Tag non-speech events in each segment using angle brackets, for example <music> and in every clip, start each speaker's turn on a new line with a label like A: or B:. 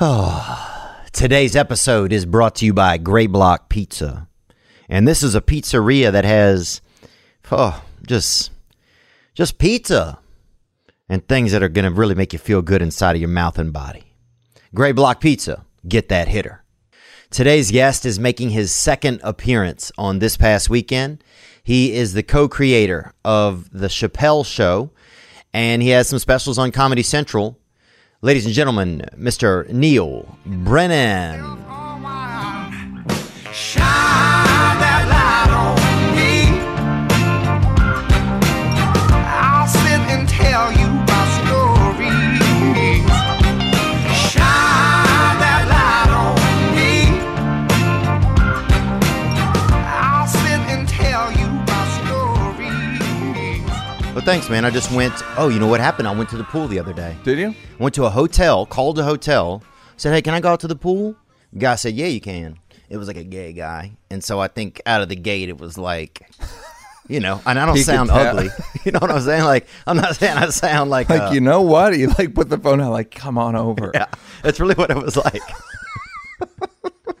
A: Oh, <sighs> today's episode is brought to you by Gray Block Pizza. And this is a pizzeria that has oh, just just pizza and things that are going to really make you feel good inside of your mouth and body. Gray Block Pizza, get that hitter. Today's guest is making his second appearance on this past weekend. He is the co-creator of the Chappelle show and he has some specials on Comedy Central. Ladies and gentlemen, Mr. Neil Brennan.
B: Shine that light on me. I'll sit and tell you my stories. Shine that light on me. I'll sit and tell you my stories.
A: Well, thanks, man. I just went. Oh, you know what happened? I went to the pool the other day.
C: Did you?
A: Went to a hotel, called the hotel, said, "Hey, can I go out to the pool?" The guy said, "Yeah, you can." It was like a gay guy, and so I think out of the gate it was like, you know, and I don't
C: He could
A: sound
C: tell.
A: ugly. <laughs> You know what I'm saying? Like I'm not saying I sound like, uh,
C: Like you know what? <laughs> You like put the phone out. Like come on over.
A: <laughs> Yeah, that's really what it was like. <laughs>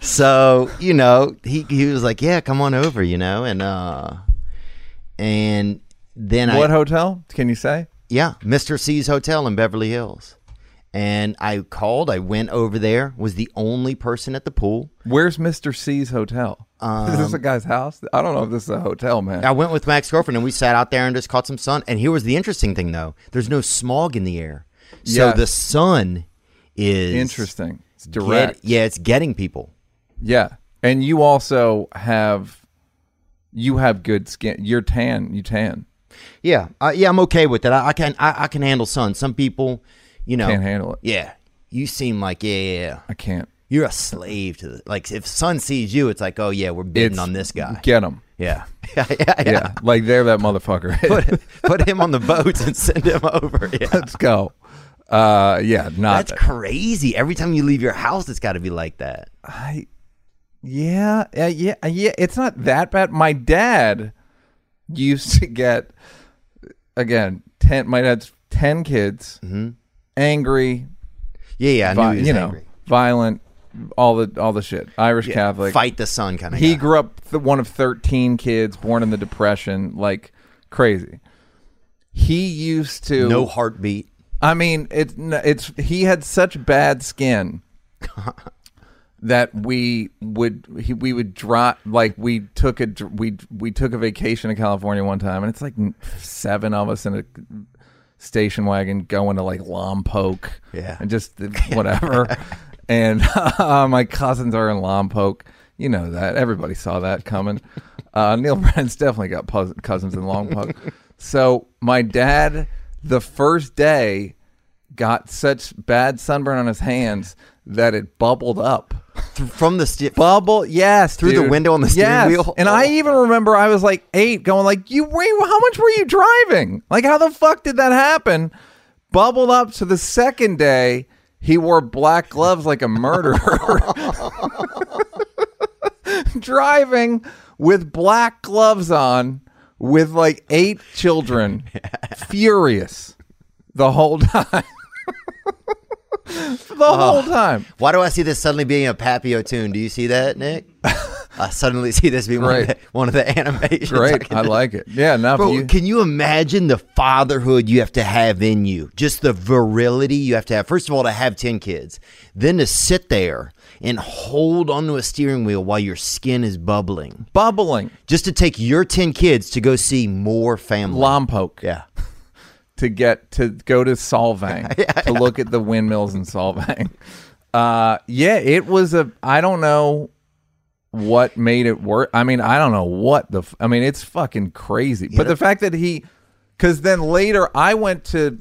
A: so you know, he he was like, "Yeah, come on over," you know, and uh, and then
C: What
A: I
C: hotel? Can you say?
A: yeah, Mr. C's Hotel in Beverly Hills, and I called. I went over there. Was the only person at the pool.
C: Where's Mr. C's hotel? <laughs> is this a
A: Um,
C: guy's house? I don't know if this is a hotel, man.
A: I went with my ex girlfriend and we sat out there and just caught some sun. And here was the interesting thing though: there's no smog in the air, so
C: Yes.
A: the sun is
C: Interesting. It's
A: get-
C: direct.
A: yeah, it's getting people.
C: yeah. And you also have, you have good skin. You're tan. You tan.
A: Yeah, uh, yeah, I'm okay with that. I, I can I, I can handle sun. Some people, you know,
C: Can't handle it.
A: Yeah, you seem like yeah, yeah, yeah.
C: I can't.
A: You're a slave to the, like if sun sees you, it's like oh yeah, we're bidding
C: It's-
A: on this guy.
C: Get him.
A: Yeah, <laughs> yeah, yeah.
C: Yeah.
A: yeah.
C: Like there, that motherfucker. <laughs>
A: Put, put him on the boats and send him over. Yeah.
C: Let's go. Uh, yeah. Not.
A: That's crazy. Every time you leave your house, it's got to be like that.
C: I, yeah, uh, yeah, uh, yeah. It's not that bad. My dad used to get again ten. My dad's ten kids, angry,
A: Yeah, yeah. Mm-hmm. I knew
C: vi-
A: he was
C: you know,
A: angry.
C: violent, all the all the shit. Irish
A: Yeah,
C: Catholic.
A: fight the sun kind of.
C: He
A: He
C: grew up the one of thirteen kids, born in the Depression, like crazy. He used to
A: no heartbeat.
C: I mean, it's n- it's he had such bad skin that we would he, we would drop like we took a dr- we we took a vacation to California one time, and it's like n- seven of us in a station wagon going to like Lompoc,
A: Yeah.
C: and just whatever. and <laughs> uh, my cousins are in Lompoc. You know that everybody saw that coming. Uh, Neil Brennan's definitely got pos- cousins in Lompoc. so my dad, the first day, got such bad sunburn on his hands that it bubbled up.
A: Th- from the sti-
C: Bubble, yes,
A: Through the window on the steering
C: yes.
A: wheel?
C: And I even remember I was like eight, going like, "You wait, how much were you driving? Like, how the fuck did that happen?" Bubbled up to the second day, he wore black gloves like a murderer, <laughs> driving with black gloves on, with like eight
A: <laughs>
C: children, furious the whole time. <laughs> the
A: Uh-huh.
C: whole time.
A: Why do I see this suddenly being a Papio tune? Do you see that,
C: <laughs>
A: Nick? I suddenly see this being one of, the,
C: Great.
A: one of the animations.
C: Great,
A: can
C: I
A: do.
C: like it. Yeah, now if
A: Bro,
C: you-
A: can you imagine the fatherhood you have to have in you? Just the virility you have to have. First of all, to have 10 kids, then to sit there and hold onto a steering wheel while your skin is bubbling,
C: bubbling.
A: just to take your 10 kids to go see more family.
C: Lompoc
A: yeah.
C: <laughs> to get to go
A: <laughs>
C: to Solvang to look at the windmills in Solvang. <laughs> Uh, yeah, it was a. I don't know what made it work. I mean, I don't know what the. f- I mean, it's fucking crazy. But the fact that he, because then later I went to,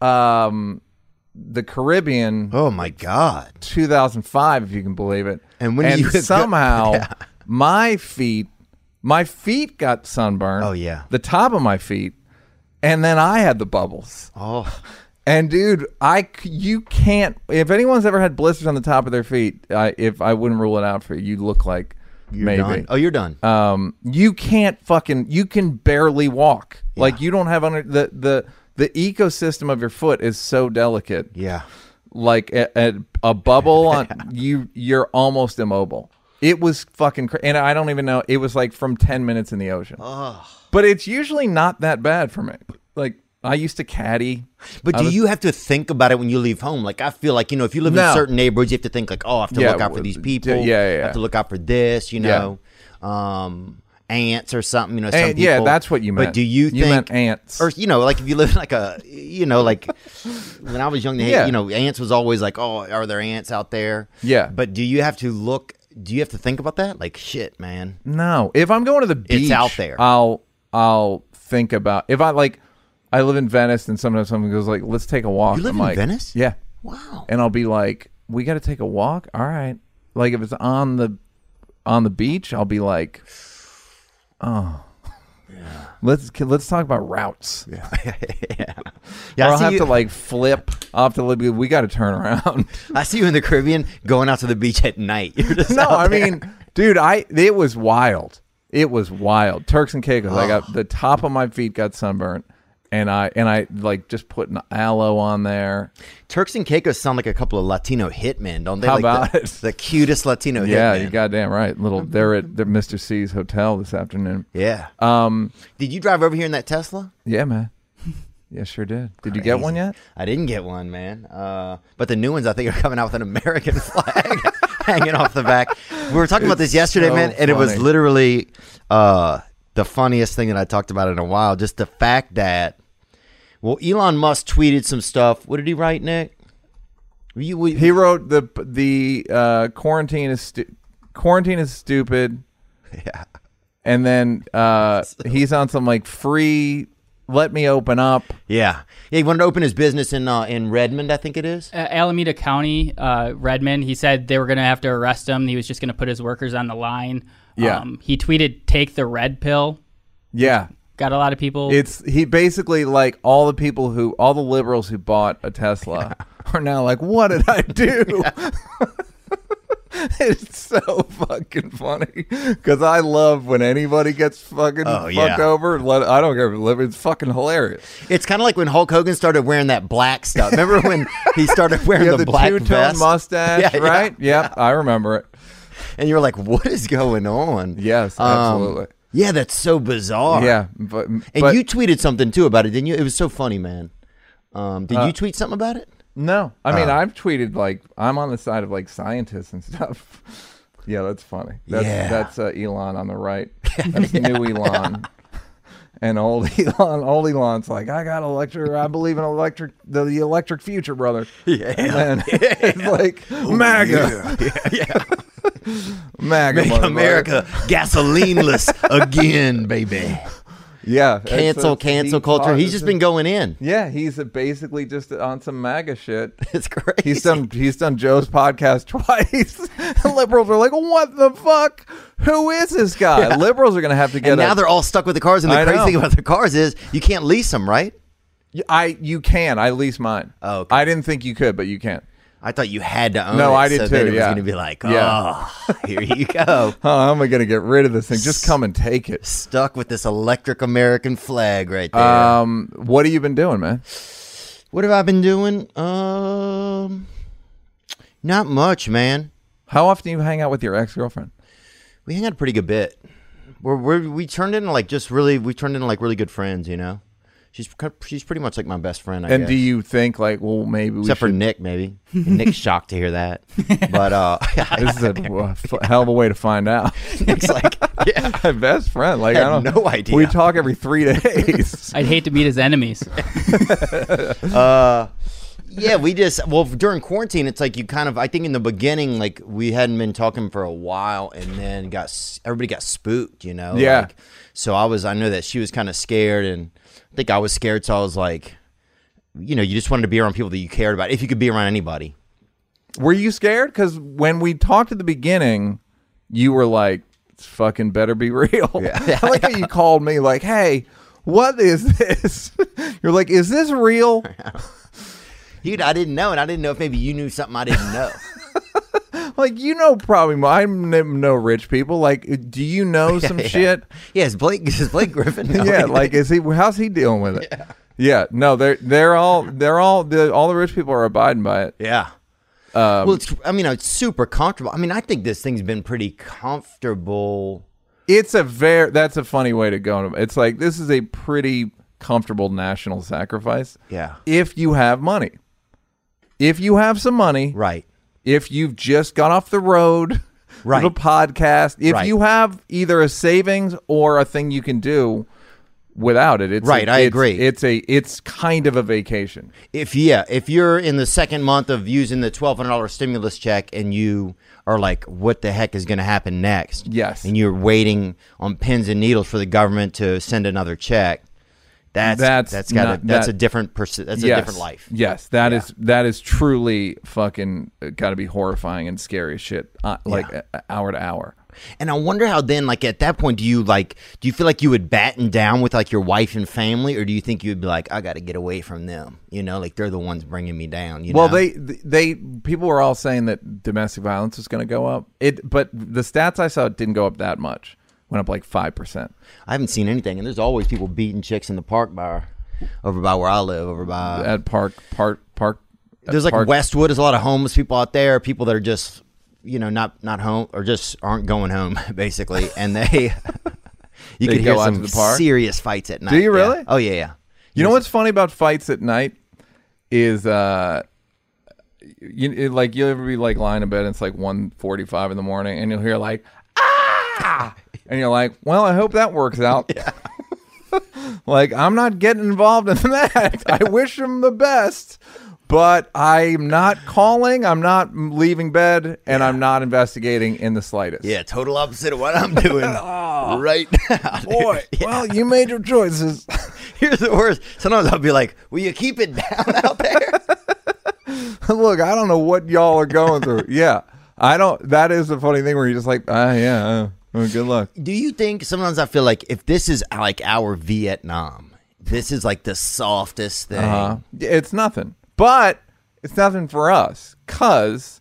C: um, the Caribbean.
A: Oh my God.
C: 2005, if you can believe it.
A: And when you- <laughs>
C: somehow my feet, my feet got sunburned.
A: Oh, yeah.
C: the top of my feet, and then I had the bubbles.
A: Oh,
C: And dude, I c- you can't. If anyone's ever had blisters on the top of their feet, I, if I wouldn't rule it out for you, you look like
A: you're
C: maybe.
A: done. Oh, you're done.
C: Um, you can't fucking. You can barely walk. Like you don't have under the the the ecosystem of your foot is so delicate
A: yeah.
C: like a, a, a
A: <laughs>
C: bubble on you you're almost immobile it was fucking cra- and i don't even know it was like from 10 minutes in the ocean but it's usually not that bad for me like i used to caddy
A: But do you have to think about it when you leave home? Like I feel like you know, if you live
C: No.
A: in certain neighborhoods, you have to think like, oh, I have to
C: Yeah,
A: look out for
C: w-
A: these
C: d-
A: people.
C: yeah, yeah,
A: I
C: yeah.
A: have to look out for this. You
C: Yeah.
A: know, um, ants or something. You know, some
C: And- yeah,
A: people-
C: that's what you meant.
A: But do you,
C: You
A: think
C: meant ants.
A: or you know, like if you live in like a, you know, like when I was young, they,
C: Yeah.
A: you know, ants was always like, oh, are there ants out there?
C: Yeah.
A: But do you have to look? Do you have to think about that? Like shit, man.
C: No, if I'm going to the beach,
A: It's out there.
C: I'll I'll think about if I like. I live in Venice, and sometimes someone goes like, "Let's take a walk."
A: You live
C: I'm
A: in
C: like,
A: Venice?
C: Yeah,
A: Wow. <laughs>
C: and I'll be like, "We got to take a walk." All right, like if it's on the on the beach, I'll be like, "Oh, let's let's talk about routes." Yeah,
A: Yeah,
C: or
A: I
C: I'll
A: see
C: have
A: you-
C: to like flip. I'll have to like, we got to turn around. <laughs>
A: I see you in the Caribbean going out to the beach at night. <laughs> You're just
C: no,
A: out
C: I
A: there.
C: mean, dude, I it was wild. It was wild. Turks and Caicos. I got the top of my feet got sunburnt, and I and I like just put an aloe on there.
A: Turks and Caicos sound like a couple of Latino hitmen, don't they?
C: How
A: like
C: about
A: the,
C: it?
A: the cutest Latino
C: <laughs> Yeah,
A: hitman.
C: you goddamn right. <laughs> Little they're at the Mr. C's hotel this afternoon.
A: yeah.
C: Um,
A: Did you drive over here in that Tesla?
C: yeah, man. Yeah, sure did. Did you get one yet?
A: I didn't get one, man. Uh, but the new ones, I think, are coming out with an American <laughs> flag hanging off the back. We were talking about this
C: It's
A: yesterday,
C: so
A: man, and it was
C: funny.
A: literally uh, the funniest thing that I talked about in a while. Just the fact that, well, Elon Musk tweeted some stuff. What did he write, Nick? You, we,
C: He wrote the the uh, quarantine is stu- quarantine is stupid.
A: <laughs> yeah.
C: And then
A: <laughs>
C: uh, he's on some like free, let me open up.
A: Yeah. Yeah, he wanted to open his business in uh, in Redmond, I think it is.
D: uh, Alameda County, uh, Redmond. He said they were going to have to arrest him. He was just going to put his workers on the line. Um,
C: Yeah.
D: he tweeted, "Take the red pill."
C: Yeah,
D: Got a lot of people.
C: It's he basically like all the people who all the liberals who bought a Tesla are now like, what did I
A: <laughs>
C: do? <laughs> it's so fucking funny because I love when anybody gets fucking
A: Oh,
C: fucked
A: yeah.
C: over. Let, I don't care. if it- It's fucking hilarious.
A: It's kind of like when Hulk Hogan started wearing that black stuff. Remember when he started wearing
C: You
A: the,
C: have the,
A: black
C: two tone
A: vest? <laughs>
C: mustache,
A: Yeah, yeah.
C: right? Yep, I remember it.
A: And you were like, "What is going on?"
C: Yes,
A: Um,
C: absolutely.
A: yeah, that's so bizarre.
C: Yeah, but
A: And
C: but
A: you tweeted something too about it, didn't you? It was so funny, man. Um, did
C: Uh,
A: you tweet something about it?
C: no, I
A: Oh.
C: mean I've tweeted like I'm on the side of like scientists and stuff. <laughs> Yeah, that's funny. That's,
A: Yeah.
C: that's uh, Elon on the
A: <laughs>
C: right. That's new Elon. <laughs> And old <laughs> Elon, old Elon's like, I got electric. I believe in electric, the, the electric future, brother. Yeah.
A: <laughs>
C: And then <laughs> it's like MAGA, <laughs> MAGA,
A: Make
C: motherfucker.
A: America
C: <laughs>
A: gasolineless again, baby.
C: Yeah, it's-
A: Cancel,
C: it's
A: cancel
C: deep
A: culture. He's just
C: partisan.
A: been going in. <laughs>
C: Yeah, he's uh, basically just on some MAGA shit.
A: It's crazy.
C: He's done. He's done Joe's podcast <laughs> twice. Liberals are like, "What the fuck? Who is this guy?" Liberals are going to have to get.
A: and now
C: a-
A: they're all stuck with the cars. And the
C: I
A: crazy
C: know.
A: thing about the cars is you can't lease them, right?
C: I you can. I lease mine.
A: Oh, okay.
C: I didn't think you could, but you can.
A: I thought you had to own it.
C: No, I did
A: so Then
C: too,
A: it was
C: yeah.
A: going to be like, oh, <laughs>
C: Yeah.
A: here you go.
C: Oh, how am I going to get rid of this thing? Just come and take it.
A: Stuck with this electric American flag right there.
C: Um, what have you been doing, man?
A: what have I been doing? Um, not much, man.
C: How often do you hang out with your ex girlfriend?
A: We hang out a pretty good bit. We're, we're we turned into like just really we turned into like really good friends. You know, she's kind of- she's pretty much like my best friend. I
C: And
A: guess.
C: do you think like, well, maybe we
A: Except for
C: should?
A: Nick, maybe
C: <laughs>
A: Nick's shocked to hear that, but uh, <laughs>
C: this is a well, f- hell of a way to find out. <laughs>
A: Nick's like, <laughs> yeah,
C: My best friend, like I,
A: Had
C: don't
A: no idea.
C: We talk every three <laughs> days.
D: I'd hate to meet
C: <laughs>
D: his enemies.
A: Uh, yeah, we just well during quarantine, it's like you kind of. I think in the beginning, like we hadn't been talking for a while, and then got s- everybody got spooked, you know.
C: Yeah.
A: Like, so I was, I know that she was kind of scared, and I think I was scared, so I was like, you know, you just wanted to be around people that you cared about, if you could be around anybody.
C: Were you scared? Because when we talked at the beginning, you were like, "It's fucking better be real." <laughs> I like how you called me like, "Hey, what is this?" <laughs> You're like, "Is this <laughs> real?"
A: Dude, I didn't know, and I didn't know if maybe you knew something I didn't
C: <laughs>
A: know.
C: like you know, probably more. I n- know rich people. Like, do you <laughs> know some shit?
A: yeah, is Blake is Blake Griffin? know
C: <laughs> Oh, Yeah,
A: anything?
C: like is he? How's he dealing with it? Yeah, no, they're they're all they're all the all the rich people are abiding by it.
A: Yeah.
C: um,
A: well, it's, I mean, it's super comfortable. I mean, I think this thing's been pretty comfortable.
C: It's a very that's a funny way to go. It's like this is a pretty comfortable national sacrifice.
A: Yeah.
C: If you have money, if you have some money,
A: Right.
C: if you've just got off the road, <laughs>
A: Right.
C: with a podcast, if
A: Right.
C: you have either a savings or a thing you can do without it, it's
A: Right,
C: I
A: I agree.
C: It's a it's kind of a vacation.
A: If yeah, if you're in the second month of using the twelve hundred dollar stimulus check and you are like, what the heck is going to happen next?
C: Yes.
A: and you're waiting on pins and needles for the government to send another check. That's
C: That's
A: that's, that's got
C: not-
A: a, that's
C: that-
A: a different person. That's a different life.
C: Yes, that is that is truly fucking got to be horrifying and scary as shit. Uh, like uh, hour to hour.
A: And I wonder how then, like at that point, do you like do you feel like you would batten down with like your wife and family, or do you think you would be like, I got to get away from them? You know, like they're the ones bringing me down. You
C: Well,
A: know?
C: they they people were all saying that domestic violence was going to go up. It but the stats I saw didn't go up that much. Went up like five percent.
A: I haven't seen anything, and there's always people beating chicks in the park by over by where I live, over by
C: at park park park. at
A: there's like
C: park-
A: Westwood. There's a lot of homeless people out there. People that are just, you know, not not home or just aren't going home, <laughs> basically. And they, <laughs> you
C: They
A: could hear
C: go out to
A: some
C: the park?
A: serious fights at night.
C: you
A: yeah.
C: really?
A: Oh yeah, yeah.
C: You know what's funny about fights at night is uh, you it, like you'll ever be like lying in bed and it's like 1.45 in the morning and you'll hear like ah, and you're like, well, I hope that works out. <laughs> like I'm not getting involved in <laughs> that. I wish him the best. But I'm not calling. I'm not leaving bed, and I'm not investigating in the slightest.
A: Yeah, <laughs> total opposite of what
C: <laughs>
A: I'm doing right <laughs> now. dude.
C: Oh, boy. Well, you made your choices.
A: Here's the worst. Sometimes I'll be like, "Will you keep it down out there?"
C: <laughs> look, I don't know what y'all are going
A: <laughs>
C: through. Yeah. I don't that is the funny thing where you're just like, ah yeah, uh, well, good luck.
A: Do you think sometimes I feel like if this is like our Vietnam, this is like the softest thing.
C: Uh, it's nothing. But it's nothing for us. Cause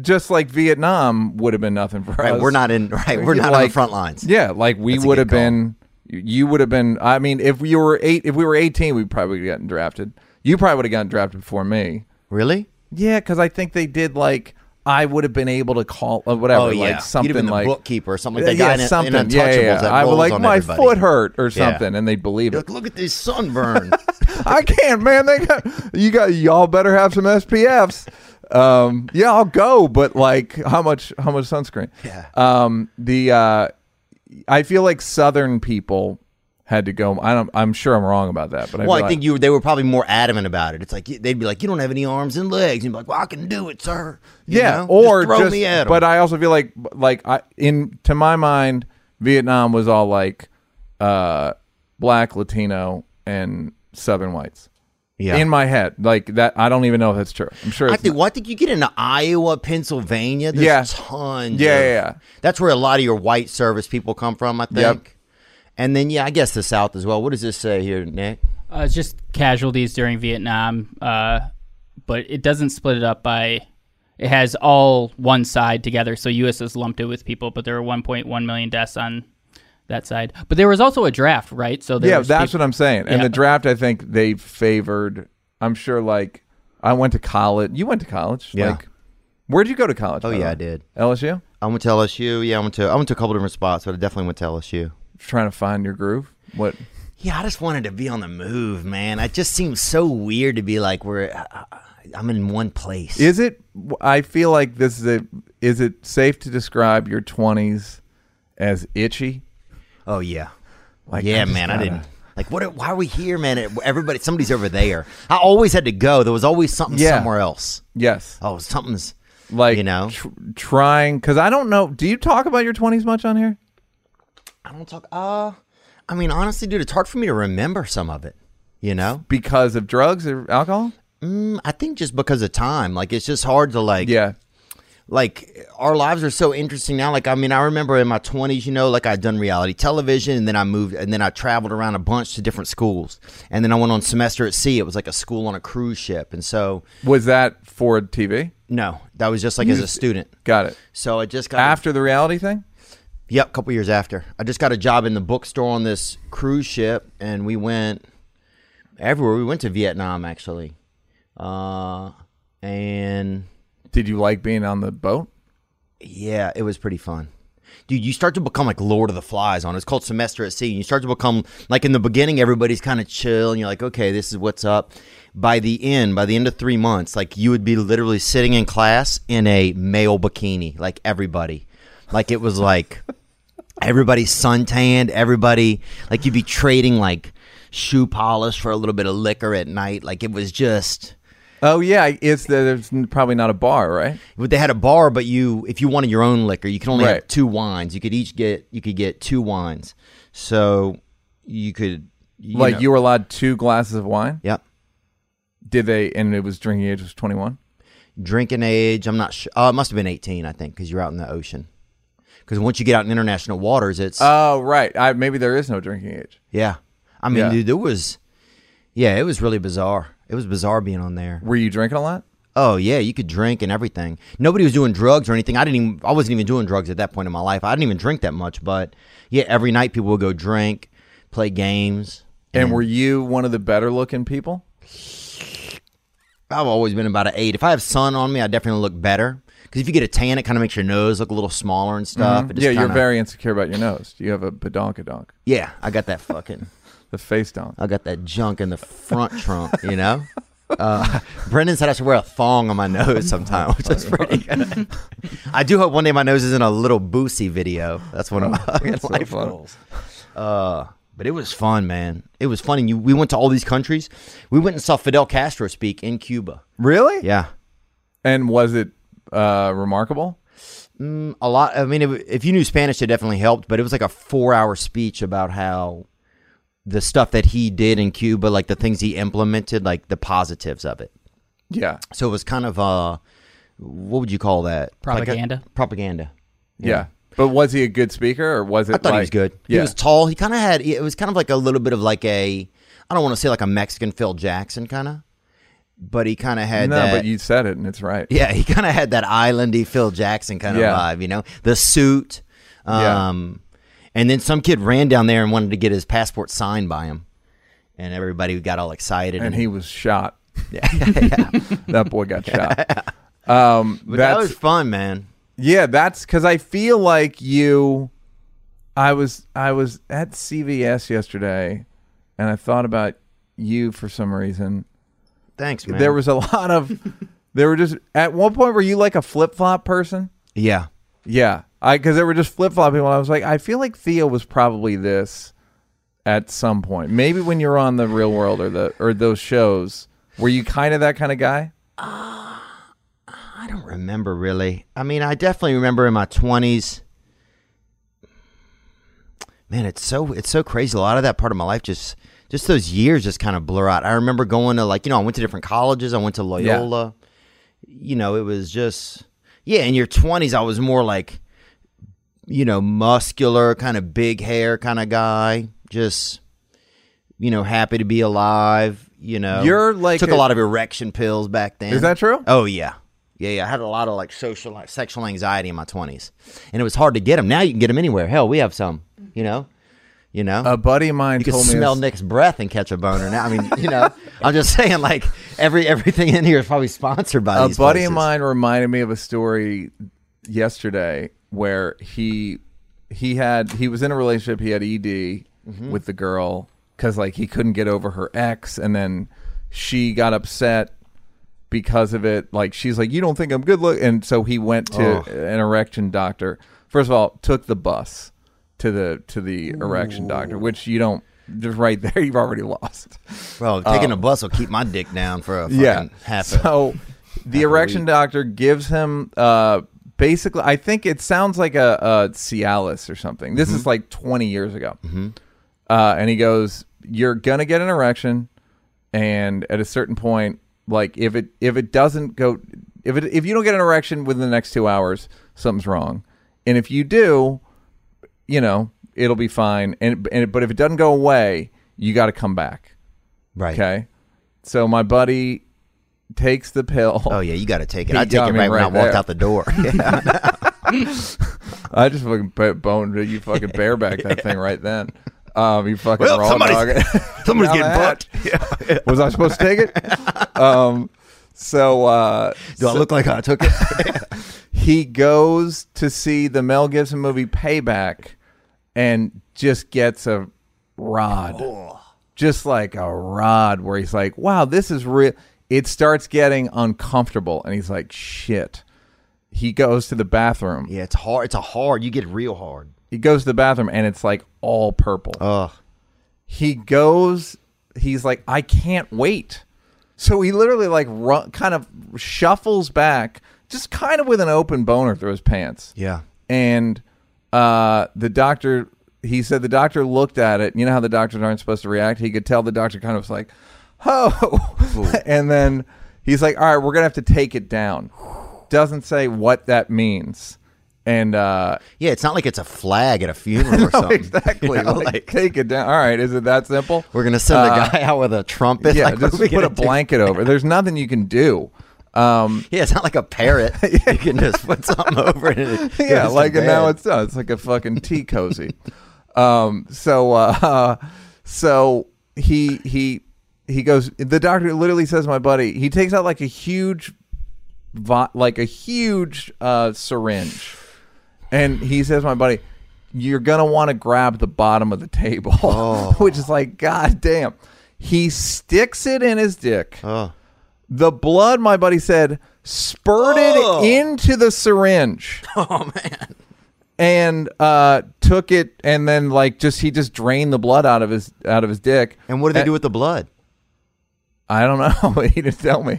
C: just like Vietnam would have been nothing for
A: Right,
C: us.
A: we're not in. Right, we're not on the front lines.
C: Yeah, like we
A: That's a
C: would have
A: good call.
C: been you would have been I mean, if we were eight if we were eighteen, we probably would have gotten drafted. You probably would have gotten drafted before me.
A: Really?
C: Yeah, because I think they did like I would have been able to call uh, whatever,
A: Oh, yeah.
C: like something
A: You'd have been the
C: like Uh,
A: bookkeeper or something like that guy in- in Untouchables that
C: I would
A: rolls
C: like
A: on
C: my
A: everybody."
C: foot hurt or
A: Yeah.
C: something, and they'd believe
A: <laughs>
C: it.
A: Like, look at this
C: <laughs>
A: sunburn.
C: I can't, man. They got you got y'all better have some SPFs. Um, yeah, I'll go, but like how much how much sunscreen?
A: Yeah.
C: Um, the uh, I feel like Southern people had to go. I don't. I'm sure I'm wrong about that, but I,
A: well,
C: feel
A: I think you they were probably more adamant about it. It's like they'd be like, "You don't have any arms and legs," and you'd be like, "Well, I can do it, sir." You
C: yeah,
A: know?
C: or
A: just throw
C: just-
A: me at 'em.
C: But uh, I also feel like like I in to my mind, Vietnam was all like uh black, Latino, and Southern whites.
A: yeah.
C: In my head, like that, I don't even know if that's true. I'm sure.
A: I
C: It's
A: think.
C: not.
A: Well, I think you get into Iowa, Pennsylvania. There's
C: Yeah.
A: tons.
C: Yeah,
A: of-
C: yeah, yeah.
A: That's where a lot of your white service people come from. I think.
C: Yep.
A: And then yeah, I guess the South as well. What does this say here, Nick?
D: Uh, it's just casualties during Vietnam, uh, but it doesn't split it up by. It has all one side together, so U.S. is lumped it with people, but there were 1.1 million deaths on that side. But there was also a draft, right? So there
C: yeah,
D: was
C: that's
D: peop-
C: what I'm saying. And
D: Yeah.
C: the draft, I think they favored. I'm sure. Like, I went to college. You went to college.
A: Yeah.
C: Like, where'd you go to college?
A: Oh
C: by the
A: yeah,
C: way?
A: I did.
C: LSU.
A: I went to LSU. Yeah, I went to I went to a couple different spots, but I definitely went to LSU.
C: Trying to find your groove. What?
A: Yeah, I just wanted to be on the move, man. It just seems so weird to be like we're I, I- I'm in one place.
C: Is it? I feel like this is a. Is it safe to describe your twenties as itchy?
A: oh yeah,
C: Like,
A: yeah,
C: just
A: man. I
C: gotta-
A: didn't. Like, what? Are, why are we here, man? Everybody, somebody's over there. I always had to go. There was always something
C: Yeah.
A: somewhere else.
C: Yes,
A: Oh, something's
C: like
A: you know.
C: tr- trying because I don't know. Do you talk about your twenties much on here?
A: I don't talk. Uh, I mean, honestly, dude, it's hard for me to remember some of it. You know,
C: Because of drugs or alcohol?
A: mm, I think just because of time, like it's just hard to like.
C: Yeah,
A: like our lives are so interesting now. Like, I mean, I remember in my twenties, you know, like I'd done reality television and then I moved and then I traveled around a bunch to different schools. And then I went on semester at sea. It was like a school on a cruise ship. And so
C: was that for TV?
A: no, that was just like as a student.
C: Got it.
A: So I just got
C: After the reality thing?
A: Yep, a couple years after. I just got a job in the bookstore on this cruise ship, and we went. everywhere. We went to Vietnam actually, uh, and
C: Did you like being on the boat?
A: yeah, it was pretty fun. Dude, you start to become like Lord of the Flies on. it. It's called Semester at Sea. And you start to become like in the beginning, everybody's kind of chill, and you're like, okay, this is what's up. By the end, by the end of three months, like you would be literally sitting in class in a male bikini, like everybody. Like it was like everybody suntanned, everybody like you'd be trading like shoe polish for a little bit of liquor at night. Like it was just.
C: Oh yeah, it's the, there's probably not a bar, right?
A: But they had a bar, but you if you wanted your own liquor, you could only have
C: Right.
A: two wines. You could each get you could get two wines. So you could you
C: like
A: know-
C: you were allowed two glasses of wine.
A: Yep.
C: Did they? And it was drinking age was twenty one.
A: Drinking age, I'm not sure. Uh, it must have been 18, I think, because you're out in the ocean. Because once you get out in international waters, it's
C: Oh right, I, maybe there is no drinking age.
A: yeah. I mean,
C: yeah.
A: dude, there was yeah, it was really bizarre. It was bizarre being on there.
C: Were you drinking a lot?
A: Oh yeah, you could drink and everything. Nobody was doing drugs or anything. I didn't even I wasn't even doing drugs at that point in my life. I didn't even drink that much, but yeah, every night people would go drink, play games.
C: And were you one of the better looking people?
A: I've always been about an eight. If I have sun on me, I definitely look better. Because if you get a tan, it kind of makes your nose look a little smaller and stuff. It just
C: Mm-hmm. Yeah, you're
A: kinda-
C: very insecure about your nose. You have a badonkadonk,
A: Yeah, I got that fucking,
C: the face donk.
A: I got that junk in the front trunk. You know. Uh, Brendan said I should wear a thong on my nose sometime, which is
C: <laughs>
A: pretty good. I do hope one day my nose is in a little Boosie video. <laughs> That's one of my fucking
C: so
A: life
C: funny.
A: goals. Uh, but it was fun, man. It was fun, and you, we went to all these countries. We went and saw Fidel Castro speak in Cuba.
C: Really?
A: Yeah,
C: And was it uh, remarkable?
A: a lot. I mean, if if you knew Spanish, it definitely helped. But it was like a four-hour speech about how the stuff that he did in Cuba, like the things he implemented, like the positives of it.
C: Yeah.
A: So it was kind of uh, what would you call that? Like a-
D: Propaganda.
A: propaganda.
C: Yeah. But was he a good speaker or was it
A: I thought he
C: like,
A: was good.
C: Yeah.
A: He was tall. He kind of had. It was kind of like a little bit of like a. I don't want to say like a Mexican Phil Jackson kind of, but he kind of had
C: no,
A: that.
C: but you said it and it's right.
A: Yeah, he kind of had that islandy Phil Jackson kind of
C: Yeah.
A: vibe, you know, the suit.
C: Yeah.
A: Um, and then some kid ran down there and wanted to get his passport signed by him, and everybody got all excited.
C: And he was shot.
A: <laughs> yeah, yeah.
C: <laughs> That boy
A: <laughs>
C: got shot. Um,
A: But that
C: that's
A: was fun, man.
C: yeah. That's because I feel like you. I was I was at CVS yesterday, and I thought about you for some reason.
A: Thanks, man.
C: There was a lot of. there were just at one point were you like a flip flop person?
A: yeah,
C: Yeah, I because they were just flip flopping. When I was like, I feel like Theo was probably this at some point. Maybe when you're on the Real World or the or those shows, were you kind of that kind of guy?
A: I don't remember really. I mean, I definitely remember in my twenties. Man, it's so it's so crazy. A lot of that part of my life just just those years just kind of blur out. I remember going to like you know I went to different colleges. I went to Loyola. You know, it was just yeah. In your twenties, I was more like you know muscular, kind of big hair kind of guy. Just you know, happy to be alive. You know,
C: You're like
A: took a
C: a-
A: lot of erection pills back then.
C: Is that true?
A: Oh yeah, yeah, yeah. I had a lot of like social, like, sexual anxiety in my twenties, and it was hard to get them. Now you can get them anywhere. Hell, we have some. You know, you know.
C: A buddy of mine
A: you can
C: Uh, told me
A: smell
C: this-
A: Nick's breath and catch a boner. Now, I mean, you
C: <laughs>
A: know, I'm just saying, like every everything in here is probably sponsored by
C: a
A: these
C: buddy of
A: places.
C: mine reminded me of a story yesterday where he he had he was in a relationship he had ed with the girl because like he couldn't get over her ex and then she got upset because of it like she's like you don't think i'm good look and so he went to an erection doctor first of all took the bus to the to the erection doctor which you don't just right there <laughs> you've already lost
A: Bro, taking a bus will keep my dick down for a fucking half. a,
C: Oh. so the erection doctor gives him uh, basically, I think it sounds like a, a Cialis or something. This is like 20 years ago. Uh, and he goes, "You're gonna get an erection, and at a certain point, like if it if it doesn't go, if it if you don't get an erection within the next two hours, something's wrong. And if you do, you know it'll be fine. And, and but if it doesn't go away, you got to come back."
A: right.
C: Okay. So my buddy takes the pill.
A: Oh
C: <laughs>
A: yeah, you got to take it.
C: He
A: I take it
C: got
A: right,
C: me
A: when I
C: right
A: walked
C: there.
A: out the
C: <laughs>
A: door. <laughs> Yeah. <laughs>
C: I just fucking bo- boned you fucking bareback that thing right then. Um, you fucking
A: Well,
C: raw
A: somebody's-
C: dog. <laughs>
A: Somebody's
C: Now
A: getting
C: that-
A: bucked.
C: <laughs>
A: Yeah. <laughs>
C: Was I supposed to take it? Um, so uh,
A: Do I look like I took it?
C: he goes to see the Mel Gibson movie Payback and just gets a rod. Just like a rod where he's like, wow, this is real. It starts getting uncomfortable and he's like, shit. He goes to the bathroom.
A: yeah, it's hard. It's a hard. You get real hard.
C: He goes to the bathroom and it's like all purple.
A: Ugh.
C: he goes he's like i can't wait so he literally like run, kind of shuffles back just kind of with an open boner through his pants
A: Yeah.
C: and uh the doctor he said the doctor looked at it you know how the doctors aren't supposed to react he could tell the doctor kind of was like oh <laughs> and then he's like all right we're gonna have to take it down doesn't say what that means and uh
A: Yeah, it's not like it's a flag at a
C: <laughs>
A: funeral or something. <laughs>
C: Oh, exactly
A: You know,
C: like,
A: like,
C: take it down all right is it that simple
A: we're gonna send
C: Uh,
A: a guy out with a trumpet.
C: yeah,
A: like, what
C: just
A: <laughs> are we
C: put
A: gonna
C: a
A: do?
C: blanket over. There's nothing you can do. Um,
A: Yeah, it's not like a
C: <laughs>
A: parrot. You can just put something over it. and it
C: yeah,
A: goes to
C: like and now
A: bed.
C: it's uh, it's like a fucking tea cozy. <laughs> um, so uh, <laughs> so he he he goes. The doctor literally says, "My buddy." He takes out like a huge, vo- like a huge uh, syringe, and he says, "My buddy." You're gonna want to grab the bottom of the table, <laughs>
A: Oh.
C: which is like, god damn. He sticks it in his dick.
A: Oh.
C: The blood, my buddy said, spurted
A: Oh.
C: into the syringe. <laughs> Oh man. And uh took it and then like just he just drained the blood out of his out of his dick.
A: And what do they do with the blood?
C: I don't know. <laughs> he didn't tell me.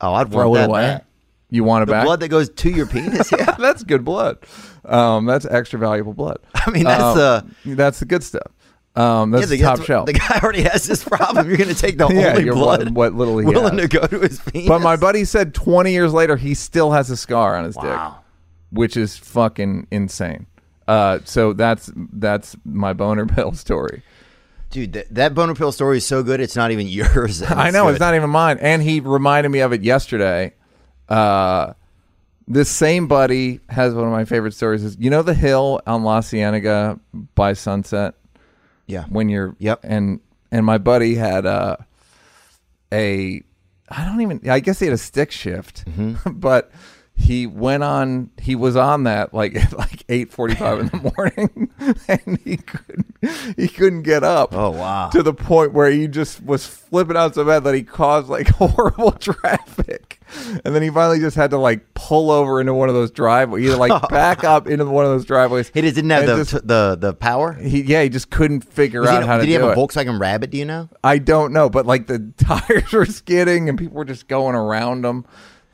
A: Oh, I'd
C: Throw
A: want
C: it
A: that
C: away.
A: back.
C: You want it
A: The
C: back?
A: blood that goes to your penis. <laughs> Yeah,
C: yeah, <laughs> that's good blood. Um that's extra valuable blood.
A: <laughs> I mean that's
C: Um,
A: uh,
C: that's the good stuff. Um that's
A: yeah,
C: the top
A: that's-
C: shelf.
A: The guy already has this problem. You're gonna take the
C: <laughs> Yeah,
A: only
C: you're
A: blood.
C: what- what little he
A: <laughs> willing
C: has.
A: to go to his penis.
C: but my buddy said 20 years later he still has a scar on his dick.
A: Wow.
C: which is fucking insane. Uh, so that's that's my boner <laughs> pill story.
A: dude, that, that boner pill story is so good. It's not even <laughs> yours. and
C: <laughs> I know it's
A: good.
C: not even mine, and he reminded me of it yesterday. Uh, this same buddy has one of my favorite stories. Is you know the hill on La Cienega by sunset
A: Yeah,
C: when you're
A: Yep.
C: and and my buddy had uh, a I don't even I guess he had a stick shift,
A: Mm-hmm.
C: <laughs> but he went on he was on that like <laughs> at like eight forty five in the morning, <laughs> and he couldn't he couldn't get up.
A: Oh, wow.
C: To the point where he just was flipping out so bad that he caused like <laughs> horrible traffic, and then he finally just had to like pull over into one of those driveways, either
A: <laughs>
C: like back up into one of those driveways.
A: he didn't have
C: and
A: the,
C: just-
A: t- the the power.
C: he yeah, he just couldn't figure
A: Was he-
C: out how to
A: did he
C: do
A: have a
C: it.
A: Volkswagen Rabbit? Do you
C: <laughs>
A: know?
C: I don't know, but like the <laughs> tires were skidding and people were just going around him.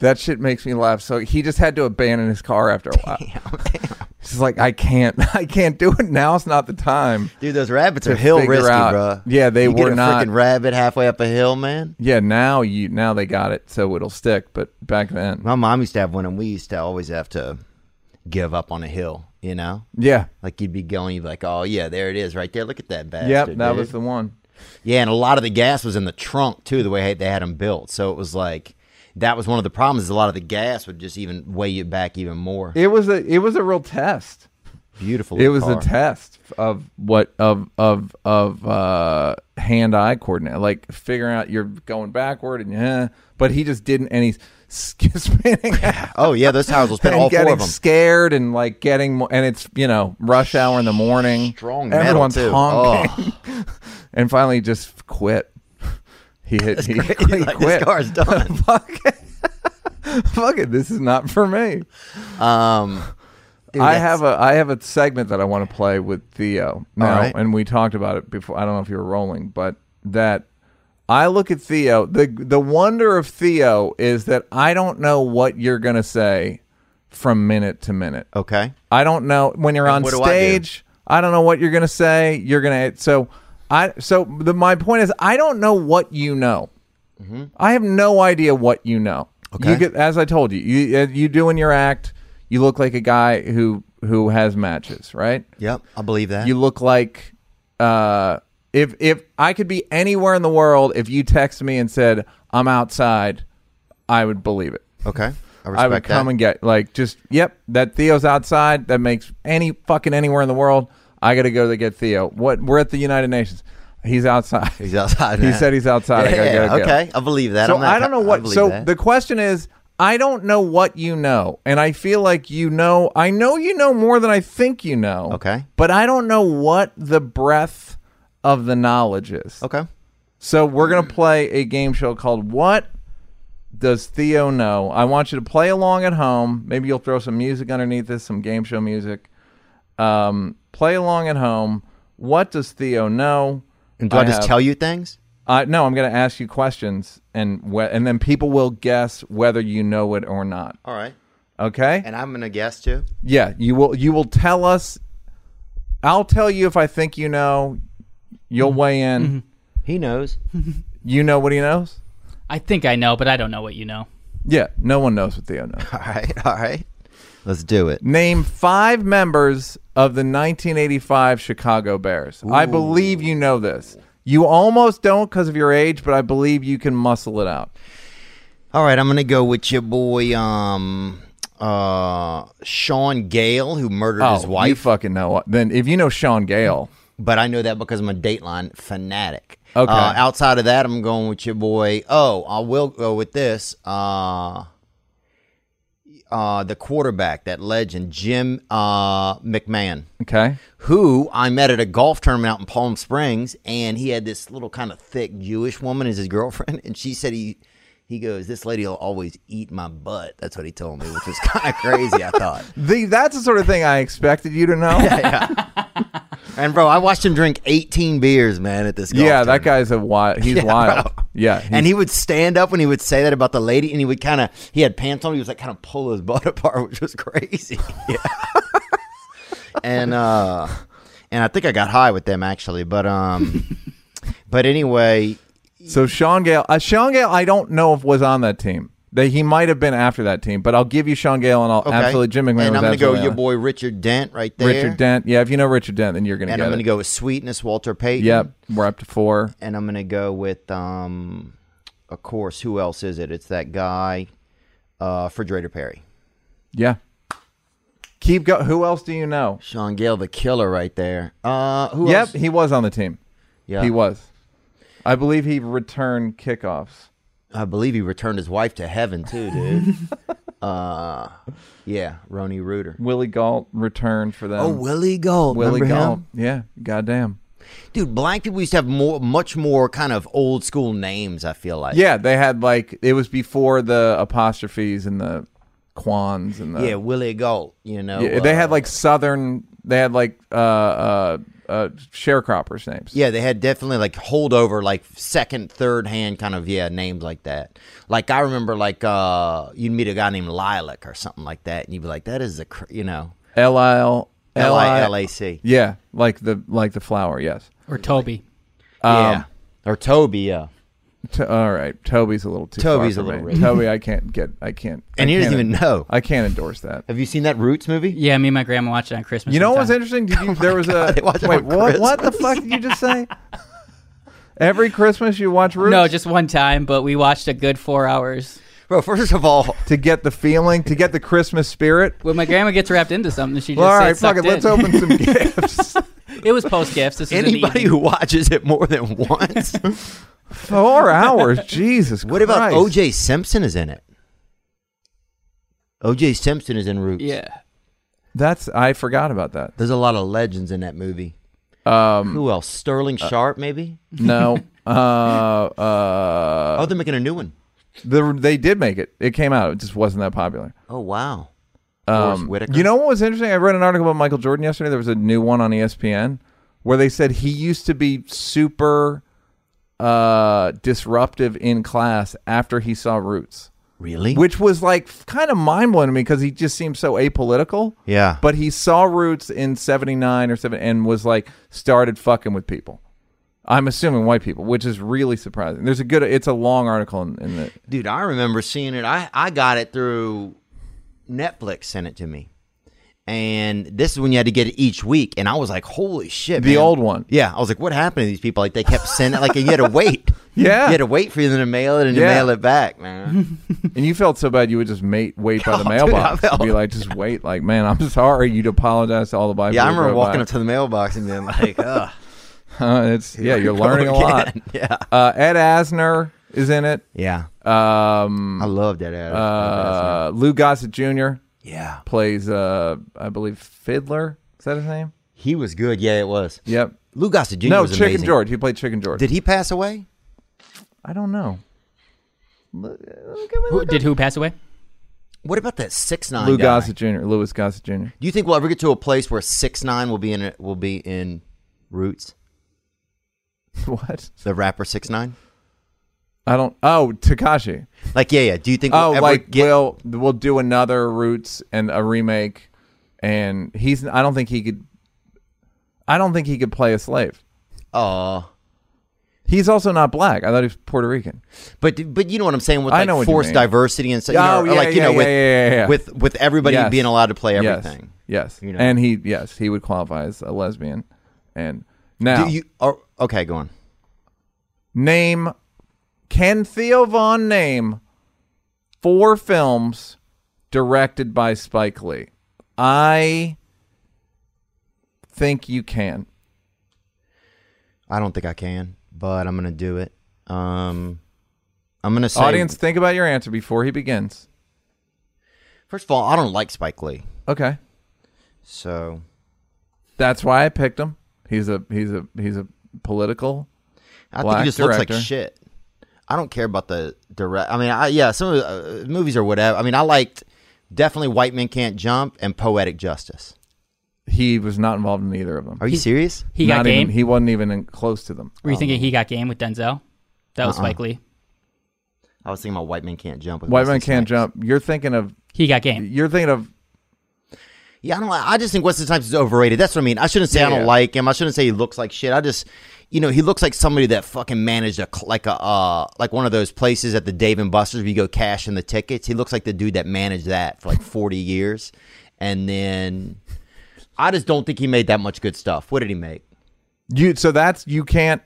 C: That shit makes me laugh. So he just had to abandon his car after a while. He's like, I can't, <laughs> I can't do it. Now's not the time.
A: Dude, those rabbits are
C: to
A: hill
C: figure
A: risky,
C: out-
A: bro.
C: Yeah, they
A: you get
C: were
A: a
C: not-
A: freaking rabbit halfway up a hill, man.
C: Yeah, now you, now they got it, so it'll stick. But back then,
A: My mom used to have one, and we used to always have to give up on a hill. You know,
C: yeah,
A: like you'd be going, you'd be like, "Oh yeah, there it is, right there. Look at that bastard."
C: yep, that
A: dude."
C: was the one.
A: Yeah, and a lot of the gas was in the trunk too, the way they had them built. So it was like that was one of the problems. Is a lot of the gas would just even weigh you back even more.
C: It was a, it was a real test.
A: Beautiful.
C: It was
A: car.
C: a test of what of of of uh, hand eye coordinate, like figuring out you're going backward and yeah. But he just didn't, and he's <laughs> sk- spinning out
A: Oh yeah, those tires will spin all
C: <laughs> and
A: four
C: getting
A: of them.
C: scared and like getting, mo- and it's you know rush hour in the morning.
A: Strong metal,
C: everyone's
A: too.
C: honking, <laughs> and finally he just quit. He hit. He,
A: He's
C: he
A: <laughs> like,
C: quit.
A: This
C: <laughs>
A: car's done.
C: Fuck it. <laughs> Fuck it. This is not for me.
A: Um, dude,
C: I
A: that's-
C: have a I have a segment that I want to play with Theo now,
A: right.
C: and we talked about it before. I don't know if you were rolling, but that I look at Theo. the The wonder of Theo is that I don't know what you're gonna say from minute to minute.
A: okay.
C: I don't know when you're on
A: what do I do?
C: stage. I, don't know what you're gonna say. You're gonna so I so the, my point is I don't know what you know. I have no idea what you know.
A: Mm-hmm. Okay.
C: You get as I told you, you uh, you doing your act. You look like a guy who who has matches, right?
A: Yep, I believe that.
C: You look like uh if if I could be anywhere in the world, if you texted me and said I'm outside, I would believe it.
A: okay? I respect
C: I would
A: that.
C: come and get like just yep that Theo's outside that makes any fucking anywhere in the world I got to go to get Theo. What? We're at the United Nations. He's outside.
A: He's outside.
C: He
A: now.
C: said he's outside. I gotta
A: Yeah,
C: go get him.
A: okay, I believe that.
C: <laughs> So
A: I'm not-
C: I don't know
A: I
C: what.
A: believe
C: so
A: that.
C: the question is, I don't know what you know, and I feel like you know. I know you know more than I think you know.
A: Okay.
C: but I don't know what the breadth of the knowledge is.
A: okay,
C: So we're gonna play a game show called "What Does Theo Know." I want you to play along at home. Maybe you'll throw some music underneath this, some game show music. Um, play along at home. What does Theo know?
A: do I, just
C: have-
A: tell you things?
C: Uh, no, I'm going to ask you questions, and wh- and then people will guess whether you know it or not.
A: All right,
C: Okay?
A: and I'm gonna guess too.
C: yeah, you will. You will tell us. I'll tell you if I think you know. You'll weigh in.
A: He knows.
C: You know what he knows.
D: I think I know, but I don't know what you know.
C: Yeah, no one knows what Theo knows.
A: All right, <laughs> all right, let's do it.
C: Name five members of the 1985 Chicago Bears. I believe you know this. You almost don't because of your age, but I believe you can muscle it out.
A: All right, I'm gonna go with your boy, um, uh, Sean Gale, who murdered his
C: Oh, you
A: wife.
C: fucking know what? Then if you know Sean Gale.
A: but I know that because I'm a Dateline fanatic.
C: Okay.
A: Uh, outside of that, I'm going with your boy. Oh, I will go with this. Uh, uh, the quarterback, that legend, Jim uh, McMahon,
C: Okay.
A: who I met at a golf tournament out in Palm Springs, and he had this little kind of thick Jewish woman as his <laughs> girlfriend, and she said he. He goes, This lady will always eat my butt. That's what he told me, which was kind
C: <laughs>
A: of crazy, I thought.
C: The, that's the sort of thing I expected you
A: <laughs>
C: to know. yeah,
A: And, bro, I watched him drink 18 beers, man, at this golf tournament.
C: that guy's a wild. He's
A: Yeah,
C: wild.
A: bro.
C: Yeah, he's-
A: and he would stand up when he would say that about the lady, and he would kind of he had pants on. He was like kind of pull his <laughs> butt apart, which was crazy. <laughs> Yeah. and uh, and I think I got high with them actually, but
C: <laughs>
A: um, but anyway,
C: so Sean Gale. Uh, Sean Gale, I don't know if was on that team. That he might have been after that team, but I'll give you Sean Gale and I'll
A: okay.
C: absolutely Jim McMahon.
A: And
C: was
A: I'm gonna go
C: absolutely
A: with your
C: on.
A: boy Richard Dent right there.
C: Richard Dent. Yeah, if you know Richard Dent, then you're gonna
A: And
C: get
A: I'm gonna
C: it.
A: go with Sweetness, Walter Payton.
C: Yep, we're up to four.
A: And I'm gonna go with um, of course, who else is it? It's that guy, uh, Refrigerator Perry.
C: Yeah. Keep go. Who else do you know?
A: Sean Gale, the killer, right there. Uh, who
C: yep,
A: else?
C: he was on the team.
A: Yeah,
C: He was. I believe he returned kickoffs.
A: I believe he returned his wife to heaven too, <laughs> dude. uh, yeah, Ronnie Reuter.
C: Willie Galt returned for them.
A: Oh, Willie Gold.
C: Willie
A: Remember
C: Galt.
A: him?
C: Yeah, goddamn.
A: Dude, black people used to have more, much more kind of old school names, I feel like.
C: Yeah, they had like it was before the apostrophes and the quans and the
A: Yeah, Willie Gold, you know.
C: Yeah, they
A: uh,
C: had like southern they had like uh uh, uh sharecroppers names.
A: Yeah, they had definitely like holdover, like second, third hand kind of yeah names like that. Like I remember, like uh you'd meet a guy named Lilac or something like that, and you'd be like, "That is a cr-, you know
C: L I L
A: L I L A C,
C: Yeah, like the like the flower. Yes.
D: Or Toby.
A: yeah, Um, or Toby, yeah."
C: To- all right, Toby's a little too.
A: Toby's
C: far
A: a
C: for
A: little
C: me.
A: rich.
C: Toby, I can't get. I can't.
A: And
C: I
A: he doesn't
C: can't-
A: even know.
C: I can't endorse that.
A: Have you seen that Roots movie?
D: Yeah, me and my grandma watched it on Christmas.
C: You know what was
A: <laughs>
D: sometime.
C: interesting? Did you, there was
A: Oh God,
C: a
A: they watch it
C: wait.
A: on
C: What, what the fuck did you just say? Every Christmas you watch Roots.
D: No, just one time, but we watched a good four hours.
A: Bro, first of all,
C: to get the feeling, to get the Christmas spirit.
D: When my grgrandma gets wrapped into something, she just
C: Well, all right,
D: gets
C: fuck it.
D: sucked
C: Let's
D: in.
C: open some
D: <laughs>
C: gifts.
D: It was post gifts. This is
A: anybody who watches it more than once.
C: Four hours. Jesus.
A: what about
C: Christ.
A: OJ Simpson is in it? OJ Simpson is in Roots.
D: Yeah.
C: That's. I forgot about
D: <laughs>
C: that.
A: There's a lot of legends in that movie.
C: Um.
A: Who else? Sterling Sharp, maybe?
C: No. Uh. Uh.
A: oh, they're making a new one.
C: The, they did make it. It came out. It just wasn't that popular.
A: Oh, wow. Forrest
C: Um,
A: Whitaker.
C: you know what was interesting? I read an article about Michael Jordan yesterday. There was a new one on E ESPN where they said he used to be super uh, disruptive in class after he saw Roots,
A: Really?
C: which was like kind of mind blowing to me because he just seemed so apolitical.
A: Yeah.
C: But he saw Roots in '79 or seven and was like started fucking with people. I'm assuming white people, which is really surprising. There's a good. It's a long article in, in the.
A: Dude, I remember seeing it. I, I got it through Netflix sent it to me. And this is when you had to get it each week. And I was like, holy shit.
C: The
A: man.
C: old one.
A: Yeah. I was like, what happened to these people? Like, they kept sending, like, and you had to wait.
C: <laughs> Yeah.
A: You had to wait for them to mail it and to
C: Yeah.
A: mail it back,
C: <laughs>
A: man.
C: And you felt so bad you would just mate, wait by
A: <laughs> Oh,
C: the
A: dude, I
C: mailbox.
A: felt-
C: You'd be like, just wait. Like, man, I'm <laughs> sorry. You'd apologize to all the Bible.
A: yeah, I remember walking up to the mailbox and being like,
C: <laughs>
A: oh,
C: Uh,
A: <laughs>
C: it's yeah, you're learning a lot.
A: Yeah.
C: Uh, Ed Asner is in it.
A: Yeah.
C: Um,
A: I love that ad.
C: uh, Lou Gossett Jr.
A: yeah.
C: plays, uh, I believe, Fiddler. Is that his name?
A: He was good. Yeah, it was.
C: Yep.
A: Lou Gossett Jr.
C: No,
A: was
C: Chicken
A: amazing.
C: George. He played Chicken George.
A: Did he pass away?
C: I don't know.
D: Who, did who pass away?
A: What about that six nine?
C: Lou
A: guy?
C: Gossett Jr. Louis Gossett Jr.
A: Do you think we'll ever get to a place where six nine will be in will be in Roots?
C: <laughs> what?
A: The rapper six nine?
C: I don't. Oh, Takashi.
A: Like yeah, yeah. Do you think
C: Oh,
A: we'll ever
C: like
A: get
C: we'll we'll do another Roots and a remake, and he's. I don't think he could. I don't think he could play a slave.
A: Aw.
C: He's also not black. I thought he was Puerto Rican.
A: But but you know what I'm saying with
C: I
A: like
C: know what you
A: forced
C: mean.
A: diversity and so you know,
C: Oh,
A: or
C: yeah,
A: like you
C: yeah,
A: know
C: yeah,
A: with
C: yeah, yeah, yeah.
A: with with everybody
C: Yes.
A: being allowed to play
C: Yes.
A: everything.
C: Yes.
A: You know.
C: And he yes, he would qualify as a lesbian. And now
A: Do you or, okay, go on.
C: name can Theo Vaughn name four films directed by Spike Lee? I think you can.
A: I don't think I can, but I'm gonna do it. Um I'm gonna say
C: Audience, think about your answer before he begins.
A: First of all, I don't like Spike Lee.
C: Okay.
A: So
C: That's why I picked him. He's a he's a he's a political
A: I think
C: Black
A: he just looks
C: director.
A: like shit. I don't care about the direct. I mean, I, yeah, some of the uh, movies or whatever. I mean, I liked definitely White Men Can't Jump and Poetic Justice.
C: he was not involved in either of them.
A: Are you serious?
D: He
C: Not
D: got game.
C: even- he wasn't even in, close to them.
D: Were you thinking he got game with Denzel? That
C: Uh-uh.
D: was Spike Lee.
A: I was thinking about White Men Can't Jump. with
C: White
A: Wesley
C: man can't
A: Snipes.
C: jump. You're thinking of
D: He got game.
C: you're thinking of
A: Yeah, I don't. like- I just think Wesley Snipes is overrated. That's what I mean. I shouldn't say I
C: Yeah,
A: don't
C: yeah.
A: like him. I shouldn't say he looks like shit. I just, you know, he looks like somebody that fucking managed a cl- like a uh, like one of those places at the Dave and Buster's where you go cash in the tickets. He looks like the dude that managed that for like forty <laughs> years, and then I just don't think he made that much good stuff. What did he make?
C: You so that's you can't.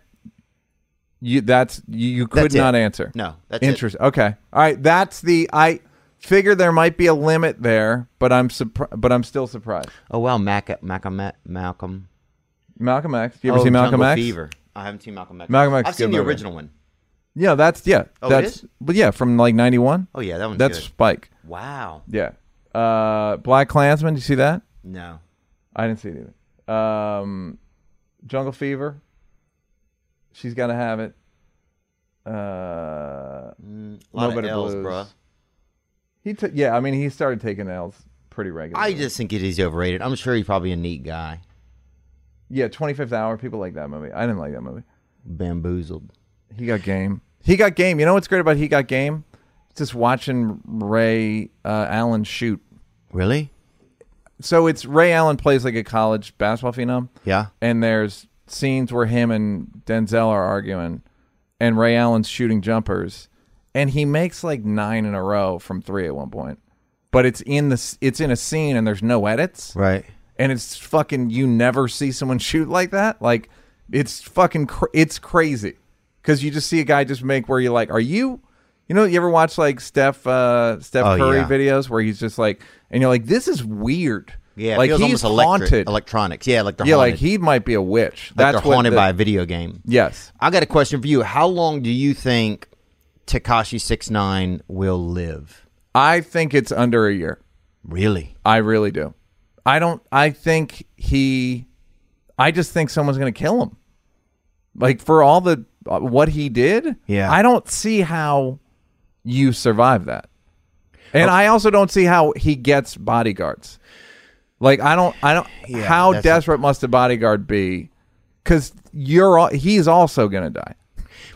C: You that's you, you could
A: That's it.
C: not answer.
A: No, that's it.
C: Interest. Okay. All right. That's the I figure there might be a limit there, but I'm surprised. But I'm still surprised.
A: Oh wow, Mac, Mac, Mac Malcolm.
C: Malcolm X. You ever
A: oh,
C: see Malcolm
A: Jungle
C: X?
A: Fever. I haven't seen Malcolm X.
C: Malcolm X
A: I've
C: is
A: seen
C: good
A: the
C: movie.
A: original one.
C: Yeah. That's yeah.
A: Oh, it
C: that's
A: is?
C: but yeah, from like '91.
A: Oh yeah, that one's
C: that's
A: good.
C: Spike.
A: Wow.
C: Yeah. Uh, Black Klansman. You see that?
A: No.
C: I didn't see it either. Um, Jungle Fever. She's gotta have it. Uh.
A: Mm, A lot
C: Little
A: of
C: bit of
A: L's,
C: blues.
A: bruh.
C: He took, yeah, I mean, he started taking L's pretty regularly.
A: I just think it is overrated. I'm sure he's probably a neat guy.
C: yeah, 25th Hour, people like that movie. I didn't like that movie.
A: Bamboozled.
C: He got game. He got game. You know what's great about He Got Game? Just watching Ray uh, Allen shoot.
A: Really?
C: So it's Ray Allen plays like a college basketball phenom.
A: Yeah.
C: And there's scenes where him and Denzel are arguing, and Ray Allen's shooting jumpers, and he makes like nine in a row from three at one point. But it's in the it's in a scene, and there's no edits.
A: Right.
C: and it's fucking you never see someone <laughs> shoot like that like it's fucking cr- it's crazy because you just see a guy just make where you're like are you you know you ever watch like steph uh steph
A: Oh,
C: curry
A: yeah.
C: videos where he's just like and you're like this is weird
A: Yeah. it
C: like
A: feels
C: he's
A: almost electric,
C: haunted
A: Electronics. Yeah, like they're
C: yeah
A: haunted.
C: like he might be a witch
A: like
C: that's
A: they're
C: what
A: haunted
C: the-
A: by a video game.
C: yes
A: I got a question for you. How long do you think Takashi Six Nine will live?
C: i think it's under a year
A: Really?
C: i really do i don't i think he i just think someone's gonna kill him like for all the uh, what he did
A: Yeah.
C: i don't see how you survive that and i also don't see how he gets bodyguards like i don't i don't
A: Yeah,
C: how
A: that's a-
C: desperate must a bodyguard be because you're al- he's also gonna die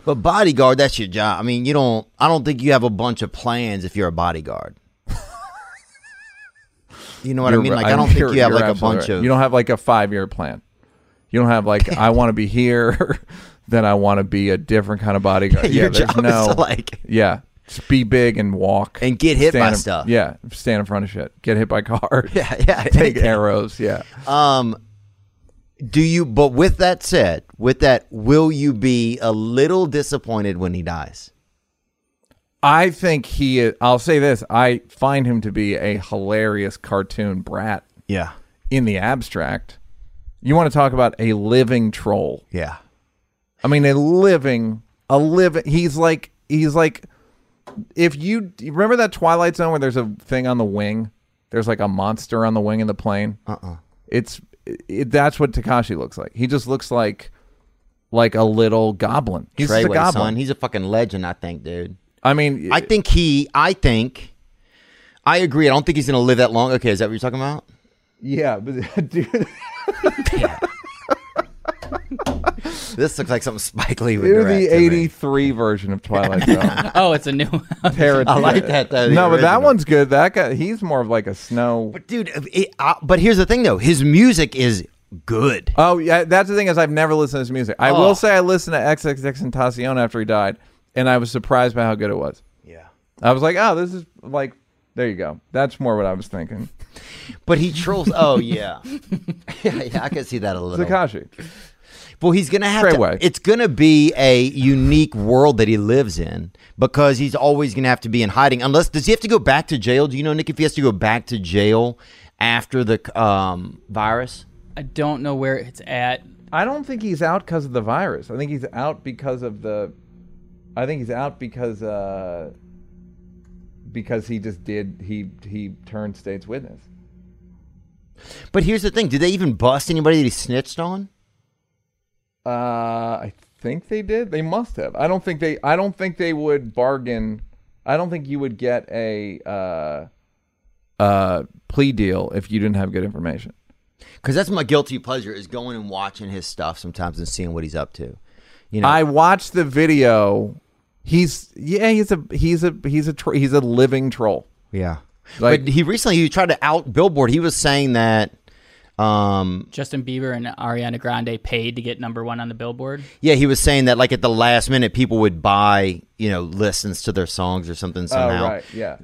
A: But bodyguard, that's your job. I mean, you don't. I don't think you have a bunch of plans if you're a bodyguard. <laughs> you know what I
C: You're
A: mean?
C: right.
A: Like I don't think
C: you're-
A: you have
C: you're
A: like a
C: absolutely
A: bunch
C: right.
A: of.
C: You don't have like a five year plan. You don't have like I want to be here, <laughs> then I want to be a different kind of bodyguard. yeah,
A: <laughs> Your
C: there's
A: job
C: no
A: is to, like-
C: yeah, just be big and walk
A: And get hit
C: stand
A: by
C: in-
A: stuff.
C: Yeah,
A: <laughs>
C: stand in front of shit, get hit by <laughs> cars.
A: Yeah, yeah,
C: take
A: anything.
C: arrows. Yeah,
A: Um, Do you? But with that said, with that, will you be a little disappointed when he dies?
C: I think he is, I'll say this, I find him to be a hilarious cartoon brat
A: Yeah,
C: in the abstract. You want to talk about a living troll.
A: yeah,
C: I mean a living a living he's like he's like if you you remember that Twilight Zone where there's a thing on the wing? There's like a monster on the wing in the plane. Uh-uh. It's it, that's what Takashi looks like. He just looks like like a little goblin. He's just a
A: Treyway,
C: goblin.
A: son. He's a fucking legend, I think, dude.
C: I mean
A: I think he. I think. I agree. I don't think he's gonna live that long. Okay, is that what you're talking about?
C: yeah, but <laughs> dude
A: This looks like something <laughs> Spike Lee would
C: They're
A: direct
C: the
A: to me.
C: '83 version of Twilight
A: <laughs>
C: Zone.
D: Oh, it's a new one. <laughs>
C: Parody.
A: I like that, though, the
C: no, but that
A: original.
C: one's good. That guy, he's more of like a snow.
A: But dude, it, uh, but here's the thing though. His music is good.
C: Oh yeah, that's the thing is I've never listened to his music. I
A: Oh.
C: will say I listened to XXXTentacion after he died, and I was surprised by how good it was.
A: Yeah.
C: I was like, oh, this is like, there you go. That's more what I was thinking.
A: But he trolls. oh
C: <laughs>
A: yeah. <laughs> yeah, yeah. I can see that a little.
C: Takashi.
A: Well, he's gonna have
C: Treyway.
A: to. It's gonna be a unique world that he lives in because he's always gonna have to be in hiding. Unless does he have to go back to jail? Do you know Nick if he has to go back to jail after the um, virus?
D: I don't know where it's at.
C: I don't think he's out because of the virus. I think he's out because of the. I think he's out because uh. Because he just did he he turned state's witness.
A: But here's the thing: Did they even bust anybody that he snitched on?
C: Uh, I think they did. They must have. I don't think they. I don't think they would bargain. I don't think you would get a uh, uh, plea deal if you didn't have good information.
A: Because that's my guilty pleasure is going and watching his stuff sometimes and seeing what he's up to. You know,
C: I watched the video. He's yeah. He's a he's a he's a tro- he's a living troll.
A: yeah.
C: Like-
A: but he recently he tried to out Billboard. He was saying that, um,
D: Justin Bieber and Ariana Grande paid to get number one on the Billboard.
A: yeah, he was saying that like at the last minute people would buy you know listens to their songs or something somehow.
C: Oh, right. Yeah.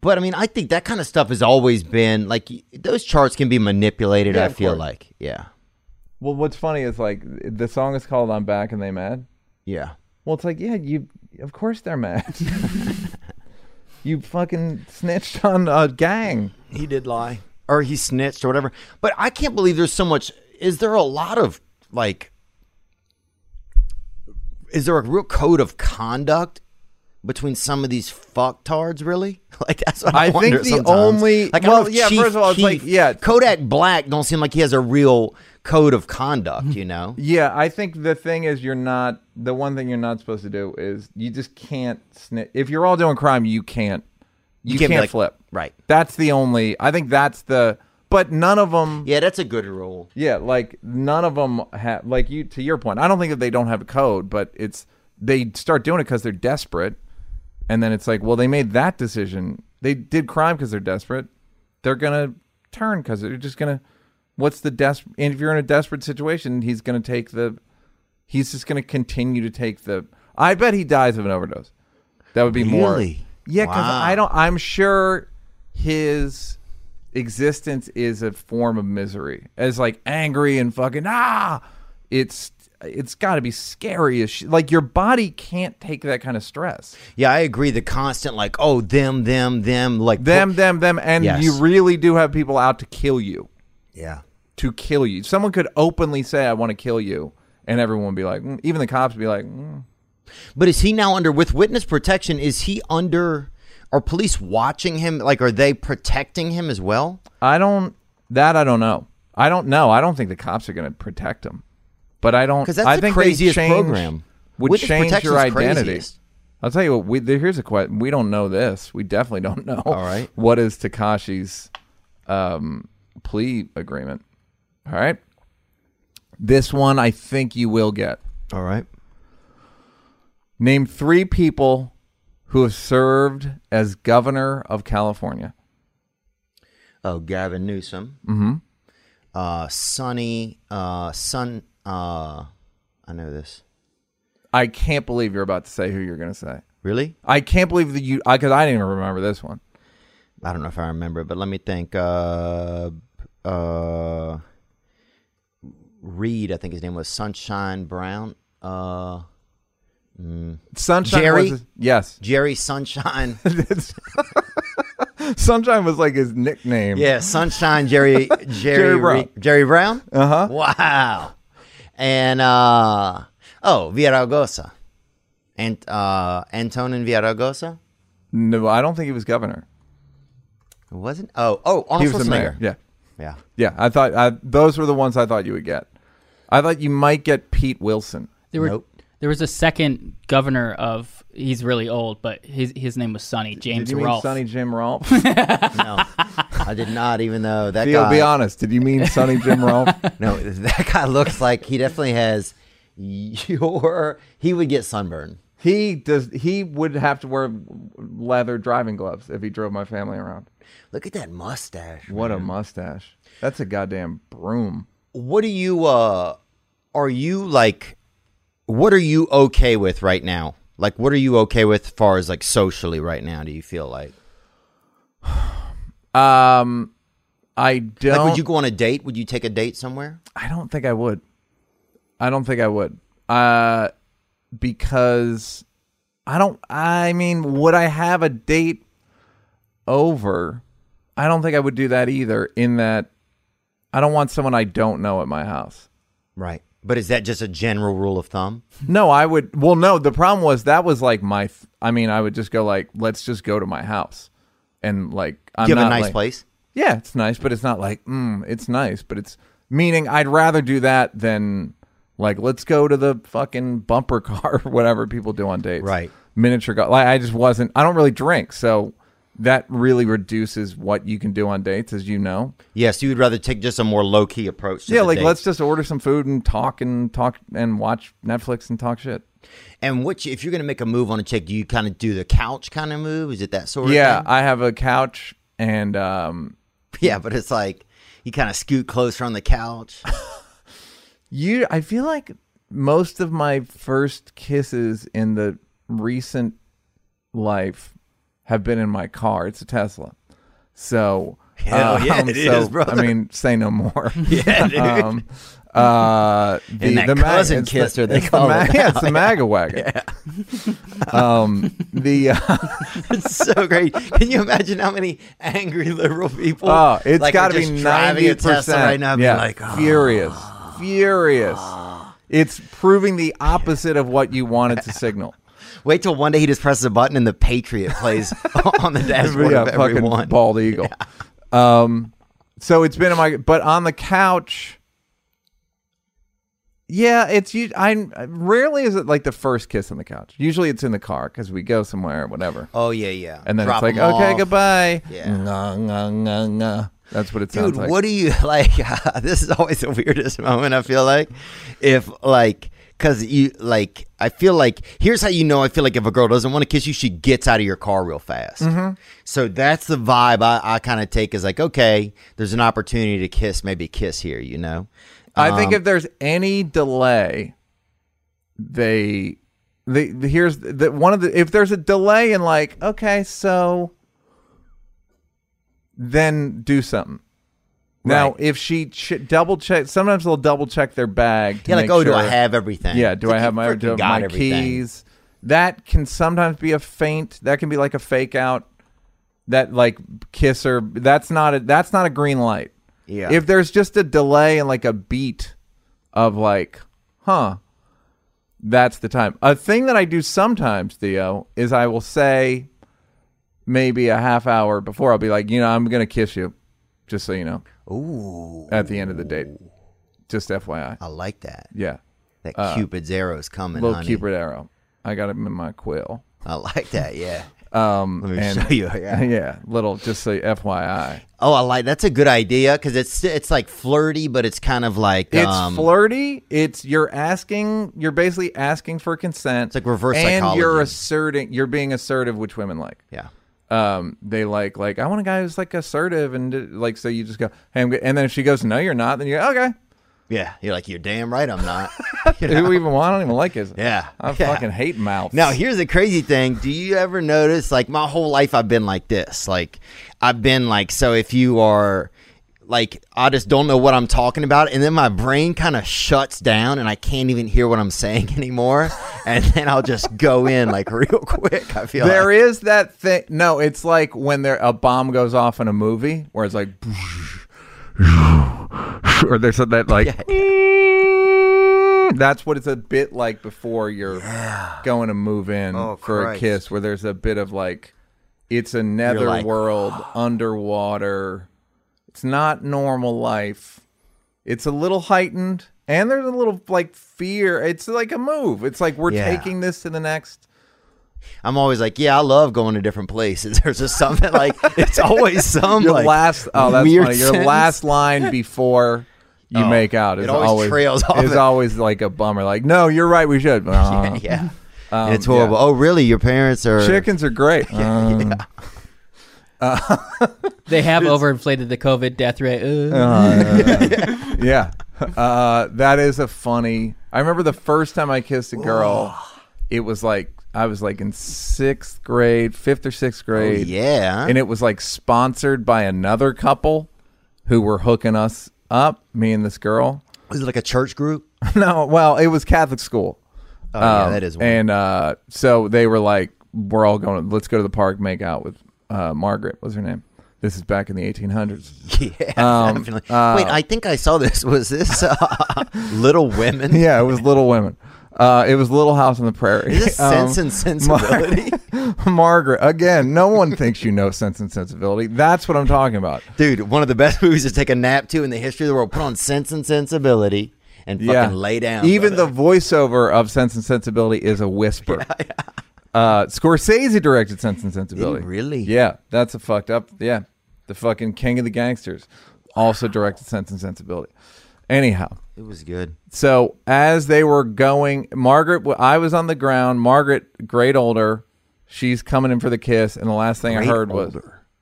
A: But I mean, I think that kind of stuff has always been like y- those charts can be manipulated.
C: Yeah,
A: I
C: of
A: feel
C: course.
A: like, yeah,
C: Well, what's funny is like the song is called "I'm Back" and they mad.
A: yeah.
C: Well, it's like yeah, you of course they're mad. <laughs> you fucking snitched on a gang.
A: He did lie, or he snitched, or whatever. But I can't believe there's so much. Is there a lot of like? Is there a real code of conduct between some of these fucktards? Really, <laughs> like that's what I,
C: I think
A: wonder
C: the
A: sometimes.
C: only-
A: like I don't
C: well,
A: know if
C: yeah,
A: Chief
C: first of all, it's like,
A: Keef-
C: yeah.
A: Kodak Black don't seem like he has a real code of conduct. You know,
C: <laughs> Yeah, I think the thing is you're not the one thing you're not supposed to do is you just can't snitch. If you're all doing crime, you can't you,
A: can't
C: can't,
A: be like-
C: flip.
A: right.
C: That's the only. I think that's the. But none of them. Yeah,
A: yeah, that's a good rule.
C: like none of them have like you to your point. I don't think that they don't have a code, but it's they start doing it because they're desperate, and then it's like, well, they made that decision. They did crime because they're desperate. They're gonna turn because they're just gonna. What's the des? And if you're in a desperate situation, he's gonna take the he's just going to continue to take the i bet he dies of an overdose that would be more
A: Really?
C: yeah because
A: Wow.
C: i don't i'm sure his existence is a form of misery as like angry and fucking ah it's it's got to be scary as sh- like your body can't take that kind of stress
A: Yeah, I agree. The constant like, oh, them, them, them, like
C: them them them and
A: Yes.
C: you really do have people out to kill you
A: Yeah,
C: to kill you someone could openly say i want to kill you and everyone would be like mm, even the cops would be like mm.
A: But is he now under with witness protection? Is he under? Are police watching him? Like, are they protecting him as well?
C: I don't. That I don't know. I don't know. I don't think the cops are going to protect him. But I don't.
A: Because that's
C: I
A: the
C: think they
A: craziest
C: change-
A: program.
C: Would
A: Witness
C: change
A: protection's
C: your identity.
A: craziest.
C: I'll tell you what. We, there- here's a question. We don't know this. We definitely don't know. All
A: right.
C: <laughs> What is Takashi's um, plea agreement? All right. This one, I think you will get.
A: All right.
C: Name three people who have served as governor of California.
A: Oh, Gavin Newsom. Mm-hmm. Uh, Sonny. Uh, Sun. Uh, I know this.
C: I can't believe you're about to say who you're going to say.
A: Really?
C: I can't believe that you, because I, didn't even remember this one.
A: I don't know if I remember, it, but let me think. Uh, uh, Reed, I think his name was Sunshine Brown. Uh,
C: Sunshine
A: Jerry?
C: was
A: <laughs>
C: yes.
A: Jerry
C: <laughs>
A: Sunshine.
C: Sunshine was like his nickname.
A: yeah, Sunshine Jerry Jerry
C: <laughs> Jerry Brown.
A: Re- Jerry Brown? Uh-huh. Wow. And uh oh, Villaraigosa. And uh Antonin Villaraigosa?
C: No, I don't think he was governor.
A: It wasn't? Oh, oh, Arnold
C: He was the
A: Schwarzenegger.
C: mayor. Yeah.
A: Yeah.
C: Yeah, I thought I, those were the ones I thought you would get. I thought you might get Pete Wilson.
D: There were
A: Nope.
D: there was a second governor of he's really old, but his his name was Sonny James
C: Did you mean
D: Rolfe.
C: Sonny Jim Rolfe?
A: No. I did not even know that
C: Theo,
A: guy.
C: be honest. Did you mean Sonny Jim Rolfe?
A: <laughs> No, that guy looks like he definitely has your he would get sunburn.
C: he does. He would have to wear leather driving gloves if he drove my family around.
A: Look at that mustache.
C: What a mustache! That's a goddamn broom.
A: what do you uh are you like what are you okay with right now like what are you okay with as far as like socially right now do you feel like
C: Um, I don't.
A: like would you go on a date would you take a date somewhere
C: I don't think I would. I don't think I would. Uh because I don't I mean, would I have a date over? I don't think I would do that either in that I don't want someone I don't know at my house.
A: right but is that just a general rule of thumb
C: No, I would well no, the problem was that was like my th- I mean, I would just go like let's just go to my house. And like I'm
A: Do you have a
C: not,
A: nice
C: like-
A: place
C: yeah, it's nice, but it's not like, mm, it's nice, but it's meaning I'd rather do that than like let's go to the fucking bumper <laughs> car or whatever people do on dates.
A: Right.
C: Miniature go like I just wasn't I don't really drink, so that really reduces what you can do on dates, as you know.
A: yes you would rather take just a more low-key approach to
C: yeah,
A: the
C: like
A: date.
C: let's just order some food and talk and talk and watch Netflix and talk shit.
A: and what you, if you're gonna make a move on a chick do you kind of do the couch kind of move is it that sort
C: yeah,
A: of thing <laughs>
C: I have a couch and um
A: yeah but it's like you kind of scoot closer on the couch
C: You, I feel like most of my first kisses in the recent life have been in my car. It's a Tesla, so uh, um,
A: Hell yeah,
C: <laughs>
A: it is, brother.
C: I mean, say no more.
A: <laughs>
C: <laughs>
A: yeah dude.
C: Um, uh, the,
A: And that
C: the mag-
A: cousin
C: it's
A: kiss
C: the,
A: her, they
C: it's the
A: call it
C: mag-
A: now.
C: yeah,
A: <laughs>
C: it's the MAGA wagon. um, the uh,
A: It's <laughs> so great. Can you imagine how many angry liberal people?
C: oh, it's
A: like, are
C: got to be
A: just driving
C: ninety
A: a Tesla
C: percent
A: right now. and be
C: Yeah,
A: like, oh, Ah.
C: furious, furious. It's proving the opposite of what you wanted
A: <laughs>
C: to signal.
A: wait till one day he just presses a button and the Patriot
C: <laughs>
A: plays <laughs> on the dashboard
C: yeah,
A: of
C: fucking
A: everyone.
C: bald
A: <laughs>
C: eagle. Um, so it's been in my, but on the couch. Yeah, it's you. I rarely is it like the first kiss on the couch. Usually it's in the car because we go somewhere or whatever,
A: Oh yeah, yeah.
C: and then
A: Drop
C: it's like,
A: them
C: okay,
A: off.
C: goodbye.
A: Yeah.
C: Nga, nga, nga, nga. That's what it sounds
A: Dude,
C: like.
A: what do you <laughs> like? this is always the weirdest <laughs> moment. I feel like if like because you like I feel like here's how you know I feel like if a girl doesn't want to kiss you, she gets out of your car real fast.
C: Mm-hmm.
A: So that's the vibe I, I kind of take is like okay, there's an opportunity to kiss, maybe kiss here, you know.
C: I think
A: Um,
C: if there's any delay, they, they the, here's the one of the if there's a delay in like okay so, then do something. Now
A: Right.
C: if she ch- double check, sometimes they'll double check their bag. To
A: Yeah, like
C: make
A: oh, do
C: sure-
A: I have everything?
C: Yeah, do
A: It's
C: I
A: like,
C: have
A: you
C: my
A: freaking
C: do I have
A: got
C: my
A: everything.
C: keys? That can sometimes be a feint. That can be like a fake out. That like kiss her. That's not a that's not a green light.
A: Yeah.
C: If there's just a delay and like a beat of like, huh, that's the time. A thing that I do sometimes, Theo, is I will say maybe a half hour before I'll be like, you know, I'm gonna kiss you, just so you know. Ooh. At the end of the date, just FYI.
A: I like that.
C: Yeah,
A: That Cupid's arrow is coming,
C: Uh, little
A: honey.
C: Cupid arrow. I got him in my quill. <laughs>
A: I like that. Yeah.
C: Um,
A: Let me
C: and-
A: show you. <laughs> Yeah.
C: yeah, little. Just say FYI.
A: Oh, I like that's a good idea because it's it's like flirty, but it's kind of like
C: It's
A: um,
C: flirty. It's you're asking. You're basically asking for consent. It's
A: like reverse
C: and you're
A: psychology.
C: asserting. You're being assertive, which women like.
A: yeah.
C: Um, they like like I want a guy who's like assertive and d- like so you just go hey I'm good. and then if she goes no you're not then you go okay
A: Yeah, you're like you're damn right. I'm
C: <laughs>
A: not. <laughs> You know?
C: who even want I don't even like his
A: Yeah, <laughs>
C: I
A: yeah.
C: fucking hate mouths
A: Now here's the crazy thing. Do you ever notice like my whole life I've been like this? Like I've been like so if you are like I just don't know what I'm talking about, and then my brain kind of shuts down, and I can't even hear what I'm saying <laughs> anymore, and then I'll just go in like real quick. I feel
C: There
A: like.
C: is that thing. No, it's like when there a bomb goes off in a movie where it's like, <laughs> or there's that like. <laughs> That's what it's a bit like before you're going to move in
A: Oh,
C: for
A: Christ.
C: a kiss, where there's a bit of like, it's another
A: like, <sighs>
C: world underwater. It's not normal life. It's a little heightened, and there's a little like fear. It's like a move. It's like we're
A: Yeah.
C: taking this to the next.
A: I'm always like, yeah, I love going to different places. <laughs> There's just something like it's
C: <laughs>
A: always some
C: your
A: like
C: last oh that's
A: weird
C: funny. Your
A: sentence. <laughs>
C: last line before you
A: Oh,
C: make out
A: it
C: is
A: always
C: always,
A: trails off
C: Is
A: it.
C: always like a bummer. Like no, you're right. We should. Uh,
A: <laughs> yeah.
C: um,
A: And it's horrible.
C: yeah.
A: Oh, really? Your parents are
C: Chickens
A: <laughs>
C: are great. Uh, <laughs>
D: They have overinflated the COVID death rate. Ugh.
C: Uh-huh. yeah, uh, that is a funny. I remember the first time I kissed a girl. It was like I was like in sixth grade, fifth or sixth
A: Oh,
C: grade.
A: yeah.
C: and it was like sponsored by another couple who were hooking us up. Me and this girl. <laughs>
A: was it like a church group?
C: No, well, it was Catholic school.
A: Oh, yeah,
C: Um,
A: that is one.
C: And uh, so they were like, "We're all going. Let's go to the park, make out with uh, Margaret. Was her name? This is back in the 1800s.
A: <laughs> yeah,
C: um,
A: definitely. Wait, I think I saw this. Was this uh, <laughs> Little Women?
C: <laughs> yeah, it was Little Women. Uh, it was Little House on the Prairie. Um,
A: Is
C: <laughs>
A: this Sense and Sensibility?
C: Margaret again. No one thinks you know Sense and Sensibility. That's what I'm talking about.
A: Dude, one of the best <laughs> movies to take a nap to in the history of the world. Put on Sense and Sensibility and fucking
C: Yeah,
A: lay down.
C: Even
A: brother.
C: the voiceover of Sense and Sensibility is
A: <laughs>
C: a whisper. Uh, Scorsese directed Sense and Sensibility.
A: Did he really?
C: Yeah, that's a fucked up. Yeah, the fucking King of the Gangsters also directed Sense and Sensibility. Anyhow,
A: it was good.
C: so as they were going, Margaret, w- I was on the ground. Margaret, great older, she's coming in for the kiss, and the last thing
A: Great
C: I heard was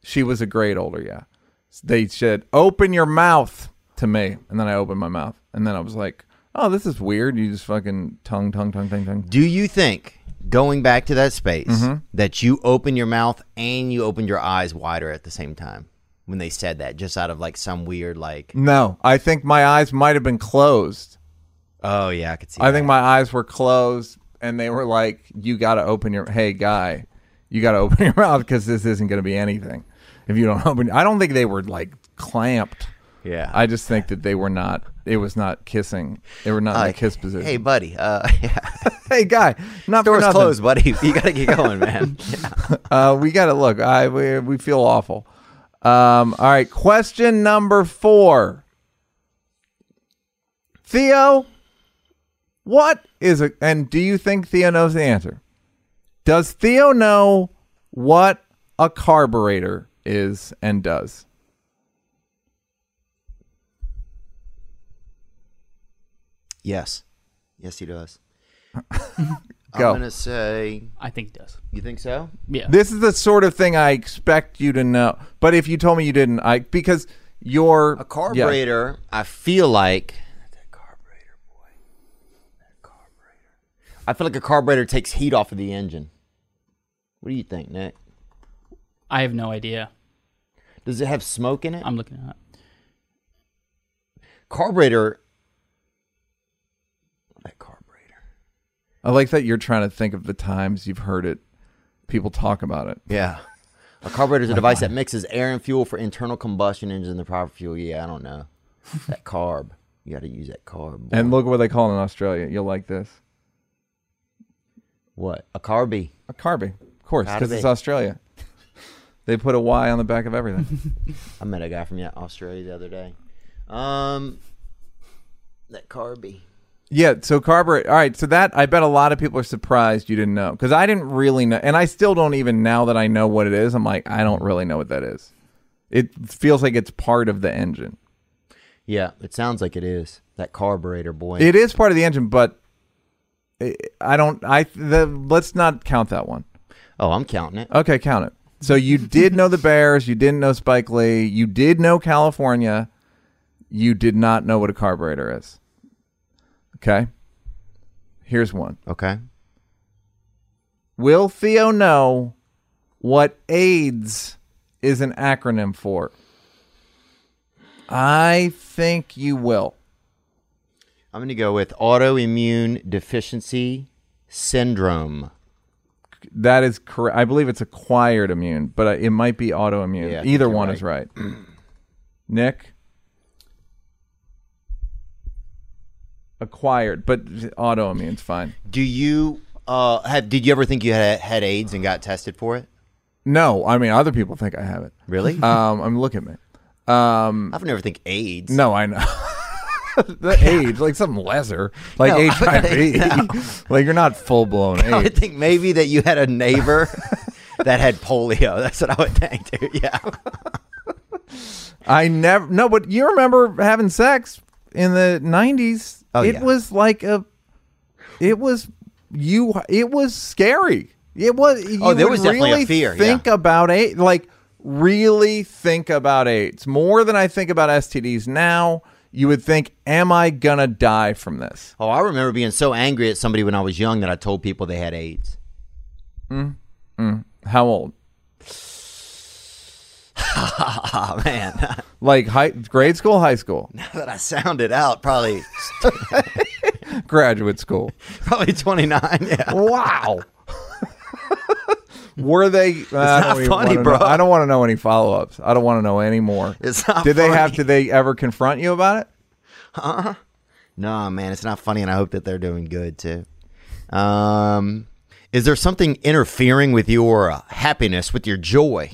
C: she was a great older. Yeah, they said, "Open your mouth" to me, and then I opened my mouth, and then I was like, "Oh, this is weird." You just fucking tongue, tongue, tongue, tongue, tongue.
A: Do you think going back to that space
C: Mm-hmm.
A: that you opened your mouth and you opened your eyes wider at the same time when they said that, just out of like some weird like?
C: No, I think my eyes might have been closed.
A: Oh yeah, I could see.
C: I think my eyes were closed, and they were like, "You got to open your hey guy, you got to <laughs> open your mouth because this isn't going to be anything if you don't <laughs> open." I don't think they were like clamped.
A: Yeah.
C: I just think that they were not. It was not kissing. They were not in
A: Like,
C: the kiss position.
A: Hey buddy, uh, <laughs> yeah.
C: hey guy, not for
A: door's
C: nothing.
A: closed, buddy. <laughs> You gotta get going, man. <laughs>
C: Uh, we got to look. I we, we feel awful. Um, all right, question number four. Theo, what is a and do you think Theo knows the answer? Does Theo know what a carburetor is and does?
A: yes, yes, he does.
C: <laughs> Go.
A: I'm gonna say.
D: I think it does.
A: You think so?
D: Yeah.
C: This is the sort of thing I expect you to know. But if you told me you didn't, I because your
A: A carburetor, I feel like. That carburetor, boy. That carburetor. I feel like a carburetor takes heat off of the engine. What do you think, Nick?
D: I have no idea.
A: Does it have smoke in it?
D: I'm looking it up.
A: carburetor. That carburetor.
C: I like that you're trying to think of the times you've heard it, people talk about it.
A: Yeah. A carburetor is a device that mixes air and fuel for internal combustion engines and the proper fuel. Yeah, I don't know. That carb. You got to use that carb. boy.
C: And look what they call it in Australia. You'll like this.
A: what? A carby.
C: A carby, of course,
A: Gotta
C: because it's
A: be.
C: Australia. they put a Y on the back of everything.
A: I met a guy from yeah, Australia the other day. Um, that carby.
C: yeah, so carburetor. All right, so that I bet a lot of people are surprised you didn't know because I didn't really know, and I still don't even now that I know what it is. I'm like, I don't really know what that is. It feels like it's part of the engine.
A: Yeah, it sounds like it is that carburetor boy.
C: It is part of the engine, but I- I don't. I the, let's not count that one.
A: oh, I'm counting it.
C: Okay, count it. So you did know the Bears. You didn't know Spike Lee. You did know California. You did not know what a carburetor is. Okay. Here's one.
A: Okay.
C: Will Theo know what AIDS is an acronym for? I think you will.
A: I'm going to go with autoimmune deficiency syndrome.
C: That is correct. I believe it's acquired immune, but uh, it might be autoimmune.
A: Yeah, I think
C: Either
A: you're
C: one is right. Nick? Acquired, but autoimmune's fine.
A: Do you uh, have? Did you ever think you had had AIDS and got tested for it?
C: No, I mean, other people think I have it.
A: Really?
C: Um, I mean, look at me.
A: I've never think AIDS.
C: No, I know. <laughs> the AIDS, like something lesser, like
A: <laughs> No, I-
C: HIV. Like you're not full blown
A: <laughs> I would
C: AIDS.
A: think maybe that you had a neighbor <laughs> that had polio. <laughs> That's what I would think, dude. Yeah. <laughs>
C: I never. No, but you remember having sex in the '90s?
A: Oh,
C: it
A: yeah.
C: was like a. It was you. It was scary. It was. You
A: Oh, there
C: would
A: was definitely a
C: really
A: fear,
C: Think
A: yeah.
C: about AIDS. Like really think about AIDS more than I think about STDs now. You would think, am I gonna die from this?
A: Oh, I remember being so angry at somebody when I was young that I told people they had AIDS.
C: How old?
A: <laughs> Oh man, now
C: Like high, grade school, high school, <laughs>
A: that I sounded out, probably
C: graduate school.
A: probably 29. <laughs> Yeah.
C: Wow. <laughs> Were they? It's
A: not funny, bro.
C: I don't want to know any follow ups. I don't want to know any more.
A: <laughs> It's not
C: Did they have?
A: funny.
C: Did they ever confront you about it?
A: No, man, it's not funny, and I hope that they're doing good too. Um, is there something interfering with your uh, happiness, with your joy,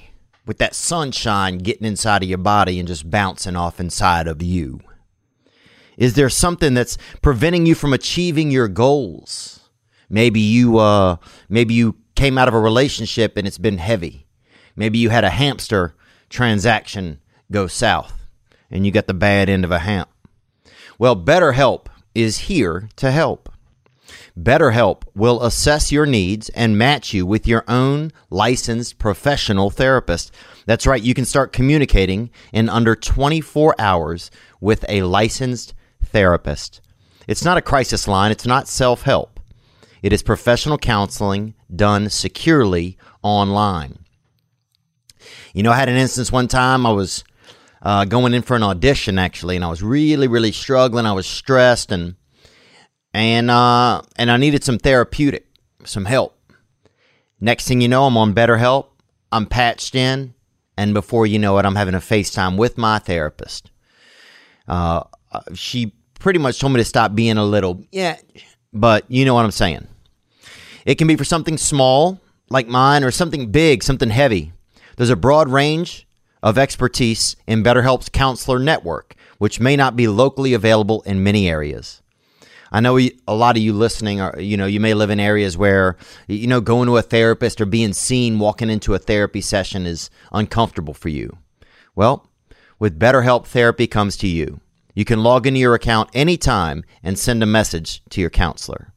A: with that sunshine getting inside of your body and just bouncing off inside of you? Is there something that's preventing you from achieving your goals? Maybe you, uh, maybe you came out of a relationship and it's been heavy. Maybe you had a hamster transaction go south, and you got the bad end of a hamp. Well, BetterHelp is here to help. BetterHelp will assess your needs and match you with your own licensed professional therapist. That's right, you can start communicating in under 24 hours with a licensed therapist. It's not a crisis line, it's not self help. It is professional counseling done securely online. You know, I had an instance one time I was uh, going in for an audition actually, and I was really, really struggling. I was stressed and and uh, and I needed some therapeutic, some help. Next thing you know, I'm on BetterHelp. I'm patched in, and before you know it, I'm having a FaceTime with my therapist. Uh, uh, she pretty much told me to stop being a little yeah, but you know what I'm saying. It can be for something small like mine or something big, something heavy. There's a broad range of expertise in BetterHelp's counselor network, which may not be locally available in many areas. I know y- a lot of you listening are, you know, you may live in areas where, you know, going to a therapist or being seen walking into a therapy session is uncomfortable for you. Well, with BetterHelp, therapy comes to you. You can log into your account anytime and send a message to your counselor.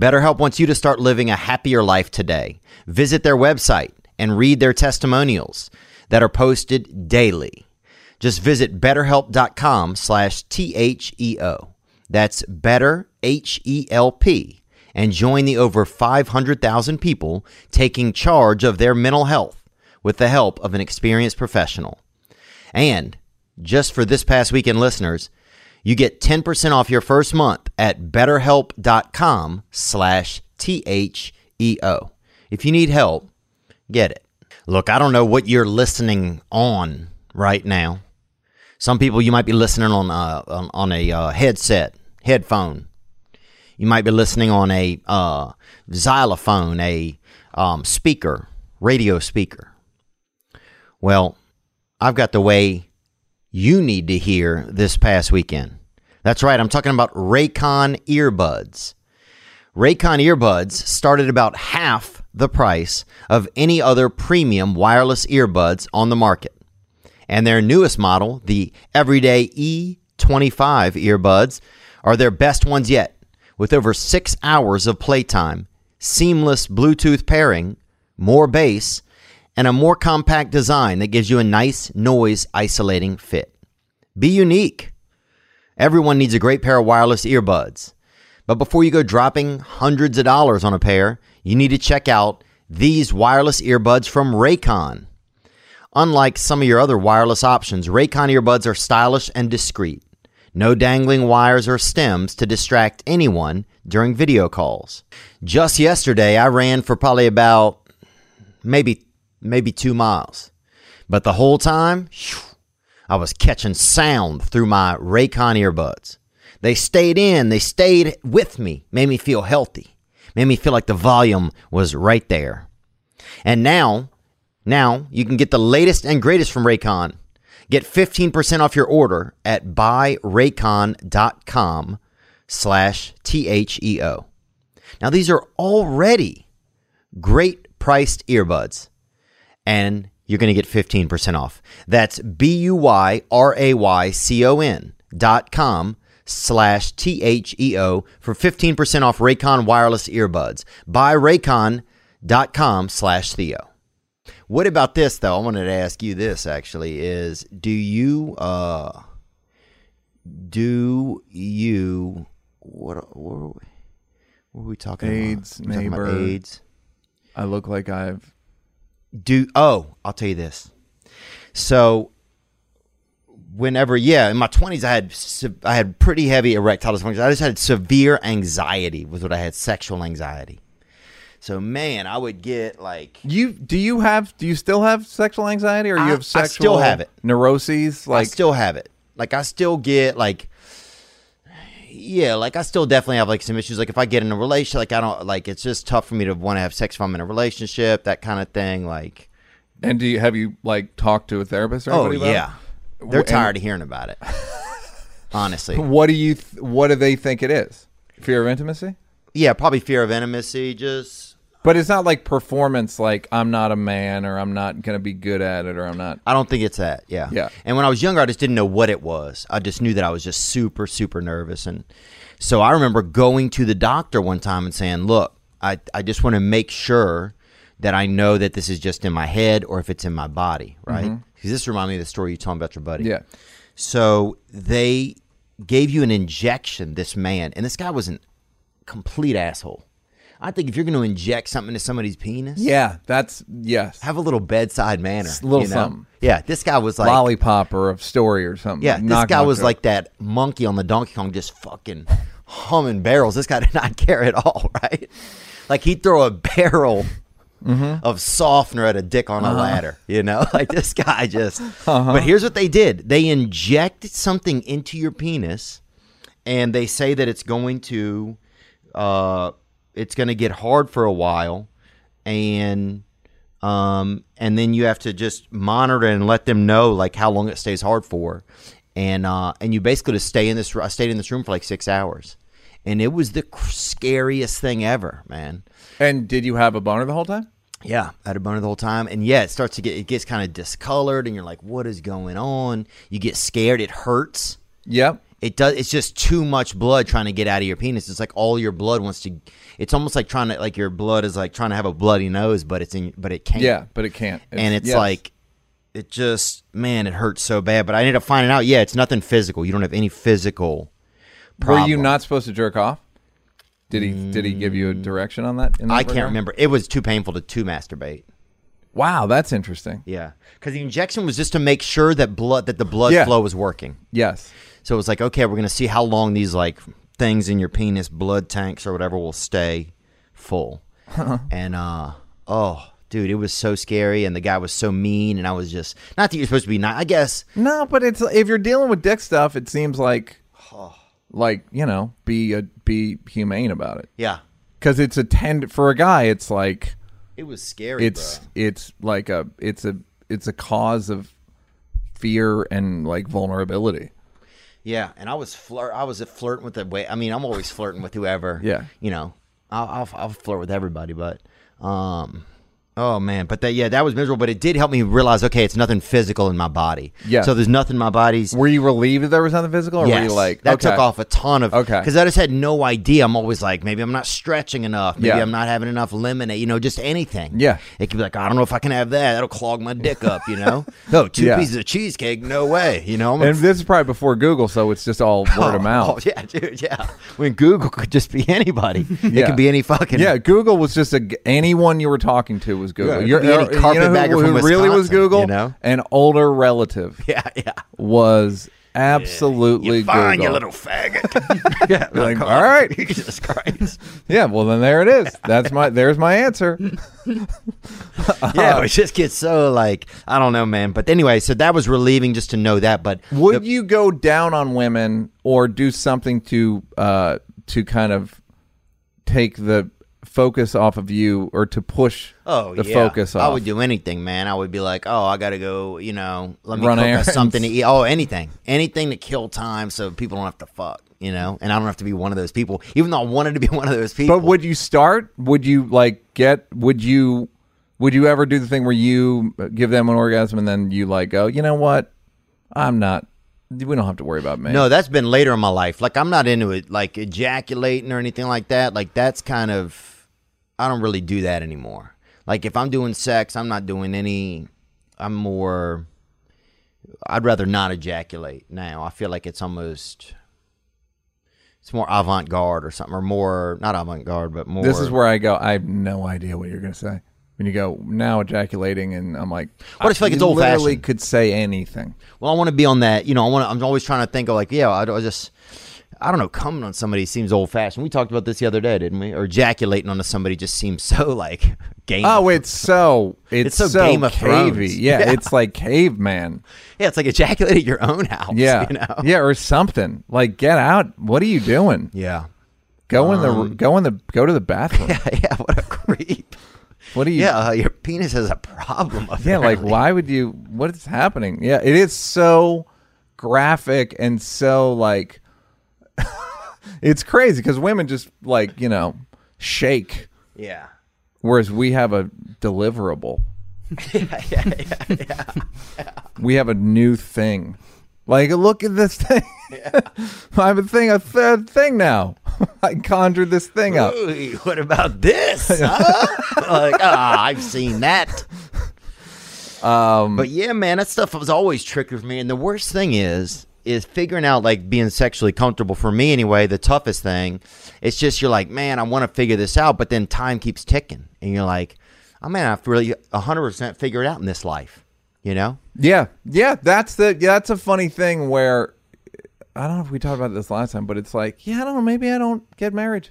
A: BetterHelp wants you to start living a happier life today. Visit their website and read their testimonials that are posted daily. Just visit betterhelp.com slash T-H-E-O. That's better, H-E-L-P, and join the over 500,000 people taking charge of their mental health with the help of an experienced professional. And just for this past weekend listeners, you get 10% off your first month at betterhelp.com slash T-H-E-O. If you need help, get it. Look, I don't know what you're listening on right now. Some people, you might be listening on a, on, on a uh, headset, headphone. You might be listening on a uh, xylophone, a um, speaker, radio speaker. Well, I've got the way you need to hear this past weekend. That's right, I'm talking about Raycon earbuds. Raycon earbuds started about half the price of any other premium wireless earbuds on the market. And their newest model, the Everyday E25 earbuds, are their best ones yet, with over six hours of playtime, seamless Bluetooth pairing, more bass, and a more compact design that gives you a nice noise isolating fit. Be unique. Everyone needs a great pair of wireless earbuds. But before you go dropping hundreds of dollars on a pair, you need to check out these wireless earbuds from Raycon. Unlike some of your other wireless options, Raycon earbuds are stylish and discreet. No dangling wires or stems to distract anyone during video calls. Just yesterday, I ran for probably about maybe maybe 2 miles. But the whole time, phew, I was catching sound through my Raycon earbuds. They stayed in, they stayed with me, made me feel healthy, made me feel like the volume was right there. And now, now you can get the latest and greatest from Raycon. Get 15% off your order at buyraycon.com slash T-H-E-O. Now these are already great priced earbuds and you're going to get 15% off. That's B-U-Y-R-A-Y-C-O-N dot com slash T-H-E-O for 15% off Raycon wireless earbuds. Buyraycon.com slash Theo. What about this though? I wanted to ask you this actually is do you uh do you what what were we, what were we talking
C: AIDS,
A: about? We talking about
C: neighbor.
A: AIDS.
C: I look like I've
A: Do oh, I'll tell you this. So whenever yeah, in my 20s I had se- I had pretty heavy erectile dysfunction. I just had severe anxiety was what I had sexual anxiety. So man, I would get like
C: you do you have do you still have sexual anxiety or you
A: I- I
C: have
A: still
C: sexual
A: have it.
C: neuroses like
A: I still have it. Like I still get like yeah, like I still definitely have like some issues. Like if I get in a relationship, like I don't like it's just tough for me to want to have sex if I'm in a relationship, that kind of thing. Like
C: and do you have you like talked to a therapist or
A: oh
C: anybody about it?
A: yeah, they're
C: And-
A: tired of hearing about it. <laughs> Honestly,
C: what do you th- what do they think it is fear of intimacy
A: yeah, probably fear of intimacy. Just
C: but it's not like performance like i'm not a man or i'm not gonna be good at it or i'm not
A: I don't think it's that. Yeah.
C: Yeah.
A: And when I was younger, I just didn't know what it was. I just knew that I was just super, super nervous. And so I remember going to the doctor one time and saying, look, I, I just want to make sure that I know that this is just in my head or if it's in my body, right? Because this reminded me of the story you told about your buddy.
C: Mm-hmm. yeah
A: So they gave you an injection, this man, and this guy was a complete asshole. I think if you're going to inject something into somebody's penis,
C: yeah that's yes
A: have a little bedside manner.
C: a little
A: you know?
C: something.
A: Yeah, this guy was like
C: lollipop or a story or something
A: Yeah, this
C: Knock
A: guy
C: knock
A: was
C: knock.
A: like that monkey on the Donkey Kong, just fucking humming barrels. This guy <laughs> did not care at all, <laughs> right? Like he'd throw a barrel
C: Mm-hmm.
A: of softener at a dick on a
C: Uh-huh.
A: ladder, you know? <laughs> Like this guy just. But here's what they did they inject something into your penis, and they say that it's going to. Uh, it's going to get hard for a while, and um, and then you have to just monitor and let them know like how long it stays hard for, and uh, and you basically just stay in this. I stayed in this room for like six hours, and it was the cr- scariest thing ever, man.
C: and did you have a boner the whole time
A: Yeah, I had a boner the whole time, and yeah, it starts to get it gets kind of discolored, and you're like, what is going on? You get scared. It hurts.
C: yep
A: It does. It's just too much blood trying to get out of your penis. It's like all your blood wants to. It's almost like trying to like your blood is like trying to have a bloody nose, but it's in, but it can't
C: yeah but it can't
A: and it's
C: yes.
A: like it just man it hurts so bad but i ended up finding out yeah it's nothing physical you don't have any physical problem. Mm.
C: were you not supposed to jerk off did he did he give you a direction on that in that
A: i can't
C: regard?
A: remember it was too painful to to masturbate
C: wow that's interesting
A: yeah because the injection was just to make sure that blood that the blood
C: Yeah.
A: flow was working
C: yes
A: so it was like okay we're gonna see how long these like things in your penis blood tanks or whatever will stay full
C: Uh-huh.
A: and uh oh dude it was so scary and the guy was so mean and i was just not that you're supposed to be not i guess <sighs>
C: No, but it's if you're dealing with dick stuff, it seems like, like you know, be a, be humane about it
A: yeah
C: because it's a tend for a guy. It's like
A: it was scary
C: it's
A: bruh.
C: it's like a it's a it's a cause of fear and like vulnerability.
A: Yeah, and I was flirt. I was flirting with the way. I mean, I'm always flirting with whoever.
C: Yeah.
A: you know, I'll, I'll I'll flirt with everybody, but um, oh man, but that yeah, that was miserable. But it did help me realize, okay, it's nothing physical in my body.
C: Yeah.
A: So there's nothing in my body's.
C: Were you relieved that there was nothing physical, or were
A: Yes,
C: you like
A: that
C: okay.
A: took off a ton of
C: Okay.
A: because I just had no idea. I'm always like, maybe I'm not stretching enough, maybe
C: Yeah.
A: I'm not having enough lemonade, you know, just anything.
C: Yeah.
A: it could be like, I don't know if I can have that. That'll clog my dick up, you
C: <laughs>
A: know. no, two
C: Oh, Yeah.
A: pieces of cheesecake, no way, you know. I'm a
C: And this is probably before Google, so it's just all word of
A: <laughs>
C: mouth.
A: Oh, yeah, dude. Yeah. When Google could just be anybody, it
C: Yeah.
A: could be any fucking.
C: yeah. Google was just a g anyone you were talking to was was Google.
A: Yeah,
C: Your-
A: the Eddie
C: you know who-
A: Carpetbagger
C: who,
A: from
C: really was
A: Wisconsin,
C: Google?
A: you know?
C: An older relative
A: <laughs> Yeah, yeah.
C: was absolutely
A: Fine, you
C: Google.
A: little faggot.
C: yeah, <laughs>
A: <laughs>
C: like, all right.
A: Oh, Jesus
C: <laughs>
A: Christ.
C: Yeah, well then there it is. That's my there's my answer. Uh-huh.
A: Yeah, it just gets so like I don't know, man. But anyway, so that was relieving just to know that. But
C: Would you go down on women or do something to uh to kind of take the focus off of you or to push
A: oh,
C: the
A: yeah.
C: focus off?
A: I would do anything, man. I would be like, oh, I gotta go. You know, let me
C: Run
A: cook us
C: errands.
A: something to eat. Oh, anything, anything to kill time, so people don't have to fuck. You know, and I don't have to be one of those people. Even though I wanted to be <laughs> one of those people.
C: But would you start? Would you like get? Would you? Would you ever do the thing where you give them an orgasm and then you like go? You know what? I'm not. We don't have to worry about me.
A: No, that's been later in my life. Like I'm not into it, like ejaculating or anything like that. Like that's kind of, I don't really do that anymore. Like if I'm doing sex, I'm not doing any. I'm more. I'd rather not ejaculate now. I feel like it's almost. It's more avant garde or something, or more not avant garde, but more.
C: This is where I go. I have no idea what you're gonna say. When you go now ejaculating and I'm like,
A: Well, it's like
C: you
A: it's old-fashioned.
C: Literally could say anything.
A: Well, I want to be on that. You know, I want. To, I'm always trying to think of like, yeah, I, I just, I don't know, coming on somebody seems old fashioned. We talked about this the other day, didn't we? Or ejaculating onto somebody just seems so like <laughs> game.
C: Oh, it's so it's,
A: It's so Game of
C: cavey.
A: Thrones. <laughs>
C: Yeah,
A: Yeah.
C: it's like caveman.
A: yeah, it's like ejaculating at your own house.
C: Yeah,
A: <laughs> you know.
C: yeah, or something. Like get out. What are you doing?
A: yeah,
C: Go in
A: Um,
C: the go in the go to the
A: <laughs>
C: bathroom.
A: yeah, <laughs> yeah. What a
C: <laughs>
A: creep.
C: What are you?
A: yeah, uh, your penis has a problem.
C: Yeah, like
A: apparently.
C: why would you? What is happening? Yeah, it is so graphic and so like <laughs> it's crazy because women just like you know shake,
A: Yeah.
C: whereas we have a deliverable. we have a new thing. Like look at this thing. <laughs> I have a thing, a third thing now. <laughs> I conjured this thing up.
A: Ooh, what about <laughs> this? huh? like, ah, I've seen that. Um, but yeah, man, that stuff was always tricky for me. And the worst thing is, is figuring out like being sexually comfortable for me anyway. The toughest thing, it's just you're like, man, I want to figure this out, but then time keeps ticking, and you're like, I man, I've really 100 percent figure it out in this life, you know?
C: Yeah, yeah, that's the yeah, that's a funny thing where I don't know if we talked about this last time, but it's like yeah, I don't know, maybe I don't get married.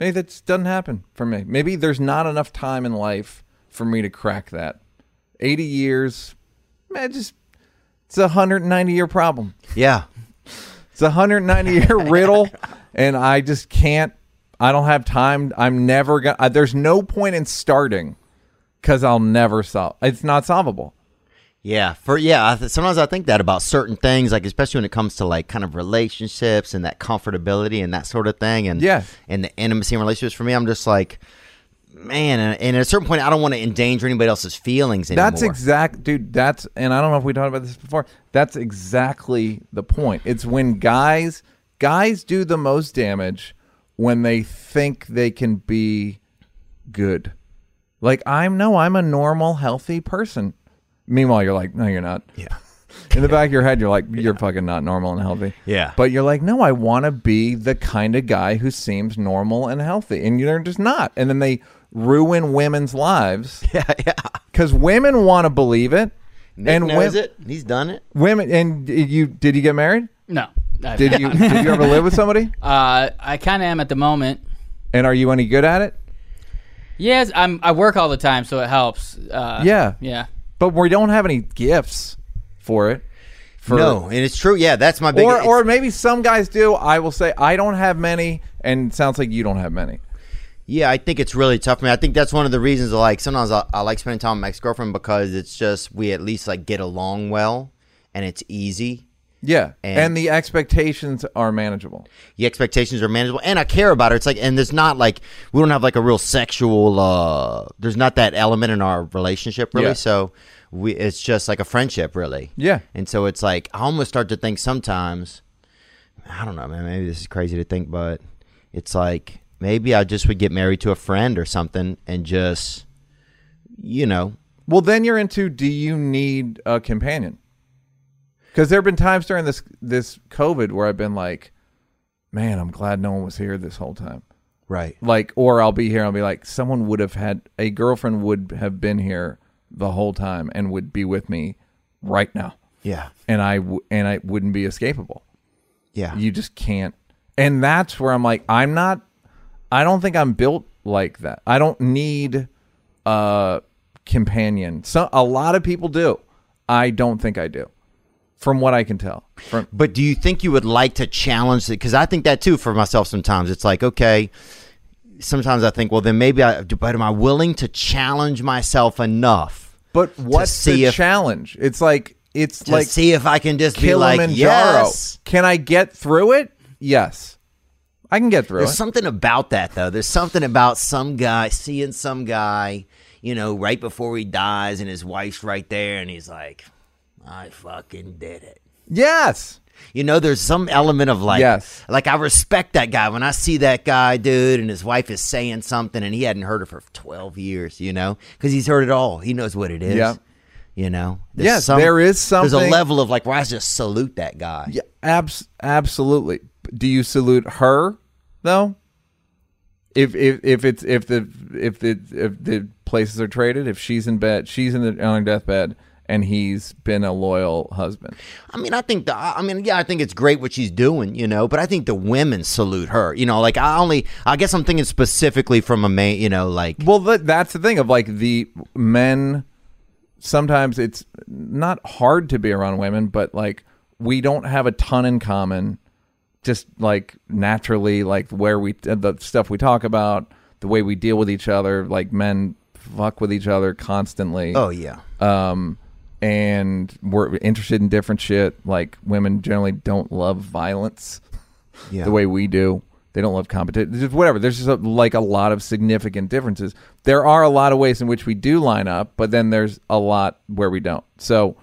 C: Maybe that just doesn't happen for me. Maybe there's not enough time in life for me to crack that. Eighty years, man, just it's a hundred and ninety year problem.
A: Yeah,
C: It's a hundred and ninety year riddle, and I just can't. I don't have time. I'm never gonna. I, there's no point in starting because I'll never solve. It's not solvable.
A: Yeah, for yeah. I th- sometimes I think that about certain things, like especially when it comes to like kind of relationships and that comfortability and that sort of thing, and
C: Yeah.
A: and the intimacy and relationships. For me, I'm just like, man. And, and at a certain point, I don't want to endanger anybody else's feelings anymore.
C: That's exact, dude. That's and I don't know if we talked about this before. That's exactly the point. It's when guys guys do the most damage when they think they can be good. Like I'm no, I'm a normal, healthy person. Meanwhile, you're like, no, you're not.
A: Yeah.
C: In the back of your head, you're like, you're fucking not normal and healthy.
A: Yeah.
C: But you're like, no, I want to be the kind of guy who seems normal and healthy, and you're just not. And then they ruin women's lives. <laughs> Yeah, yeah. Because women want to believe it,
A: <laughs> Nick
C: and
A: knows
C: wom-
A: it. He's done it.
C: women. And d- you did you get married?
D: No. I've
C: Did
D: not.
C: you did you ever live
A: <laughs>
C: with somebody?
D: Uh, I kind of am at the moment.
C: And are you any good at it?
D: Yes, I'm. I work all the time, so it helps. Uh,
C: Yeah.
D: Yeah.
C: But we don't have any gifts for it. For,
A: no, and it's true. Yeah, that's my big.
C: Or,
A: it's-
C: or maybe some guys do. I will say I don't have many, and it sounds like you don't have many.
A: Yeah, I think it's really tough for me. I think that's one of the reasons. Like sometimes I, I like spending time with my ex girlfriend because it's just we at least like get along well, and it's easy.
C: Yeah,
A: And-
C: and the expectations are manageable.
A: the expectations are manageable and i care about her it's like and there's not like we don't have like a real sexual uh there's not that element in our relationship really
C: Yeah.
A: so we it's just like a friendship really
C: Yeah.
A: and so it's like i almost start to think sometimes i don't know man maybe this is crazy to think but it's like maybe i just would get married to a friend or something and just you know
C: Well, then you're into do you need a companion? Because there have been times during this this COVID where I've been like, man, I'm glad no one was here this whole time.
A: Right.
C: like or i'll be here i'll be like someone would have had a girlfriend would have been here the whole time and would be with me right now
A: Yeah.
C: and i w- and i wouldn't be escapable
A: Yeah.
C: you just can't and that's where i'm like i'm not i don't think i'm built like that i don't need a companion so a lot of people do i don't think i do from what i can tell from
A: But do you think you would like to challenge it? Because I think that too for myself sometimes. It's like, okay, sometimes I think, well, then maybe I, but am I willing to challenge myself enough
C: but what's
A: see
C: the
A: if-
C: challenge it's like it's
A: to
C: like
A: see if I can just be like,
C: Kilimanjaro.
A: yes?
C: Can I get through it? Yes. I can get through
A: There's
C: it.
A: something about that though. There's something about some guy seeing some guy, you know, right before he dies, and his wife's right there, and he's like, I fucking did it.
C: yes.
A: You know, there's some element of like,
C: Yes.
A: like I respect that guy. When I see that guy, dude, and his wife is saying something and he hadn't heard it for 12 years, you know, because he's heard it all. He knows what it is.
C: Yeah.
A: You know, There's
C: Yes, there is
A: There's a
C: something-
A: level of like, well, I just salute that guy.
C: Yeah, abs- absolutely. Do you salute her though? If if if it's if the if the if the places are traded, if she's in bed, she's in the on her deathbed and he's been a loyal husband.
A: I mean, I think the, I I mean, yeah, I think it's great what she's doing, you know, but I think the women salute her, you know, like I only, I guess I'm thinking specifically from a man, you know, like,
C: Well, that, that's the thing of like the men. Sometimes it's not hard to be around women, but like we don't have a ton in common. Just like naturally, like where we uh, the stuff we talk about, the way we deal with each other. Like men fuck with each other constantly
A: oh, yeah.
C: um, and we're interested in different shit. Like women generally don't love violence
A: Yeah.
C: the way we do. They don't love competition. Whatever. There's just a, like a lot of significant differences. There are a lot of ways in which we do line up, but then there's a lot where we don't. So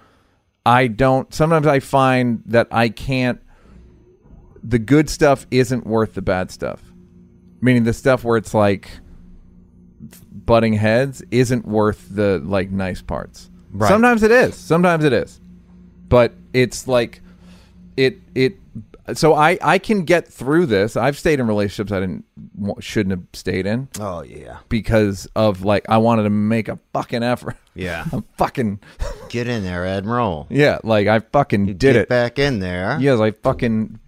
C: I don't. Sometimes I find that I can't. The good stuff isn't worth the bad stuff. Meaning the stuff where it's like butting heads isn't worth the like nice parts.
A: Right.
C: Sometimes it is. Sometimes it is. But it's like it it so I I can get through this. I've stayed in relationships I didn't wa- shouldn't have stayed in
A: Oh, yeah.
C: because of like I wanted to make a fucking effort. <laughs>
A: Yeah.
C: I'm fucking
A: Get in there, Admiral.
C: yeah, like I fucking did
A: Get
C: it.
A: back in there.
C: Yes, I fucking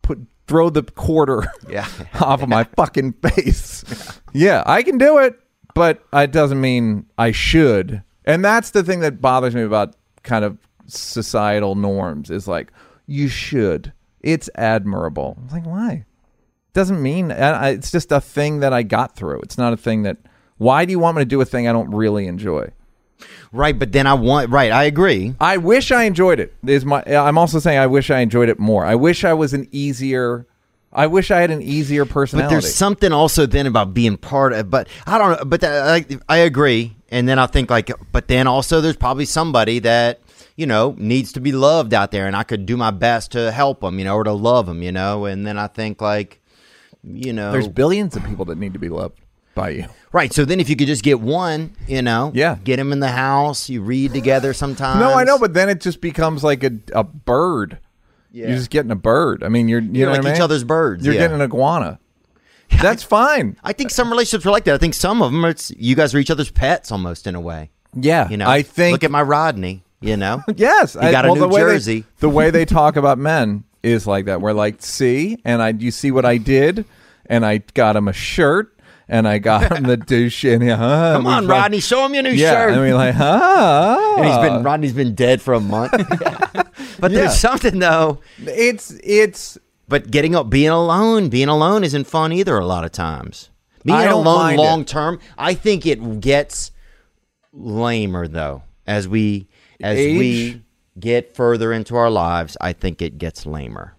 C: put throw the quarter
A: Yeah.
C: <laughs> off of my fucking face. Yeah, I can do it, but it doesn't mean I should. And that's the thing that bothers me about kind of societal norms is like you should. It's admirable. I'm like why? Doesn't mean I, I- it's just a thing that I got through. It's not a thing that. Why do you want me to do a thing I don't really enjoy?
A: Right, but then I want right. I agree.
C: I wish I enjoyed it. Is my I'm also saying I wish I enjoyed it more. I wish I was an easier. I wish I had an easier
A: But
C: personality.
A: there's something also then about being part of. But I don't know. But that, I, I agree. And then I think like. But then also there's probably somebody that you know needs to be loved out there, and I could do my best to help them, you know, or to love them, you know. And then I think like, you know,
C: There's billions of people that need to be loved by you.
A: right. So then if you could just get one, you know,
C: Yeah.
A: get him in the house. You read together sometimes.
C: No, I know, but then it just becomes like a, a bird. You're just getting a bird. I mean, you're you know
A: like
C: what I
A: each
C: mean?
A: other's birds,
C: You're
A: yeah.
C: getting an iguana. That's fine.
A: I think some relationships are like that. I think some of them, are, it's you guys are each other's pets almost in a way.
C: Yeah,
A: You know,
C: I think.
A: Look at my Rodney. You <laughs> know,
C: yes, I,
A: got a
C: well,
A: new
C: the way they-
A: jersey.
C: the
A: <laughs>
C: way they talk about men is like that. We're like, see, and I, you see what I did, and I got him a shirt, and I got
A: <laughs>
C: him the douche, and uh,
A: Come on, Rodney, show him your new
C: Yeah,
A: shirt.
C: and we're like, huh?
A: and he's been Rodney's been dead for a <laughs> month. but
C: Yeah.
A: there's something though.
C: It's it's
A: But getting up, being alone, being alone isn't fun either. A lot of times, being
C: I don't
A: alone
C: mind it.
A: long term, I think it gets lamer though as we as
C: Age?
A: we get further into our lives. I think it gets lamer.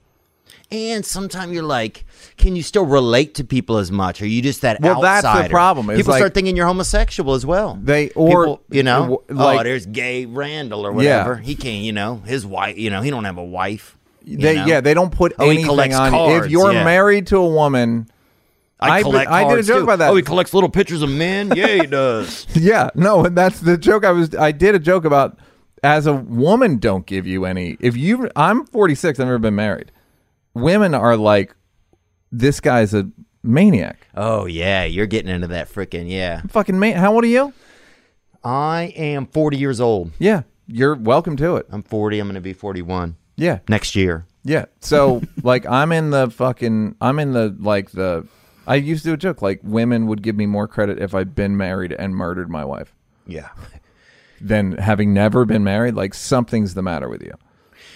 A: And sometimes you're like, can you still relate to people as much? Are you just that
C: Well, that's the
A: outsider?
C: problem, is
A: People
C: like-
A: start thinking you're homosexual as well.
C: They- or-
A: People, you know,
C: w- like-
A: oh, there's gay Randall or
C: Yeah.
A: whatever. He can't, you know, his wife. You know, he don't have a wife. you
C: they
A: know?
C: yeah they don't put
A: Oh, he
C: anything
A: collects
C: on you. If
A: cards,
C: you're
A: yeah.
C: married to a woman, I
A: I,
C: I-
A: collect
C: collect I did a
A: cards
C: cards, joke too. about that.
A: Oh,
C: Oh,
A: he
C: he
A: collects little pictures of <laughs> men. Yeah, he does.
C: yeah, no, and that's the joke. I was I did a joke about as a woman don't give you any. If you, I'm 46, I've never been married. Women are like, this guy's a maniac.
A: Oh yeah, you're getting into that freaking yeah.
C: Fucking man. How old are you?
A: I am 40 years old.
C: Yeah, you're welcome to it.
A: I'm 40. I'm going to be 41
C: Yeah,
A: next year.
C: yeah. So <laughs> like, I'm in the fucking. I'm in the like the. I used to do a joke like women would give me more credit if I'd been married and murdered my wife
A: Yeah.
C: than having never been married. Like something's the matter with you.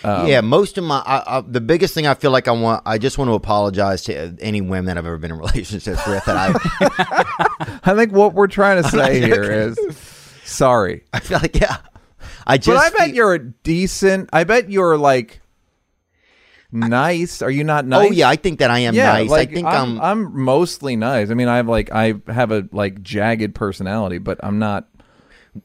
A: yeah, most of my I, I, the biggest thing I feel like I want I just want to apologize to any women that I've ever been in <laughs> relationships with that I
C: I think what we're
A: <laughs>
C: trying to say here is sorry.
A: I feel like yeah. I just
C: But I bet
A: feel-
C: you're a decent. I bet you're like nice. Are you not nice?
A: Oh yeah, I think that I am
C: yeah.
A: nice.
C: Like,
A: I think
C: I'm,
A: I'm,
C: I'm mostly nice. I mean, I have like I have a like jagged personality, but I'm not.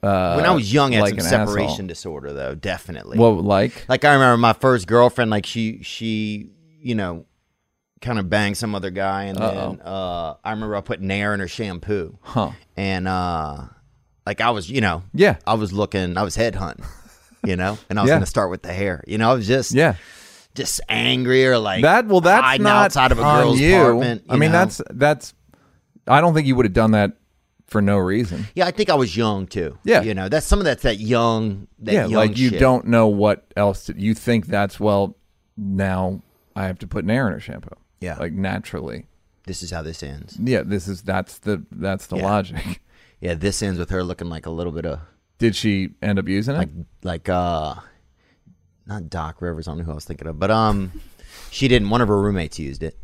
C: Uh,
A: when I was young I had some
C: like an asshole.
A: separation disorder though, definitely.
C: Well, like
A: like I remember my first girlfriend, like she she you know kind of banged some other guy, and then uh, I remember I put Nair in her shampoo,
C: Huh.
A: and uh, like I was you know
C: Yeah.
A: I was looking I was headhunting. You know, and I was
C: <laughs> Yeah.
A: gonna start with the hair. You know, I was just
C: yeah.
A: just angry or like
C: That well, that's
A: hiding
C: not
A: outside of a
C: on
A: girl's
C: you.
A: apartment. you
C: I mean,
A: know?
C: that's that's. I don't think you would have done that for no reason.
A: yeah. I think I was young too.
C: Yeah.
A: you know, that's some of that's that young, that
C: yeah,
A: young
C: like you
A: shit.
C: don't know what else to, you think that's well. Now I have to put Nair in her shampoo.
A: Yeah.
C: like naturally.
A: This is how this ends.
C: Yeah, this is that's the that's the logic. <laughs>
A: Yeah, this ends with her looking like a little bit of
C: Did she end up using it?
A: like like uh not Doc Rivers, I don't know who I was thinking of, but um she didn't one of her roommates used it.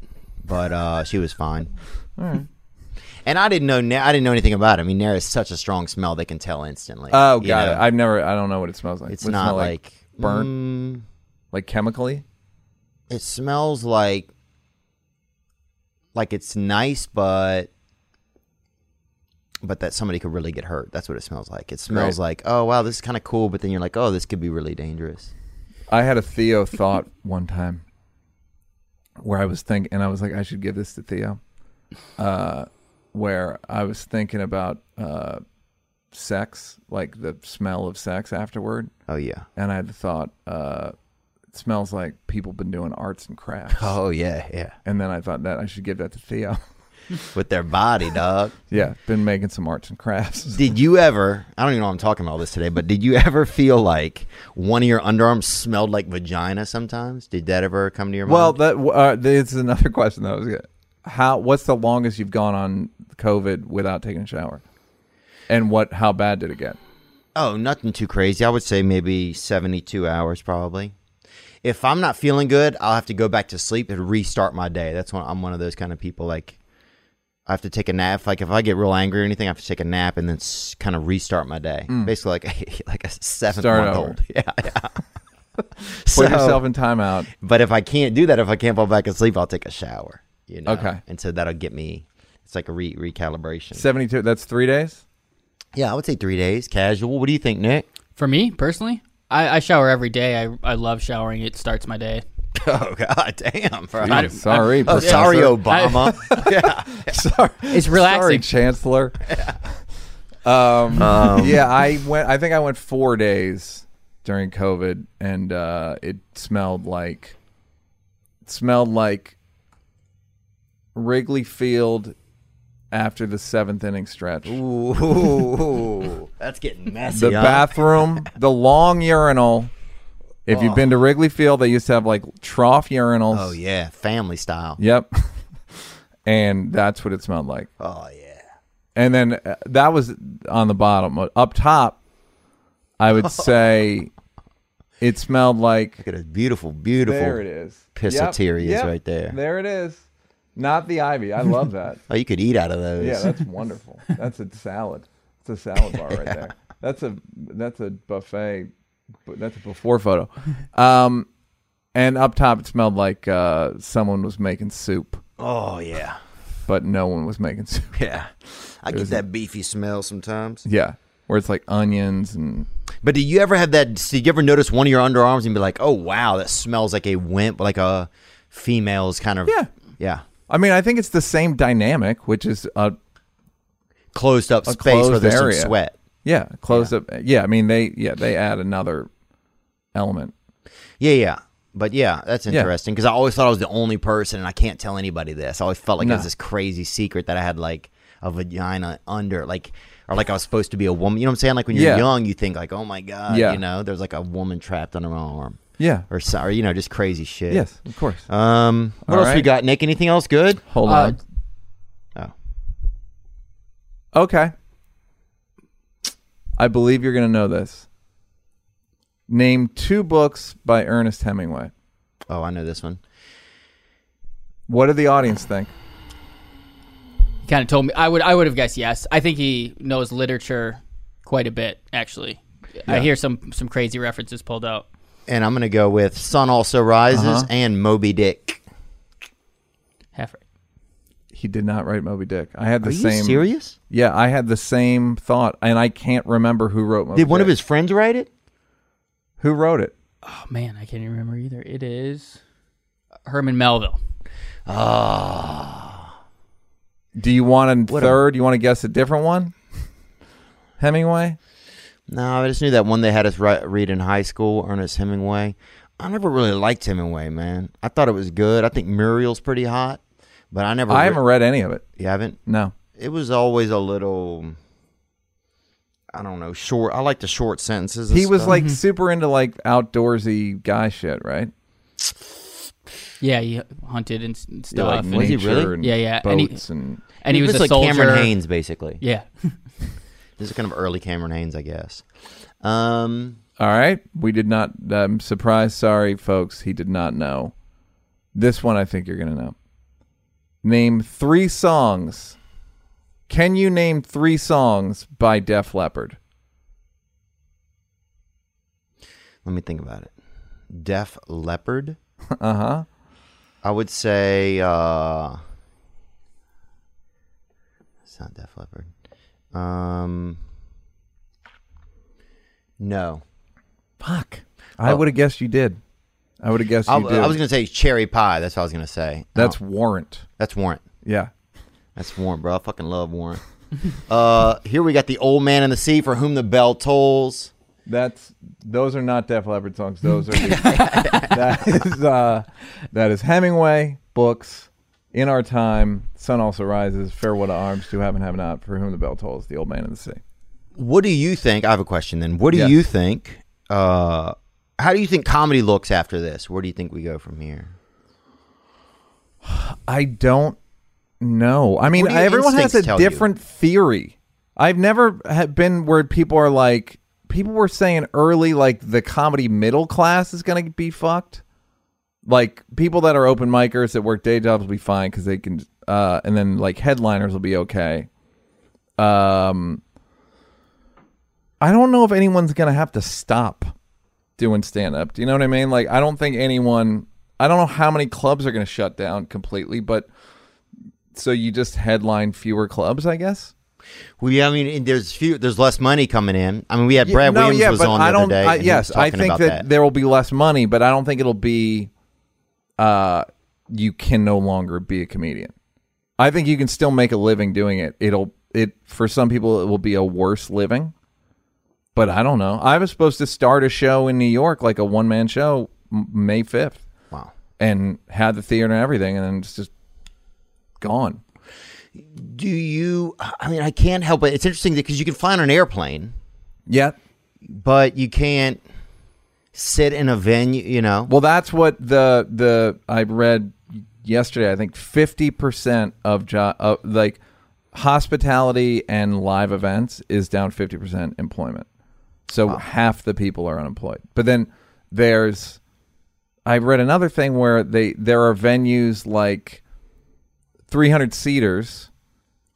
A: But uh she was fine. And I didn't know Na- I didn't know anything about it. I mean Nair is such a strong smell they can tell instantly.
C: oh,
A: you
C: got it.
A: know?
C: I've never. I don't know what it smells like.
A: it's
C: Would it
A: not
C: smell
A: like,
C: burnt,
A: mm,
C: like chemically.
A: it smells like like it's nice but but that somebody could really get hurt. That's what it smells like. It smells
C: Right.
A: like, oh wow, this is kind of cool, but then you're like, oh, this could be really dangerous.
C: I had
A: <laughs>
C: a Theo thought one time where I was thinking, and I was like, I should give this to Theo. Uh, where I was thinking about uh, sex, like the smell of sex afterward,
A: Oh yeah.
C: and I had the thought, uh, it smells like people been doing arts and crafts.
A: Oh yeah, yeah.
C: And then I thought that I should give that to Theo.
A: with their body, dog.
C: <laughs> yeah, <laughs> been making some arts and crafts.
A: Did you ever? I don't even know why I'm talking about all this today, but did you ever feel like one of your underarms smelled like vagina sometimes? Did that ever come to your mind?
C: <laughs> Well, that uh, it's another <laughs> question that I was gonna- how what's the longest you've gone on COVID without taking a shower, and what how bad did it get?
A: oh, nothing too crazy. I would say maybe 72 hours probably. If I'm not feeling good, I'll have to go back to sleep and restart my day. That's when I'm one of those kind of people like I have to take a nap. Like if I get real angry or anything, I have to take a nap and then s- kind of restart my day. Basically, like <laughs> a, like a seventh
C: Mm. Start
A: month
C: over.
A: old. <laughs> Yeah, yeah.
C: <laughs> Put yourself in <laughs> timeout.
A: But if I can't do that, if I can't fall back asleep, I'll take a shower. You know?
C: Okay.
A: And so that'll get me. It's like a re- recalibration.
C: Seventy two. That's three days.
A: yeah, I would say three days casual. What do you think, Nick?
D: For me personally, I, I shower every day. I, I love showering. It starts my day.
A: <laughs> Oh God, damn, bro.
C: <laughs> Ooh, sorry,
A: Oh,
C: professor.
A: sorry, Obama.
C: <laughs> sorry,
D: It's relaxing.
C: Sorry,
D: <laughs>
C: Chancellor. um, yeah, I went. I think I went four days during COVID, and uh, it smelled like it smelled like Wrigley Field after the seventh inning
A: <laughs>
C: stretch.
A: Ooh, that's getting messy.
C: the
A: huh? <laughs>
C: bathroom, the long urinal. If you've been to Wrigley Field, they used to have like trough urinals.
A: Oh yeah, family style.
C: Yep. <laughs> and that's what it smelled like.
A: Oh yeah.
C: And then uh, that was on the bottom. Uh, Up top, I <laughs> would say it smelled like.
A: Look at this beautiful, beautiful.
C: There it is.
A: Pissoterias right there.
C: There it is. Not the ivy. I love
A: <laughs>
C: that.
A: Oh, you could eat out of those.
C: yeah, that's wonderful. That's a salad. It's a salad
A: <laughs>
C: bar right there. That's a that's a buffet. But that's a before photo.
A: <laughs>
C: Um, and up top, it smelled like uh, someone was making soup,
A: oh yeah.
C: but no one was making soup. <laughs>
A: Yeah. I get that beefy smell sometimes.
C: Yeah, where it's like onions and
A: But do you ever have that? Did you ever notice one of your underarms and be like, "Oh wow, that smells like a wimp, like a female's kind of
C: Yeah.
A: yeah,
C: I mean, I think it's the same dynamic, which is uh,
A: closed up
C: A
A: space where
C: closed
A: there's
C: area.
A: some sweat."
C: yeah, close up. Yeah, I mean they yeah they add another element.
A: Yeah, yeah. But yeah, that's
C: Yeah.
A: interesting because I always thought I was the only person, and I can't tell anybody this. I always felt like it
C: No.
A: was this crazy secret that I had like a vagina under, like or like I was supposed to be a woman. You know what I'm saying? Like when you're
C: Yeah.
A: young, you think like, oh my god,
C: Yeah.
A: you know, there's like a woman trapped under my arm,
C: Yeah.
A: or so- or you know, just crazy shit.
C: Yes, of course.
A: Um, what
C: All
A: else we
C: right.
A: got, Nick? Anything else good?
C: Hold
D: Uh,
C: on.
A: Oh,
C: Okay. I believe you're going to know this. Name two books by Ernest Hemingway.
A: oh, I know this one.
C: What do the audience think?
D: He kind of told me I would I would have guessed yes. I think he knows literature quite a bit actually. I hear some some crazy references pulled out.
A: And I'm gonna go with Sun Also Rises
C: Uh-huh.
A: and Moby Dick.
D: Half right.
C: He did not write Moby Dick. I had the
A: Are you
C: same.
A: serious?
C: Yeah, I had the same thought, and I can't remember who wrote Moby
A: Did one of
C: Dick.
A: his friends write it?
C: Who wrote it?
D: Oh man, I can't even remember either. It is Herman Melville.
C: Do you want a
A: What a-
C: third? you want to guess a different one? Hemingway?
A: No, I just knew that one they had us ri read in high school, Ernest Hemingway. I never really liked Hemingway, man. I thought it was good. I think Muriel's pretty hot, but I never.
C: I
A: re-
C: haven't read any of it.
A: you haven't.
C: No.
A: It was always a little. I don't know. Short. I like the short sentences. and
C: He was
A: stuff. Mm-hmm.
C: like super into like outdoorsy guy shit, right?
D: Yeah, he hunted and s- and
C: Yeah,
D: stuff.
C: like
D: and,
A: Was he
C: nature
A: really?
C: and
D: Yeah, yeah, and he-
C: boats and
D: and he was,
A: just
D: a
A: like
D: soldier.
A: Cameron Haynes, basically.
D: Yeah.
A: This is kind of early Cameron Haynes, I guess. Um,
C: All right. We did not. I'm surprised. Sorry, folks. He did not know. This one I think you're going to know. Name three songs. Can you name three songs by Def Leppard?
A: let me think about it. Def
C: <laughs>
A: Leopard.
C: Uh huh.
A: I would say uh it's not Def Leppard. Um No.
C: Fuck. I
A: Oh.
C: would have guessed you did. I would have guessed
A: I,
C: you did.
A: I was gonna say cherry pie, that's what I was gonna say.
C: That's
A: Oh,
C: Warrant.
A: that's Warrant.
C: Yeah.
A: That's Warrant, bro. I fucking love Warrant. <laughs> uh here we got the old man in the sea for whom the bell tolls.
C: That's those are not Def Leppard songs. Those are the- that is uh, that is Hemingway books. In our time, sun also rises. Farewell to arms. To have and have not. For whom the bell tolls. The old man in the sea.
A: What do you think? I have a question then. What do
C: Yes.
A: you think? Uh how do you think comedy looks after this? Where do you think we go from here?
C: I don't know. I mean,
A: What do your
C: everyone has
A: instincts
C: a
A: tell you?
C: different theory. I've never ha- been where people are like people were saying early like the comedy middle class is going to be fucked. Like people that are open micers that work day jobs will be fine cuz they can uh and then like headliners will be okay. Um I don't know if anyone's going to have to stop doing stand up. Do you know what I mean? Like I don't think anyone I don't know how many clubs are going to shut down completely, but so you just headline fewer clubs, I guess.
A: Well, yeah, I mean, and there's few, there's less money coming in. I mean, we had
C: Yeah,
A: Brad
C: no,
A: Williams
C: yeah,
A: was
C: but
A: on the
C: I don't,
A: other day.
C: I,
A: and he
C: yes,
A: was
C: I
A: talking
C: think
A: about
C: that, there will be less money, but I don't think it'll be. Uh, you can no longer be a comedian. I think you can still make a living doing it. It'll it for some people it will be a worse living, but I don't know. I was supposed to start a show in New York, like a one man show, m- May fifth,
A: wow.
C: and had the theater and everything, and then it's just gone.
A: Do you? I mean, I can't help it. It's interesting because you can fly on an airplane,
C: Yeah,
A: but you can't sit in a venue. You know,
C: Well, that's what the the I read yesterday. I think fifty percent of job, uh, like hospitality and live events, is down fifty percent employment. So half the people are unemployed. But then there's, I read another thing where they there are venues like three hundred seaters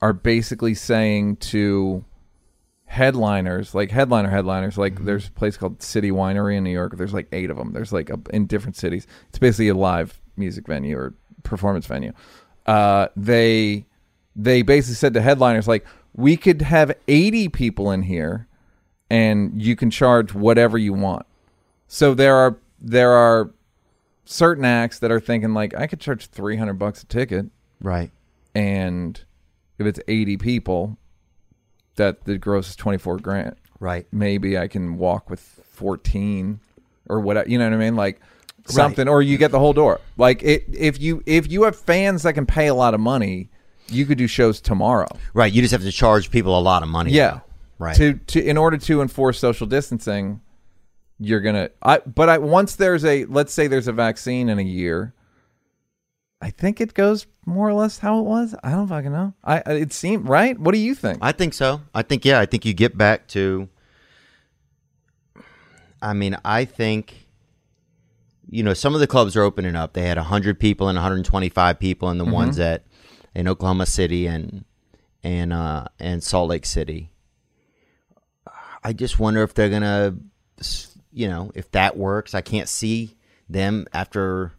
C: are basically saying to headliners, like headliner headliners, like there's a place called City Winery in New York. There's like eight of them. There's like a, in different cities. It's basically a live music venue or performance venue. Uh, they they basically said to headliners like we could have 80 people in here and you can charge whatever you want. So there are there are certain acts that are thinking like I could charge 300 bucks a ticket
A: right?
C: and if it's 80 people that the gross is 24 grand
A: Right.
C: maybe i can walk with 14 or what you know what i mean like something, or you get the whole door. Like it, if you if you have fans that can pay a lot of money, you could do shows tomorrow.
A: Right. You just have to charge people a lot of money.
C: Yeah,
A: now. Right.
C: To to in order to enforce social distancing, you're gonna. I but I once there's a let's say there's a vaccine in a year. I think it goes more or less how it was. I don't fucking know. I it seemed right. What do you think?
A: I think so. I think yeah. I think you get back to. I mean, I think. You know, some of the clubs are opening up. They had 100 people and 125 people, and the ones that in Oklahoma City and and uh, and Salt Lake City. I just wonder if they're gonna, s- you know, if that works. I can't see them after,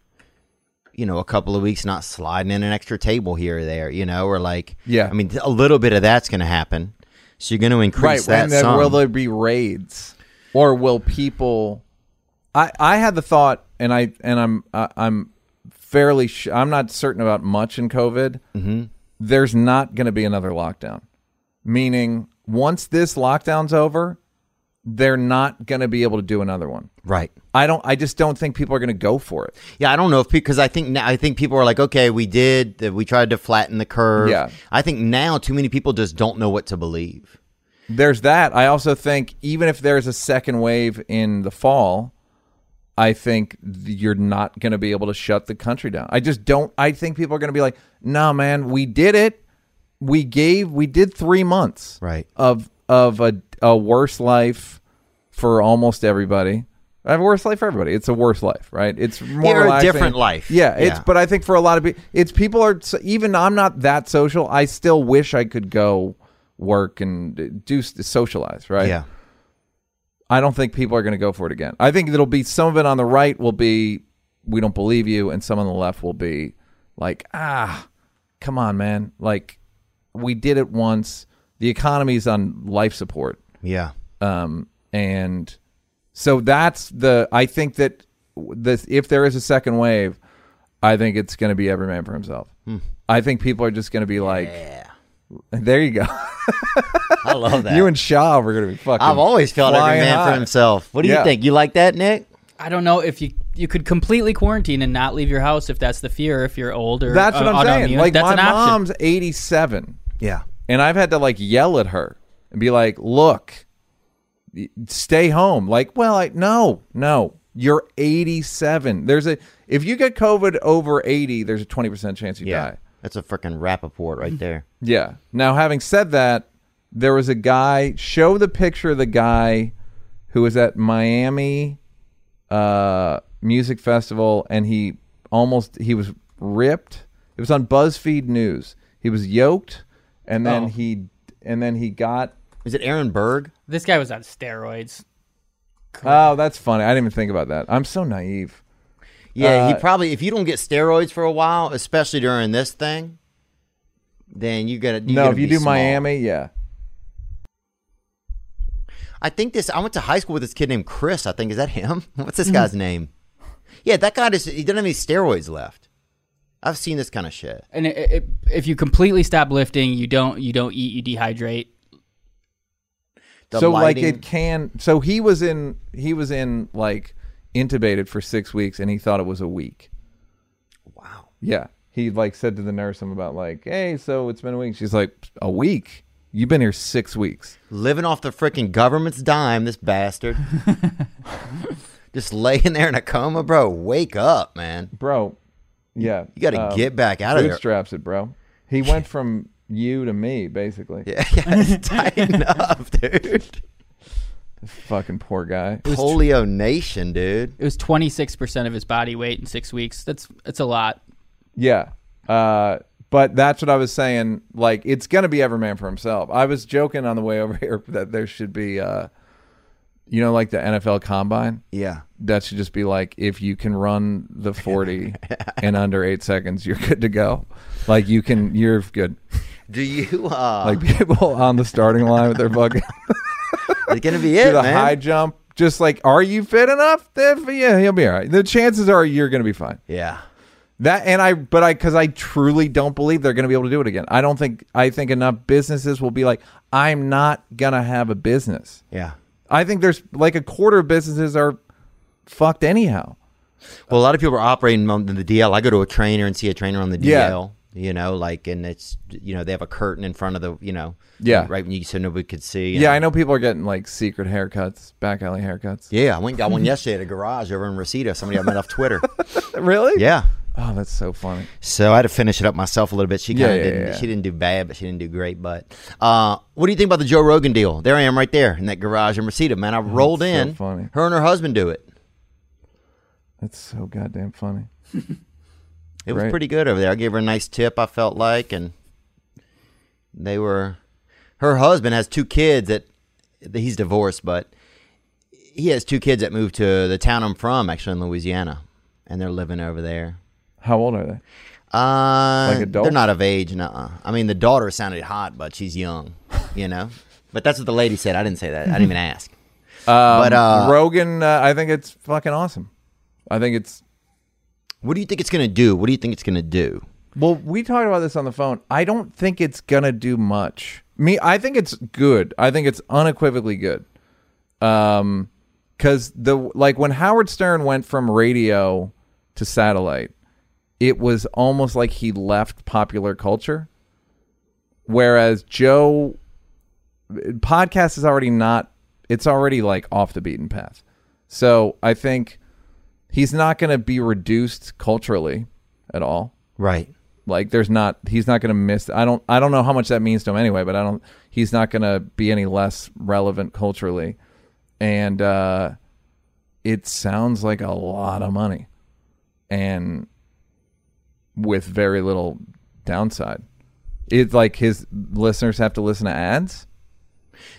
A: you know, a couple of weeks not sliding in an extra table here or there, you know, or like,
C: Yeah.
A: I mean, a little bit of that's gonna happen. So you're gonna
C: right
A: increase
C: and
A: that
C: then
A: some.
C: will there be raids or will people i i had the thought and i and i'm I, i'm fairly sh- i'm not certain about much in covid mm-hmm. there's not going to be another lockdown meaning once this lockdown's over they're not going to be able to do another one
A: right.
C: i don't i just don't think people are going to go for it
A: Yeah, I don't know if because I think now, I think people are like, okay, we did, we tried to flatten the curve.
C: Yeah.
A: I think now too many people just don't know what to believe.
C: there's that. I also think even if there's a second wave in the fall, I think th- you're not going to be able to shut the country down. I just don't. I think people are going to be like, "No, man, we did it. We gave. We did three months
A: Right.
C: of of a a worse life for almost everybody. I have a worse life for everybody. It's a worse life, right? It's more
A: Yeah, or a
C: relaxing.
A: different life.
C: Yeah, it's
A: Yeah.
C: but I think for a lot of people, it's people are so- even I'm not that social. I still wish I could go work and do socialize, right?
A: Yeah.
C: I don't think people are going to go for it again. I think it'll be some of it on the right will be we don't believe you, and some on the left will be like ah, come on, man, like we did it once. The economy's on life support
A: Yeah.
C: um, and so that's the i think that this if there is a second wave i think it's going to be every man for himself i think people are just going to be like
A: Hmm. Yeah.
C: there you go <laughs>
A: I love that.
C: you and shaw are going to be fucking
A: I've always felt every
C: flying
A: man
C: high.
A: for himself. What do
C: Yeah.
A: you think? You like that, Nick?
D: I don't know if you you could completely quarantine and not leave your house if that's the fear. If you're old or
C: that's what
D: uh,
C: i'm saying
D: autoimmune.
C: like
D: that's
C: my
D: an option.
C: mom's 87
A: Yeah.
C: and i've had to like yell at her and be like look y- stay home like well i no no you're 87 there's a if you get covid over 80 there's a 20% chance you
A: Yeah.
C: die
A: That's a freaking Rappaport right there.
C: Yeah. Now, having said that, there was a guy. Show the picture of the guy who was at Miami uh, Music Festival, and he almost he was ripped. It was on BuzzFeed News. He was yoked, and then
D: Oh.
C: he and then he got.
A: Is it Aaron Berg?
D: This guy was on steroids.
C: Oh, that's funny. I didn't even think about that. I'm so naive.
A: Yeah, he probably. If you don't get steroids for a while, especially during this thing, then you gotta. you're
C: no,
A: gonna
C: if you
A: be
C: do
A: small.
C: Miami, yeah.
A: I think this. I went to high school with this kid named Chris. I think is that him? <laughs> What's this guy's name? Yeah, that guy just. He doesn't have any steroids left. I've seen this kind of shit.
D: And it, it, if you completely stop lifting, you don't you don't eat, you dehydrate.
A: The
C: so like
A: lighting-
C: it can so he was in he was in like intubated for six weeks and he thought it was a week wow yeah he like said to the nurse something about like hey so it's been a week she's like a week you've been here six weeks
A: living off the freaking government's dime, this <laughs> bastard. just laying there in a coma, bro. Wake up, man.
C: bro yeah
A: You got to
C: um,
A: get back out of there.
C: bootstraps it bro he went from you to me basically
A: Yeah, <laughs> yeah, it's <laughs> tighten up, dude.
C: fucking poor guy
A: Polio Nation, dude.
D: It was 26% of his body weight in 6 weeks. That's it's a lot.
C: Yeah. Uh, but that's what I was saying. Like, it's going to be every man for himself. I was joking on the way over <laughs> here that there should be, uh, you know, like the NFL combine.
A: Yeah.
C: That should just be like, if you can run the 40 in under eight seconds, you're good to go. Like, you can, you're good.
A: Do you, uh,
C: Like, <laughs> people on the starting line with their fucking
A: it's going to be it,
C: do the
A: man.
C: high jump. Just like, are you fit enough? Then, yeah, he'll be all right. The chances are you're going to be fine.
A: yeah.
C: That and I, but I, because I truly don't believe they're going to be able to do it again. I don't think. I think enough businesses will be like, I'm not gonna have a business.
A: Yeah.
C: I think there's like a quarter of businesses are fucked anyhow.
A: Well, a lot of people are operating on the DL. I go to a trainer and see a trainer on the
C: Yeah.
A: DL. You know, like, and it's you know they have a curtain in front of the you know
C: Yeah.
A: right when you so nobody could see.
C: Yeah, I know people are getting like secret haircuts, back alley haircuts.
A: Yeah, I went and got one
C: Mm-hmm.
A: yesterday at a garage over in Reseda. Somebody I met off Twitter. <laughs>
C: Really?
A: Yeah.
C: Oh, that's so funny.
A: So I had to finish it up myself a little bit. She
C: Yeah,
A: kind of
C: yeah,
A: didn't.
C: yeah.
A: She didn't do bad, but she didn't do great. But uh, what do you think about the Joe Rogan deal? There I am, right there in that garage in Reseda. Man, I rolled
C: Mm, so
A: in.
C: funny.
A: Her and her husband do it.
C: That's so goddamn funny.
A: It was
C: Right.
A: pretty good over there. I gave her a nice tip. I felt like, and they were. Her husband has two kids that he's divorced, but he has two kids that moved to the town I'm from, actually in Louisiana, and they're living over there.
C: How old are they?
A: Uh,
C: adults?
A: They're not of age, nuh I mean, the daughter sounded hot, but she's young, you know? but that's what the lady said. I didn't say that. I didn't even ask.
C: Um,
A: but uh,
C: Rogan, uh, I think it's fucking awesome. I think it's
A: what do you think it's going to do? What do you think it's going to do?
C: Well, we talked about this on the phone. I don't think it's gonna do much. Me, I think it's good. I think it's unequivocally good. Um, because the like when Howard Stern went from radio to satellite, it was almost like he left popular culture. Whereas Joe, podcast is already not. It's already like off the beaten path. So I think he's not gonna be reduced culturally at all.
A: Right.
C: Like there's not he's not going to miss I don't I don't know how much that means to him anyway, but I don't he's not going to be any less relevant culturally. And uh it sounds like a lot of money and with very little downside. It's like his listeners have to listen to ads.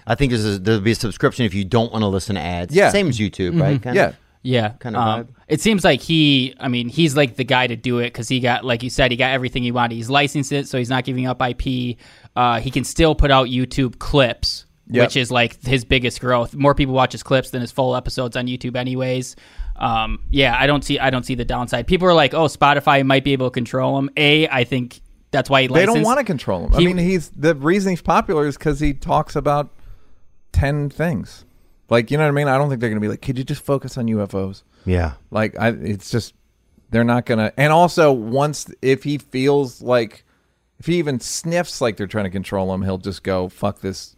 A: I think there's a, there'll be a subscription if you don't want to listen to ads.
C: Yeah. Mm-hmm.
A: Same as YouTube, right? Kinda?
C: Yeah.
D: Yeah, um,
A: Kinda vibe.
D: It seems like he, I mean, he's like the guy to do it because he got, like you said, he got everything he wanted. He's licensed it, so he's not giving up IP. Uh, he can still put out YouTube clips,
C: Yep.
D: which is like his biggest growth. More people watch his clips than his full episodes on YouTube, anyways. Um, yeah, I don't see, I don't see the downside. People are like, oh, Spotify might be able to control him. A, I think that's why he
C: They
D: licensed.
C: don't want to control him. I
D: He-
C: mean, he's the reason he's popular is cuz he talks about 10 things. Like, you know what I mean? I don't think they're going to be like, "Could you just focus on UFOs?"
A: Yeah.
C: Like I, it's just they're not gonna. And also, once if he feels like, if he even sniffs like they're trying to control him, he'll just go fuck this,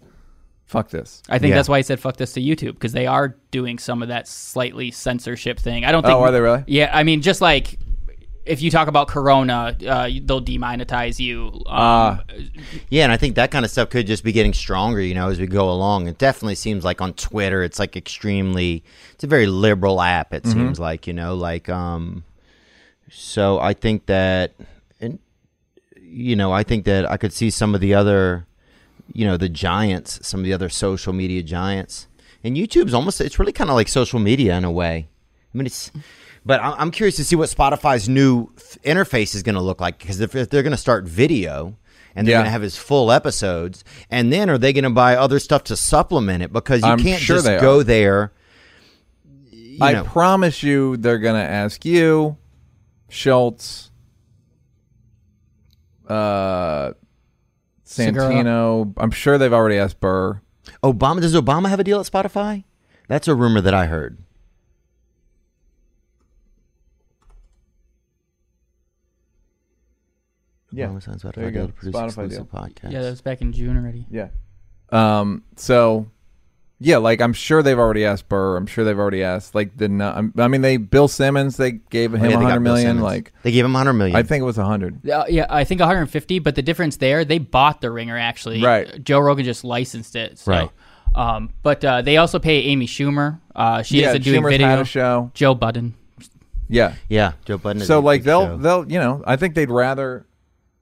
C: fuck this.
D: I think
A: Yeah.
D: that's why he said fuck this to YouTube because they are doing some of that slightly censorship thing. I don't think.
C: Oh, are they really?
D: Yeah, I mean, just like if you talk about Corona, uh, they'll demonetize you. Um,
C: Ah.
A: Yeah, and I think that kind of stuff could just be getting stronger, you know, as we go along. It definitely seems like on Twitter, it's like extremely, it's a very liberal app. It
C: Mm-hmm.
A: seems like, you know, like, um, so I think that, and you know, I think that I could see some of the other, you know, the giants, some of the other social media giants, and YouTube's almost, it's really kind of like social media in a way. I mean, it's. But I- I'm curious to see what Spotify's new f- interface is going to look like because if, if they're going to start video and they're
C: Yeah.
A: going to have his full episodes, and then are they going to buy other stuff to supplement it? Because you
C: I'm
A: can't
C: sure
A: just
C: they
A: go
C: are.
A: there. You
C: I
A: know,
C: promise you, they're gonna ask you, Schultz, uh,
D: Segura.
C: Santino. I'm sure they've already asked Burr.
A: Obama does Obama have a deal at Spotify? That's a rumor that I heard.
C: Yeah,
A: Obama signs Spotify
C: there you
A: deal
C: go.
A: to produce
C: Spotify
A: exclusive podcasts.
D: yeah, that was back in June already.
C: Yeah. Um. So, yeah, like I'm sure they've already asked Burr. I'm sure they've already asked like the. nu- I'm- I mean, they Bill Simmons. They gave him
A: Oh, yeah,
C: a
A: they got
C: 100
A: Bill
C: million.
A: Simmons.
C: Like
A: they gave him 100 million.
C: I think it was 100.
D: Uh, yeah, I think 150. But the difference there, they bought the Ringer actually.
C: Right.
D: Joe Rogan just licensed it. So.
A: Right.
D: Um, but uh, they also pay Amy Schumer. Uh, she
C: yeah,
D: isn't doing
C: Schumer's
D: video.
C: had a show.
D: Joe Budden.
C: Yeah.
A: yeah, Joe Budden. is
C: So
A: a-
C: like they'll
A: so-
C: they'll you know I think they'd rather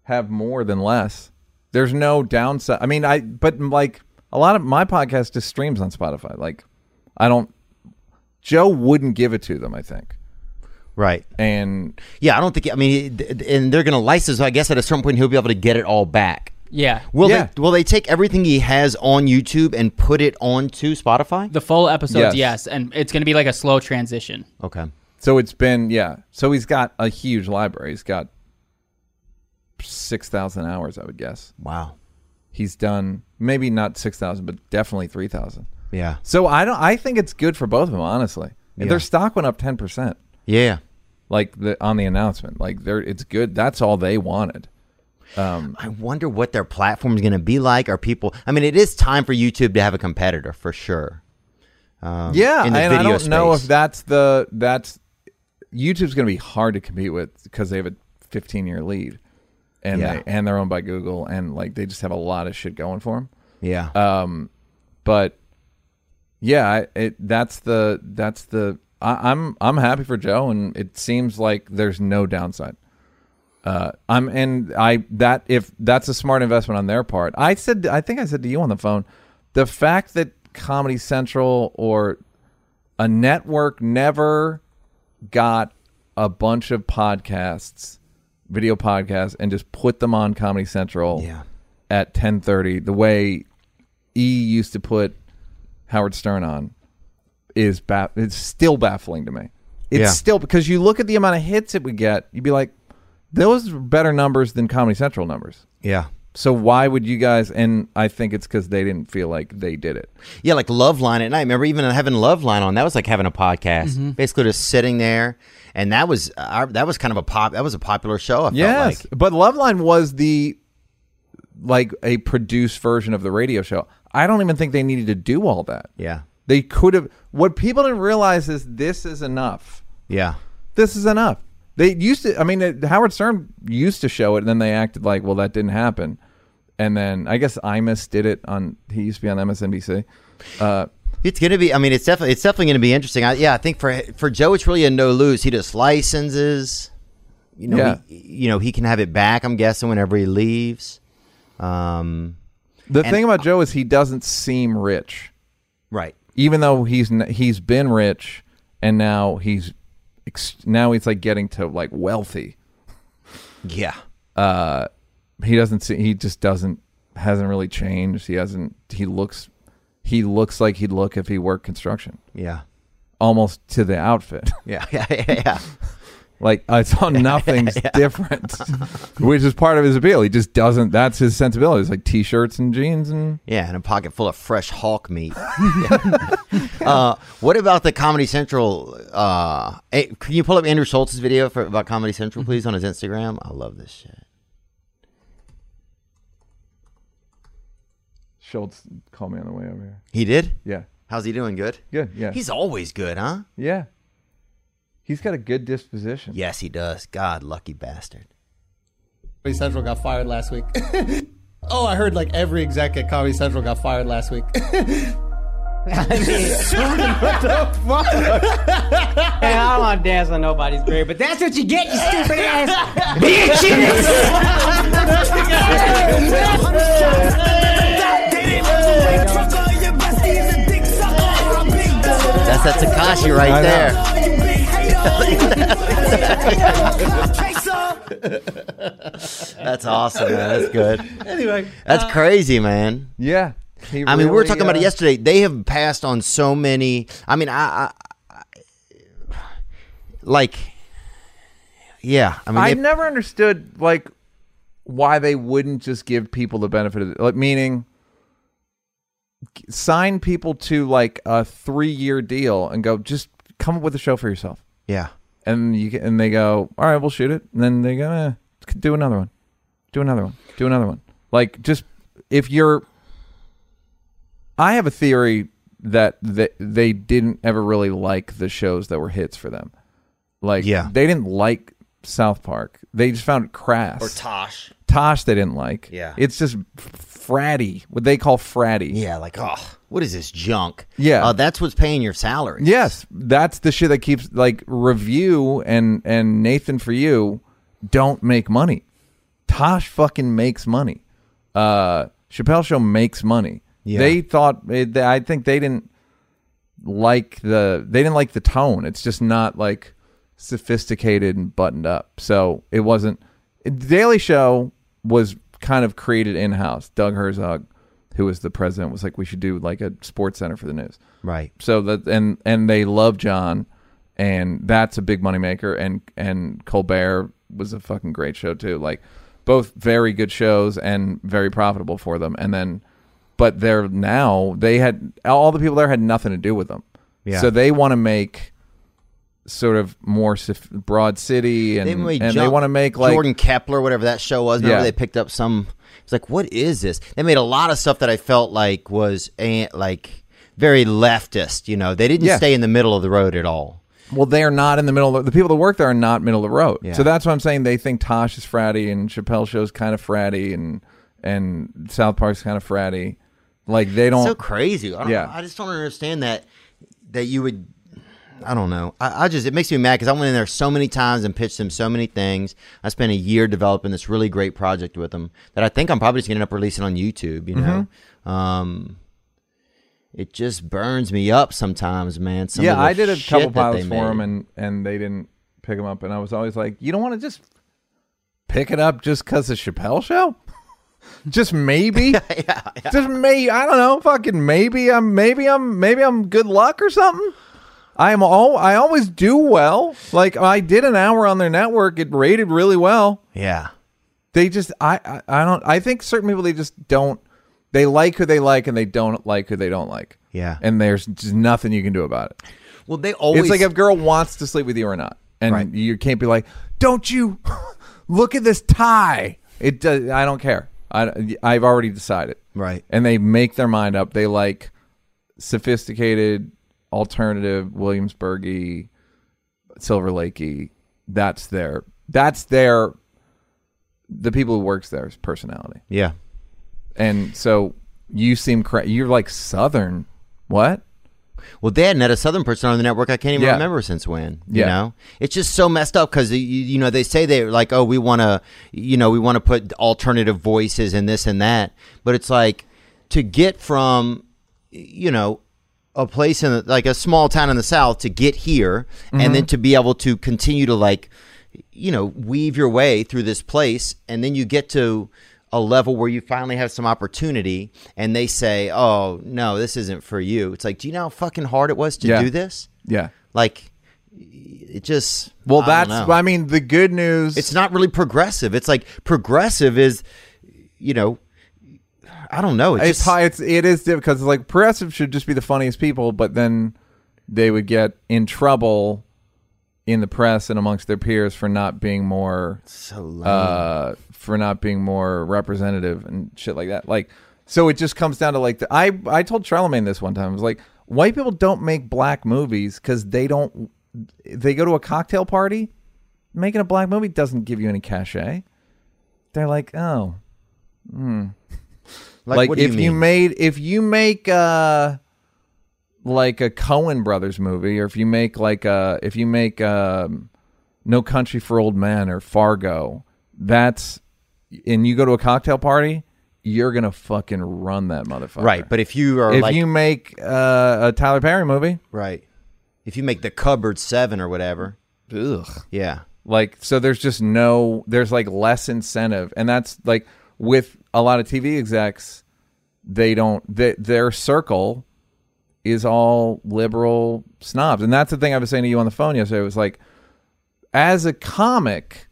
C: have more than less. There's no downside. I mean, I but like a lot of my podcast just streams on Spotify. Like I don't. Joe wouldn't give it to them. I think.
A: right.
C: And
A: Yeah, I don't think. I mean, th- th- and they're going to license. So I guess at a certain point he'll be able to get it all back.
D: Yeah.
A: Will
C: Yeah.
A: they? Will they take everything he has on YouTube and put it onto Spotify?
D: The full episodes,
C: Yes.
D: yes, and it's going to be like a slow transition.
A: Okay.
C: So it's been yeah. So he's got a huge library. He's got six thousand hours, I would guess.
A: Wow.
C: He's done maybe not six thousand, but definitely three thousand.
A: Yeah.
C: So I don't. I think it's good for both of them, honestly. And
A: Yeah.
C: Their stock went up ten percent.
A: Yeah.
C: like the on the announcement. Like they're it's good. That's all they wanted.
A: I wonder what their platform's going to be like. Are people? I mean, it is time for YouTube to have a competitor for sure. Um,
C: Yeah,
A: in
C: and
A: the
C: I
A: video
C: don't know if
A: space.
C: that's the that's YouTube's going to be hard to compete with because they have a 15 year lead, and
A: Yeah.
C: they, and they're owned by Google, and like they just have a lot of shit going for them.
A: Yeah,
C: uh, But yeah, I- it that's the that's the I, I'm I'm happy for Joe, and it seems like there's no downside. Uh, I'm and I that if that's a smart investment on their part. I said I think I said to you on the phone, the fact that Comedy Central or a network never got a bunch of podcasts, video podcasts, and just put them on Comedy Central
A: Yeah.
C: at ten thirty, the way E used to put Howard Stern on, is ba- it's still baffling to me. It's
A: Yeah.
C: still because you look at the amount of hits it would get, you'd be like, those are better numbers than Comedy Central numbers.
A: yeah,
C: So why would you guys? And I think it's because they didn't feel like they did it.
A: yeah. Like Love Line at night. Remember, even having Love Line on that was like having a podcast.
C: Mm-hmm.
A: Basically, just sitting there, and that was uh, our, that was kind of a pop. That was a popular show. I felt like.
C: Yes, but Loveline was the like a produced version of the radio show. I don't even think they needed to do all that.
A: Yeah.
C: They could have. What people didn't realize is this is enough.
A: Yeah.
C: This is enough. They used to. I mean, it, Howard Stern used to show it, and then they acted like, well, that didn't happen. And then I guess Imus did it on. He used to be on MSNBC. Uh,
A: It's gonna be. I mean, it's definitely it's definitely gonna be interesting. I, yeah, I think for for Joe, it's really a no lose. He just licenses. You know,
C: Yeah.
A: he, you know, he can have it back. I'm guessing whenever he leaves. Um,
C: the thing about Joe is he doesn't seem rich.
A: right.
C: even though he's n- he's been rich and now he's ex- now he's like getting to like wealthy.
A: Yeah.
C: He doesn't see he just doesn't hasn't really changed. He hasn't he looks he looks like he'd look if he worked construction.
A: Yeah. <laughs>
C: Almost to the outfit. <laughs>
A: Yeah. Yeah. Yeah. yeah.
C: like
A: <laughs>
C: I saw nothing's different. Which is part of his appeal. He just doesn't that's his sensibility. It's like t shirts and jeans and
A: Yeah, and a pocket full of fresh hawk meat. <laughs> uh, what about the Comedy Central? Uh, eh, can you pull up Andrew Schultz's video for, about Comedy Central,
C: Mm-hmm.
A: please, on his Instagram? I love this shit.
C: Schultz called me on the way over here.
A: He did.
C: Yeah.
A: How's he doing? Good.
C: Good. Yeah.
A: He's always good, huh?
C: yeah. He's got a good disposition.
A: Yes, he does. God, lucky bastard.
E: Comedy Central got fired last week. <laughs> oh, I heard like every exec at Comedy Central got fired last week. <laughs>
F: <laughs> Hey, I don't want to dance on nobody's grave, but that's what you get, you stupid ass.
A: That's that Takashi right
C: I know.
A: there. That's awesome, man. That's good.
E: anyway,
A: That's crazy, man.
C: Yeah. He
A: I mean, we were
C: Uh, really,
A: talking about it
C: uh,
A: yesterday. They have passed on so many. I mean, I, I, I like, yeah. I mean,
C: I've
A: they-
C: never understood like why they wouldn't just give people the benefit of the, like meaning g- sign people to like a 3-year deal and go just come up with a show for yourself.
A: yeah,
C: And you can, and they go, "All right, we'll shoot it." And then they go, eh, "Do another one. Do another one. Do another one." Like just if you're I have a theory that th- they didn't ever really like the shows that were hits for them. Like,
A: Yeah.
C: they didn't like South Park. They just found it crass.
A: or Tosh.
C: Tosh, they didn't like.
A: Yeah.
C: it's just f- fratty. What they call fratty.
A: Yeah, like, oh, what is this junk?
C: Yeah.
A: uh, that's what's paying your salary.
C: Yes, that's the shit that keeps like review and and Nathan for you don't make money. Tosh fucking makes money. Uh Chappelle show makes money.
A: Yeah.
C: They thought it, I think they didn't like the they didn't like the tone. It's just not like sophisticated and buttoned up. So it wasn't Daily Show was kind of created in house. Doug Herzog, who was the president, was like, we should do like a sports center for the news
A: right.
C: so that and and they love John, and that's a big moneymaker. And and Colbert was a fucking great show too. Like both very good shows and very profitable for them. And then, but they're now they had all the people there had nothing to do with them.
A: Yeah.
C: So they want to make sort of more soph- broad city, and
A: They made
C: and they
A: John-
C: want to make like
A: Jordan Kepler, whatever that show was. Remember
C: Yeah.
A: they picked up some. It's like, what is this? They made a lot of stuff that I felt like was eh, like very leftist. You know, they didn't
C: Yeah.
A: stay in the middle of the road at all.
C: Well, they are not in the middle. Of, the people that work there are not middle of the road.
A: Yeah.
C: So that's why I'm saying they think Tosh is fratty and Chappelle Show's kind of fratty and and South Park's kind of fratty. Like they don't.
A: so crazy. I don't,
C: Oh. Yeah.
A: I just don't understand that that you would. I don't know. I, I just it makes me mad because I went in there so many times and pitched them so many things. I spent a year developing this really great project with them that I think I'm probably just gonna end up releasing on YouTube. You know,
C: Mm-hmm.
A: um, it just burns me up sometimes, man. Some of
C: yeah,
A: the
C: I did a
A: shit
C: couple
A: that they
C: pilots for
A: made.
C: them, and and they didn't pick them up. And I was always like, you don't want to just pick it up just because of Chappelle Show. <laughs>
A: <laughs>
C: just maybe. Just maybe. I don't know. Fucking maybe. I'm maybe I'm maybe I'm good luck or something. I am all. I always do well. Like I did an hour on their network. It rated really well
A: yeah,
C: they just I, I i don't i think certain people they just don't they like who they like and they don't like who they don't like
A: Yeah.
C: and there's just nothing you can do about it
A: well they always
C: it's like if a girl wants to sleep with you or not and
A: Right.
C: you can't be like don't you <laughs> look at this tie it does i don't care I, i've already decided
A: Right.
C: and they make their mind up they like sophisticated alternative williamsburgy silver lakey that's their that's their the people who works there's personality
A: yeah.
C: and so you seem correct you're like southern what
A: Well, they hadn't had a Southern person on the network. I can't even
C: Yeah.
A: remember since when. You
C: Yeah.
A: know, it's just so messed up because you, you know they say they're like, oh, we want to, you know, we want to put alternative voices and this and that, but it's like to get from, you know, a place in the, like a small town in the South to get here,
C: Mm-hmm.
A: and then to be able to continue to like, you know, weave your way through this place, and then you get to. A level where you finally have some opportunity, and they say, "Oh no, this isn't for you." It's like, do you know how fucking hard it was to
C: Yeah.
A: do this?
C: yeah
A: Like, it just.
C: well
A: I
C: that's
A: don't know.
C: i mean the good news
A: It's not really progressive. It's like progressive is, you know, I don't know. It's,
C: it's
A: just,
C: high. It's it is because like progressive should just be the funniest people, but then they would get in trouble in the press and amongst their peers for not being more
A: so lame.
C: uh for not being more representative and shit like that. Like so it just comes down to like the, I I told Charlemagne this one time. I was like white people don't make black movies cuz they don't they go to a cocktail party. Making a black movie doesn't give you any cachet. They're like, "Oh,
A: like,
C: like
A: what do
C: if
A: you, mean?
C: made if you make uh like a Cohen brothers movie or if you make like uh if you make um No Country for Old Men or Fargo, that's and you go to a cocktail party, you're going to fucking run that motherfucker.
A: right, but if you are
C: if
A: like
C: you make uh, a Tyler Perry movie,
A: right, if you make the cupboard seven or whatever,
C: ugh.
A: yeah,
C: Like so there's just no there's like less incentive and that's like with a lot of TV execs they don't they, their circle is all liberal snobs. And that's the thing I was saying to you on the phone yesterday. It was like as a comic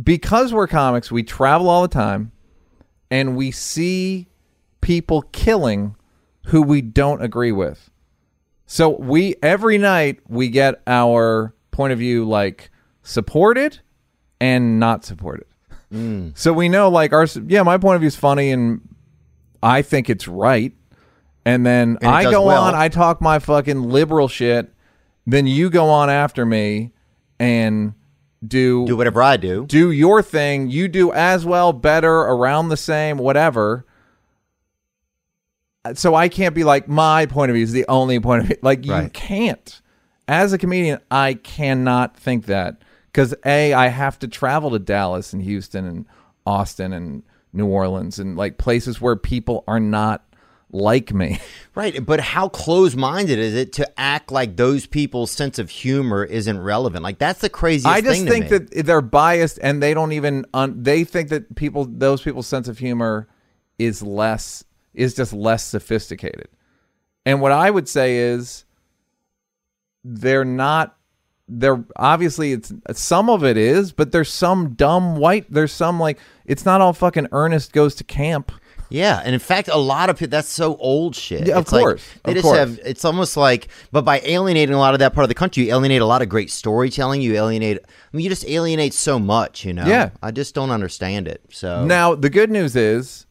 C: because we're comics, we travel all the time and we see people killing who we don't agree with. So we every night we get our point of view like supported and not supported.
A: Hmm.
C: So we know like our yeah, my point of view is funny and I think it's right. And then
A: And it
C: I
A: does
C: go
A: well.
C: on, I talk my fucking liberal shit, then you go on after me and do
A: do whatever I do.
C: do your thing. You do as well, better, around the same, whatever. Uh, So I can't be like my point of view is the only point of view. Like you
A: Right.
C: can't. As a comedian, I cannot think that because a I have to travel to Dallas and Houston and Austin and New Orleans and like places where people are not like me. <laughs>
A: Right, but how close-minded is it to act like those people's sense of humor isn't relevant? Like that's the craziest.
C: I just
A: thing to
C: think
A: me.
C: that they're biased and they don't even un- they think that people those people's sense of humor is less is just less sophisticated. And what I would say is they're not they're obviously it's some of it is, but there's some dumb white there's some like it's not all fucking Ernest goes to camp.
A: Yeah, and in fact, a lot of people that's so old shit.
C: Yeah, of
A: It's like,
C: course,
A: they
C: of
A: just
C: course.
A: have. It's almost like, but by alienating a lot of that part of the country, you alienate a lot of great storytelling. You alienate. I mean, you just alienate so much. You know.
C: Yeah.
A: I just don't understand it. So
C: Now the good news is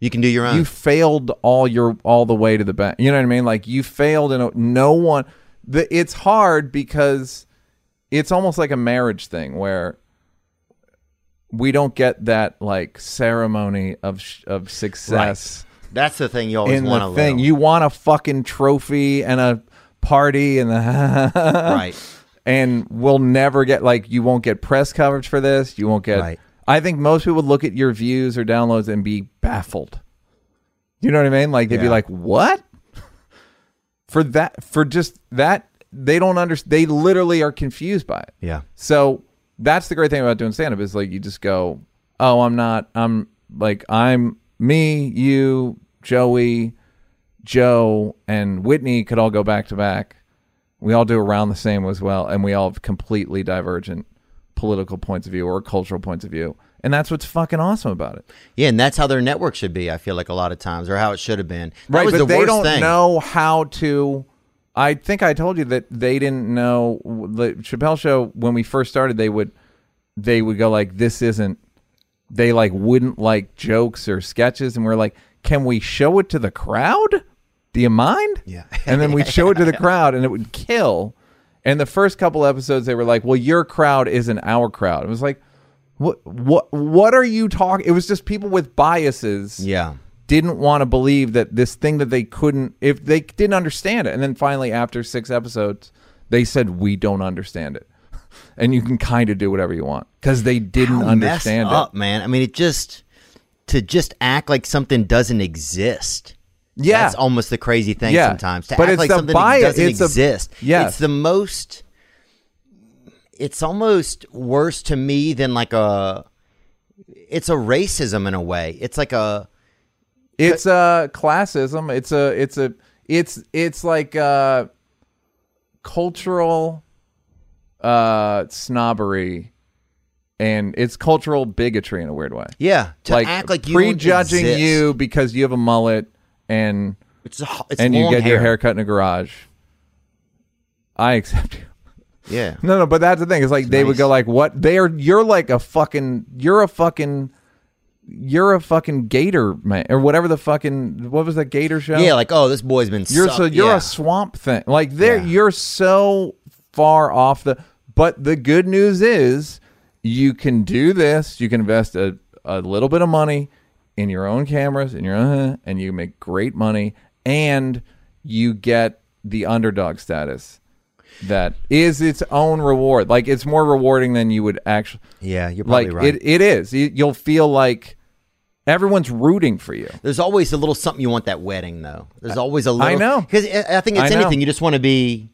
A: you can do your own.
C: you failed all your all the way to the bank. You know what I mean? Like you failed, and no one. The, it's hard because it's almost like a marriage thing where we don't get that like ceremony of sh- of success
A: that's the thing you always
C: in
A: want to
C: the thing. You want a fucking trophy and a party and <laughs> the
A: right.
C: and we'll never get like you won't get press coverage for this. You won't get.
A: Right.
C: I think most people would look at your views or downloads and be baffled. You know what I mean? Like they'd be
A: Yeah.
C: like, "What?" <laughs> for that? For just that? They don't understand. They literally are confused by it.
A: Yeah.
C: So that's the great thing about doing stand up is like you just go, "Oh, I'm not. I'm like I'm me, you, Joey, Joe, and Whitney could all go back to back. We all do around the same as well, and we all have completely divergent political points of view or cultural points of view. And that's what's fucking awesome about it.
A: Yeah, and that's how their network should be. I feel like a lot of times, or how it should have been. That
C: right,
A: was
C: but
A: the
C: they
A: worst
C: don't
A: thing.
C: know how to. I think I told you that they didn't know the Chappelle show when we first started. They would, they would go like, "This isn't." They like wouldn't like jokes or sketches, and we're like, "Can we show it to the crowd? Do you mind?"
A: Yeah.
C: and then we'd show it
A: <laughs>
C: to the crowd, and it would kill. And the first couple episodes, they were like, "Well, your crowd isn't our crowd." It was like, "What? What? What are you talking?" It was just people with biases
A: Yeah.
C: didn't want to believe that this thing that they couldn't if they didn't understand it and then finally after six episodes they said we don't understand it <laughs> and you can kind of do whatever you want because they didn't
A: How messed
C: understand
A: up,
C: it
A: man. I mean, it just to just act like something doesn't exist.
C: yeah
A: That's almost the crazy thing
C: Yeah.
A: sometimes. To
C: But
A: act
C: it's
A: like
C: the
A: something
C: bias-
A: doesn't
C: it's a-
A: exist.
C: Yes.
A: It's the most it's almost worse to me than like a it's a racism in a way. It's like a
C: it's a classism it's a it's a it's it's like uh cultural uh snobbery and it's cultural bigotry in a weird way
A: yeah, to
C: like,
A: act like you don't
C: prejudging
A: exist.
C: you because you have a mullet and
A: It's, a- it's
C: and you
A: long
C: get
A: hair.
C: your hair cut in a garage. I accept you.
A: Yeah.
C: <laughs> No, no, but that's the thing. It's like they would
A: nice.
C: go like, "What? They are. You're like a fucking. You're a fucking. You're a fucking gator man, or whatever the fucking. What was that gator show?
A: Yeah, like oh, this boy's been
C: you're
A: sucked.
C: so you're
A: yeah.
C: a swamp thing. Like there,
A: Yeah.
C: you're so far off the. But the good news is, you can do this. You can invest a, a little bit of money in your own cameras, in your own, uh-huh, and you make great money, and you get the underdog status. That is its own reward. Like it's more rewarding than you would actually.
A: Yeah, you're probably
C: Like
A: right.
C: it, it is. You- You'll feel like everyone's rooting for you.
A: There's always a little something you want that wedding though. There's always a little.
C: know.
A: because I I think
C: I
A: it's
C: know.
A: anything. You just want to be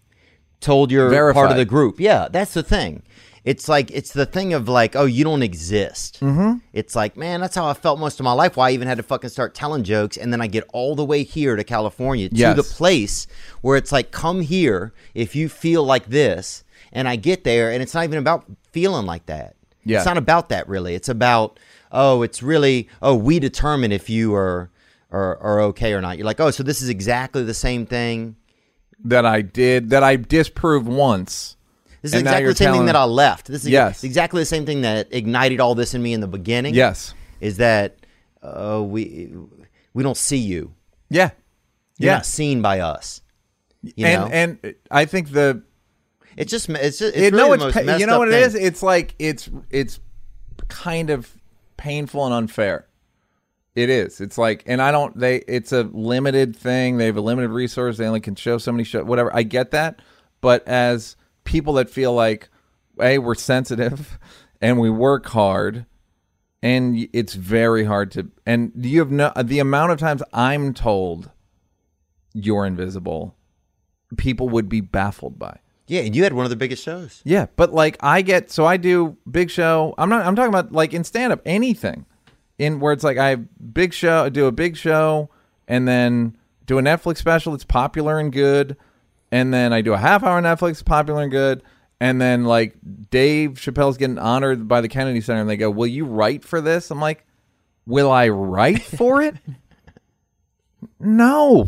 A: told you're part of
C: Verified.
A: the group. Yeah, that's the thing. It's like it's the thing of like, oh, you don't exist. Mm-hmm. It's like, man, that's how I felt most of my life. Why I even had to fucking start telling jokes, and then I get all the way here to California to
C: Yes.
A: the place where it's like, come here if you feel like this, and I get there, and it's not even about feeling like that.
C: Yeah.
A: It's not about that really. It's about oh, it's really oh, we determine if you are are, are okay or not. You're like, oh, so this is exactly the same thing.
C: that I did that I disproved once.
A: This is
C: And now
A: exactly
C: you're
A: the same thing
C: telling-
A: that I left. This is
C: Yes.
A: exactly the same thing that ignited all this in me in the beginning.
C: Yes.
A: Is that uh, we we don't see you.
C: Yeah.
A: You're
C: yeah.
A: not seen by us. You know?
C: and and I think the
A: it's just it's just it's really
C: it, no,
A: the
C: it's
A: most
C: pa-
A: messed
C: you know
A: up
C: what it
A: thing.
C: is. It's like it's it's kind of painful and unfair. It is. It's like, and I don't. They. It's a limited thing. They have a limited resource. They only can show so many show. Whatever. I get that, but as people that feel like, hey, we're sensitive, <laughs> and we work hard, and y- it's very hard to. And you have no. The amount of times I'm told you're invisible, people would be baffled by.
A: Yeah, and you had one of the biggest shows.
C: Yeah, but like I get so I do big show. I'm not I'm talking about like in stand up anything. In where it's like I have big show, do a big show and then do a Netflix special that's popular and good and then I do a half hour Netflix popular and good And then like Dave Chappelle's getting honored by the Kennedy Center, and they go, "Will you write for this?" I'm like, "Will I write for it?" <laughs> no,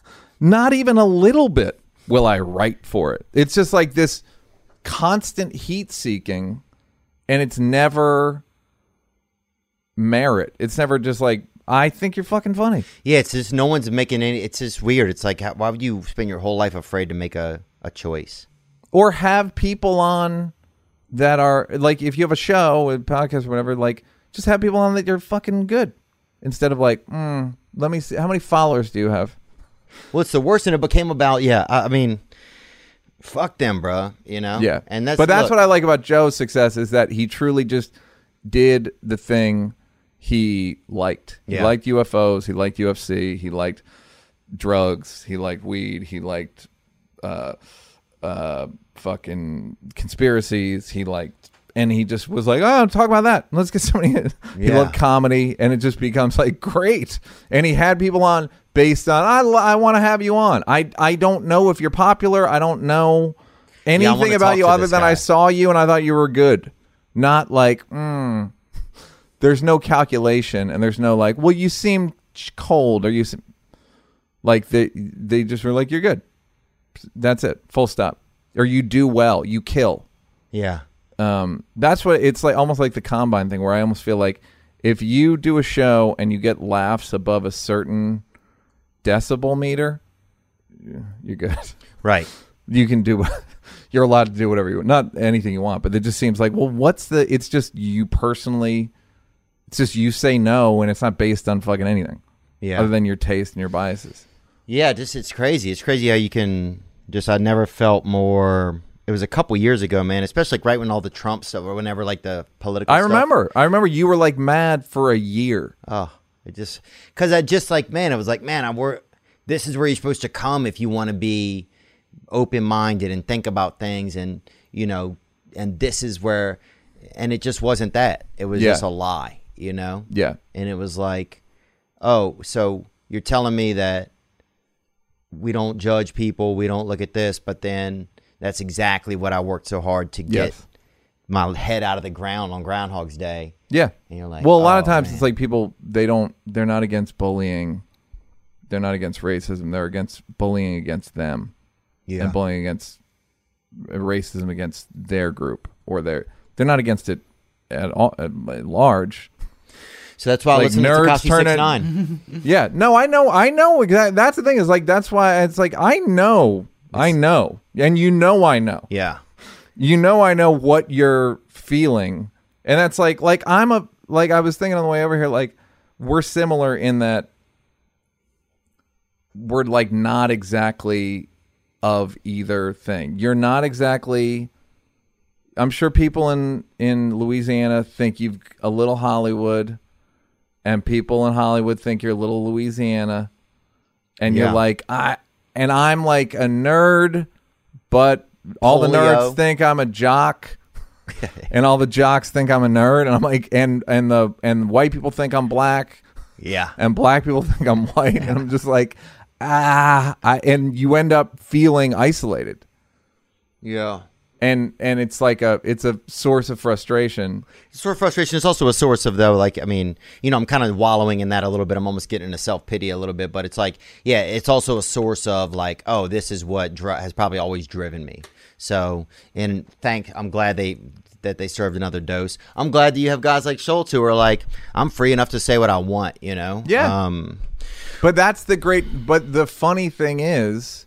C: <laughs> not even a little bit. Will I write for it? It's just like this constant heat seeking, and it's never merit. It's never just like I think you're fucking funny.
A: Yeah, it's just no one's making any. It's just weird. It's like, how, why would you spend your whole life afraid to make a, a choice?
C: or have people on that are like if you have a show a podcast or whatever like just have people on that you're fucking good instead of like mm, let me see how many followers do you have
A: Well, it's the worst, and it became about yeah. I, I mean, fuck them, bruh. You know.
C: yeah
A: And that's
C: but that's
A: look,
C: what i like about joe's success is that he truly just did the thing he liked he
A: Yeah.
C: liked ufos he liked ufc he liked drugs he liked weed he liked uh uh fucking conspiracies he liked and he just was like oh talk about that let's get somebody in. <laughs> he
A: Yeah.
C: loved comedy and it just becomes like great and he had people on based on i, I want to have you on i i don't know if you're popular i don't know
A: I
C: anything
A: wanna
C: about
A: talk
C: you
A: to
C: other
A: this
C: than
A: guy.
C: I saw you and I thought you were good. Not like, mm, there's no calculation and there's no like, well, you seem ch- cold or you seem like they they just were like, you're good. That's it. Full stop. Or you do well. You kill.
A: Yeah.
C: Um, that's what it's like. Almost like the combine thing, where I almost feel like if you do a show and you get laughs above a certain decibel meter, you're good. <laughs>
A: Right.
C: you can do <laughs> you're allowed to do whatever you want not anything you want but it just seems like well what's the it's just you personally it's just you say no and it's not based on fucking anything
A: Yeah.
C: other than your taste and your biases
A: Yeah, just it's crazy. It's crazy how you can just I never felt more it was a couple years ago, man, especially like right when all the Trump stuff or whenever like the political
C: i
A: stuff-
C: remember i remember you were like mad for a year
A: Oh, it just cuz I just like man, I was like, man, I were this is where you're supposed to come if you want to be open-minded and think about things and, you know, and this is where and it just wasn't that. It was
C: Yeah.
A: just a lie, you know?
C: yeah
A: and it was like, oh, so you're telling me that we don't judge people, we don't look at this, but then that's exactly what I worked so hard to get
C: Yes.
A: my head out of the ground on Groundhog's Day.
C: yeah
A: And you're like,
C: well a lot of
A: oh,
C: times
A: man.
C: it's like people they don't they're not against bullying they're not against racism they're against bullying against them
A: Yeah.
C: and bullying against racism against their group or their they're not against it at all at large
A: so that's why I
C: like
A: listen to
C: nerds
A: Takashi
C: turn
A: Six
C: it- <laughs>
A: Nine.
C: Yeah, no, I know, I know exactly. That's the thing is like that's why it's like I know, I know, and you know, I know,
A: yeah.
C: you know, I know what you're feeling, and that's like like I'm a like I was thinking on the way over here like we're similar in that we're like not exactly of either thing. You're not exactly. I'm sure people in in Louisiana think you've a little Hollywood, and people in Hollywood think you're a little Louisiana, and
A: Yeah.
C: you're like I. And I'm like a nerd, but all the nerds
A: Polio.
C: think I'm a jock, and all the jocks think I'm a nerd, and I'm like, and and the and white people think I'm black,
A: Yeah.
C: and black people <laughs> think I'm white, and I'm just like, ah, I, and you end up feeling isolated,
A: Yeah.
C: and and it's like a it's a source of frustration.
A: Sort of frustration. It's also a source of though, like I mean, you know, I'm kind of wallowing in that a little bit. I'm almost getting into self pity a little bit, but it's like, yeah, it's also a source of like, oh, this is what dri- has probably always driven me. So, and thank, I'm glad they that they served another dose. I'm glad that you have guys like Schultz who are like, I'm free enough to say what I want, you know?
C: Yeah.
A: Um,
C: But that's the great. But the funny thing is,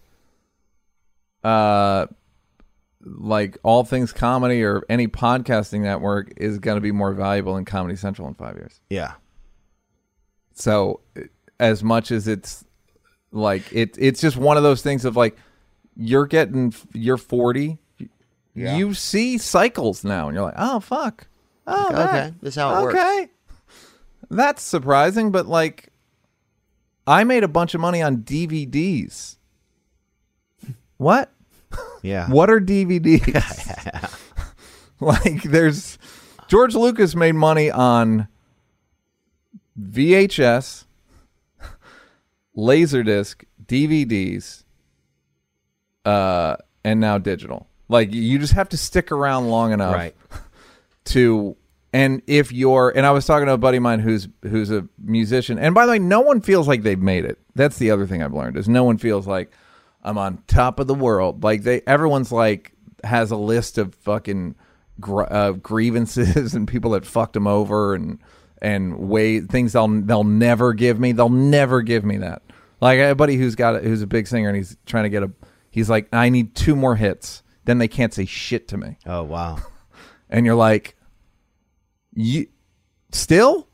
C: uh, like all things comedy or any podcasting network is going to be more valuable than Comedy Central in five years.
A: yeah.
C: So as much as it's like it it's just one of those things of like you're getting you're 40 you see cycles now and you're like oh fuck oh
A: Like, okay,
C: that-
A: this is how it works.
C: okay that's surprising but like i made a bunch of money on dvds what
A: Yeah.
C: what
A: <laughs>
C: are DVDs? like there's George Lucas made money on VHS, Laserdisc, DVDs, uh, and now digital. Like you just have to stick around long enough
A: Right.
C: to and if you're and I was talking to a buddy of mine who's who's a musician and by the way, no one feels like they've made it. That's the other thing I've learned is no one feels like I'm on top of the world. Like they everyone's like has a list of fucking gr- uh, grievances <laughs> and people that fucked them over and and way things they'll they'll never give me. They'll never give me that. Like I have a buddy who's got a, who's a big singer and he's trying to get a he's like I need two more hits then they can't say shit to me
A: Oh wow.
C: and you're like you still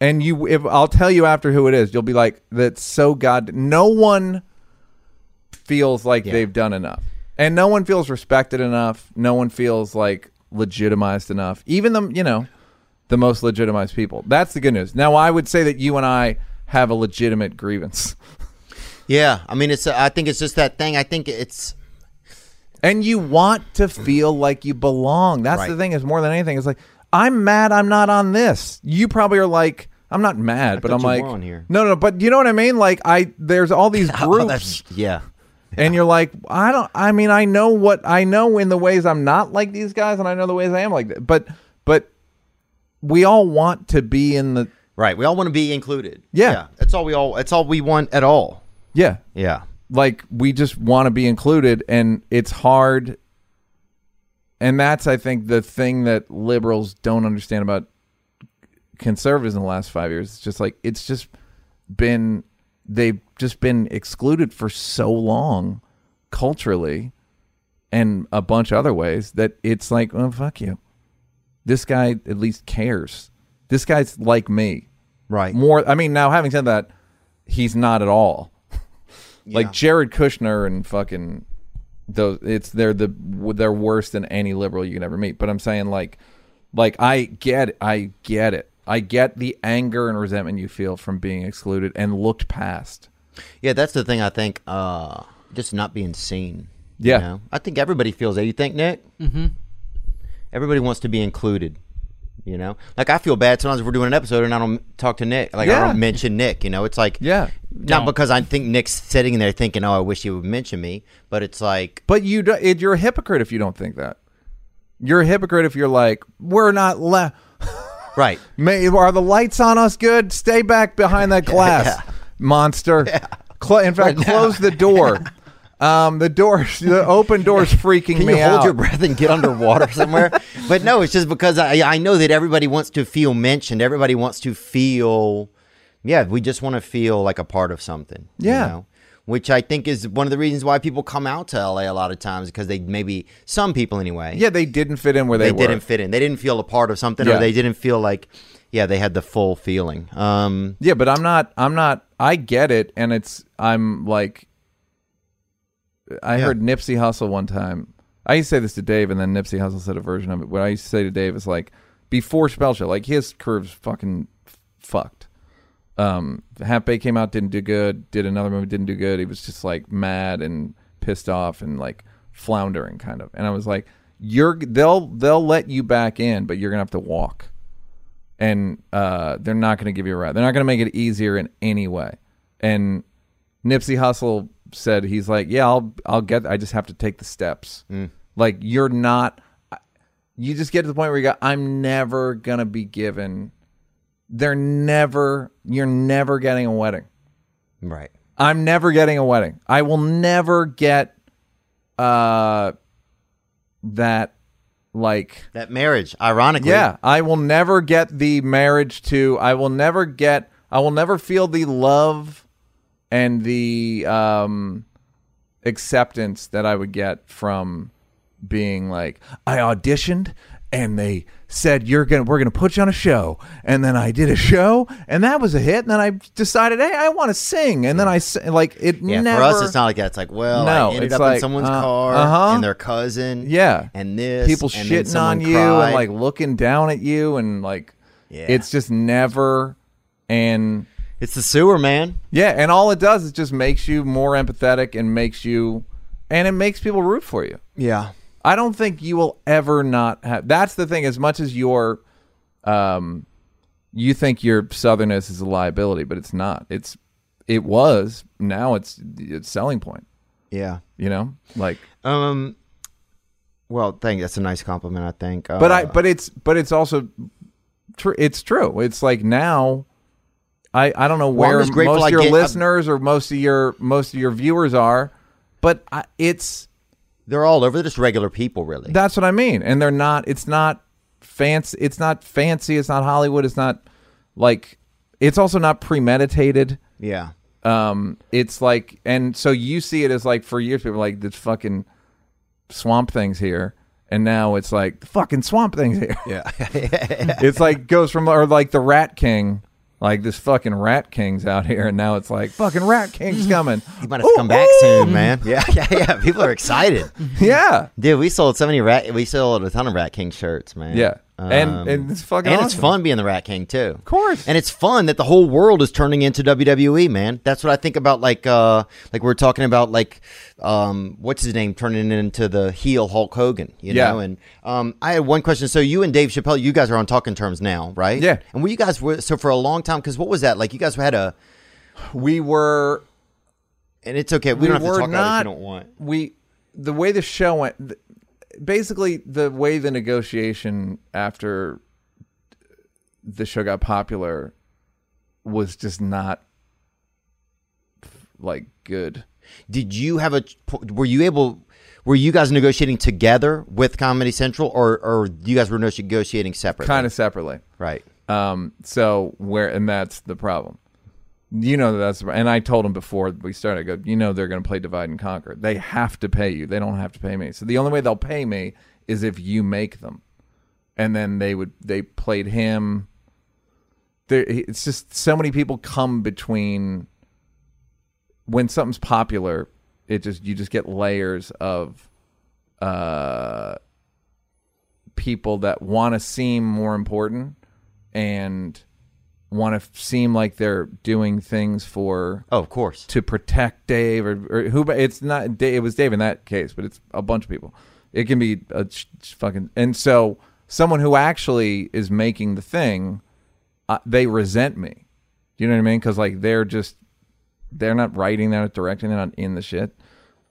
C: and you if i'll tell you after who it is you'll be like that's so god no one feels like they've done enough and no one feels respected enough no one feels like legitimized enough even the you know the most legitimized people that's the good news now i would say that you and i have a legitimate grievance <laughs>
A: Yeah, I mean, it's. I think it's just that thing. I think it's.
C: and you want to feel like you belong. That's the
A: Right.
C: thing is more than anything. It's like I'm mad I'm not on this. You probably are like I'm not mad, but
A: thought
C: I'm
A: you
C: like
A: were on here.
C: no, no. But you know what I mean? Like I there's all these
A: <laughs> Oh,
C: groups,
A: that's- yeah.
C: and you're like I don't. I mean I know what I know in the ways I'm not like these guys, and I know the ways I am like that. But but we all want to be in the
A: Right. We all want to be included.
C: Yeah.
A: That's all we all. That's all we want at all.
C: yeah
A: Yeah.
C: like we just want to be included and it's hard and that's i think the thing that liberals don't understand about conservatives in the last 5 years it's just like it's just been they've just been excluded for so long culturally and a bunch of other ways that it's like oh fuck you this guy at least cares this guy's like me
A: Right.
C: more i mean now having said that he's not at all like jared kushner and fucking those it's they're the they're worse than any liberal you can ever meet but i'm saying like like i get it i get it i get the anger and resentment you feel from being excluded and looked past
A: Yeah, that's the thing. I think uh, just not being seen.
C: Yeah.
A: You know? I think everybody feels that. You think, Nick? Mm-hmm. Everybody wants to be included. You know, like I feel bad sometimes if we're doing an episode and I don't talk to Nick. Like I
C: Yeah.
A: don't mention Nick. You know, it's like
C: Yeah.
A: not
D: Don't.
A: because I think Nick's sitting there thinking, oh, I wish he would mention me, but it's like
C: but you do, it, you're a hypocrite if you don't think that you're a hypocrite if you're like we're not la-
A: right.
C: May, are the lights on us good? Stay back
A: <laughs>
C: behind that glass, monster. Cl- in fact, close
A: <laughs>
C: the door. Um, the door, the open door's freaking
A: Can
C: me
A: you hold
C: out.
A: your breath and get
C: <laughs>
A: underwater somewhere? but no, it's just because I, I know that everybody wants to feel mentioned. Everybody wants to feel, yeah, we just want to feel like a part of something. you
C: Yeah.
A: know? Which I think is one of the reasons why people come out to LA a lot of times because they maybe, some people anyway,
C: yeah, they didn't fit in where
A: they,
C: they, were.
A: didn't fit in. They didn't feel a part of something
C: Yeah.
A: or they didn't feel like, yeah, they had the full feeling. Um,
C: Yeah, but I'm not. I'm not. I get it, and it's. I'm like. I heard Nipsey Hussle one time. I used to say this to Dave, and then Nipsey Hussle said a version of it. What I used to say to Dave is like, before Spell Check, like his curves fucking f- fucked. Um, Half Bay came out, didn't do good. Did another movie, didn't do good. He was just like mad and pissed off and like floundering kind of. And I was like, you're they'll they'll let you back in, but you're gonna have to walk and uh, they're not going to give you a ride. They're not going to make it easier in any way. And Nipsey Hussle said he's like, yeah, I'll I'll get. I just have to take the steps. Like you're not. You just get to the point where you go, I'm never gonna be given. They're never. You're never getting a wedding.
A: right.
C: I'm never getting a wedding. I will never get. Uh, that, like
A: That marriage, ironically.
C: yeah, I will never get the marriage to. I will never get. I will never feel the love and the um, acceptance that I would get from being like I auditioned and they said you're gonna we're gonna put you on a show and then I did a show and that was a hit and then I decided hey I want to sing and then I s- like it
A: Yeah,
C: never
A: for us, it's not like that. It's like, well,
C: No,
A: I ended
C: it's
A: up
C: like,
A: in someone's
C: uh,
A: car
C: uh-huh.
A: and their cousin.
C: Yeah.
A: And this.
C: people
A: and then
C: shitting
A: someone
C: on you
A: cried.
C: and like looking down at you and like
A: Yeah.
C: it's just never and
A: it's the sewer, man.
C: yeah, and all it does is just makes you more empathetic and makes you and it makes people root for you.
A: Yeah.
C: I don't think you will ever not have. That's the thing. As much as your, um, you think your southernness is a liability, but it's not. It's it was. Now it's it's selling point.
A: Yeah.
C: You know, like
A: Um, Well, thank. That's a nice compliment, I think. Uh,
C: But I but it's but it's also true. It's true. It's like now I I don't know
A: Well, I'm
C: where
A: just grateful
C: most
A: I
C: of your
A: get-
C: listeners or most of your most of your viewers are, but I, it's
A: they're all over. They're just regular people, really.
C: that's what I mean. And they're not it's not fancy it's not fancy, it's not Hollywood, it's not like it's also not premeditated.
A: yeah.
C: Um it's like and so you see it as like for years people were like this fucking swamp things here and now it's like the fucking swamp things <laughs> here.
A: Yeah.
C: it's like goes from or like the Rat King, like this fucking Rat King's out here, and now it's like fucking Rat <laughs> King's coming.
A: <laughs> You might have to come back soon, man. Yeah, <laughs> yeah, yeah. People are excited.
C: Yeah,
A: Dude, we sold so many rat. We sold a ton of Rat King shirts, man.
C: yeah,
A: Um,
C: and and it's fucking
A: and it's
C: awesome.
A: fun being the Rat King too. Of
C: course.
A: And it's fun that the whole world is turning into WWE, man. That's what I think about. Like, uh, like we we're talking about, like, um, what's his name turning into the heel Hulk Hogan, you
C: Yeah.
A: know? And um, I had one question. So you and Dave Chappelle, you guys are on talking terms now, right?
C: Yeah.
A: And were you guys were so for a long time? Because what was that like? You guys had a,
C: We were
A: and it's okay. We, don't have to
C: were
A: talk about it if you don't want.
C: We the way the show went, th- basically the way the negotiation after the show got popular was just not like good.
A: Did you have a? Were you able? Were you guys negotiating together with Comedy Central, or or you guys were negotiating separate?
C: Kind of separately.
A: right.
C: Um, so where and that's the problem. You know that that's and I told them before we started. I go, you know they're going to play divide and conquer. They have to pay you. They don't have to pay me. So the only way they'll pay me is if you make them. And then they would they played him. There, it's just so many people come between. When something's popular, it just you just get layers of uh, people that want to seem more important and want to seem like they're doing things for
A: Oh, of course.
C: to protect Dave or, or who. but It's not. Da- It was Dave in that case, but it's a bunch of people. It can be a ch- ch- fucking and so someone who actually is making the thing, uh, they resent me. Do you know what I mean? Because like they're just they're not writing, they're not directing, they're not in the shit.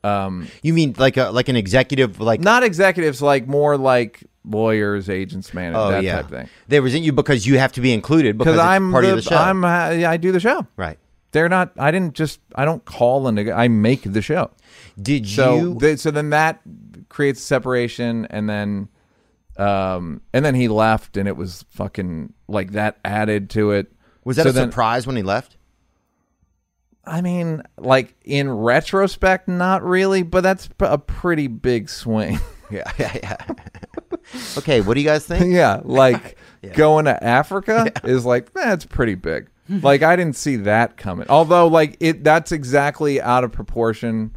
A: You mean like a like an executive like?
C: Not executives, like more like lawyers, agents, managers,
A: oh
C: that
A: yeah.
C: type of thing.
A: They resent you because you have to be included because
C: Because
A: it's
C: I'm
A: part
C: the,
A: of the show.
C: I'm uh, yeah, I do the show.
A: right.
C: They're not. I didn't just. I don't call and neg- I make the show.
A: Did
C: So
A: you?
C: th- so then that creates separation, and then um and then he left, and it was fucking like that added to it.
A: was that
C: So
A: a
C: then-
A: surprise when he
C: <laughs>
A: left?
C: I mean, like in retrospect, not really, but that's p- a pretty big swing.
A: Yeah, yeah, yeah. <laughs> okay, what do you guys think?
C: <laughs> yeah, like going to Africa is like that's pretty big. Like I didn't see that coming. Although like it that's exactly out of proportion.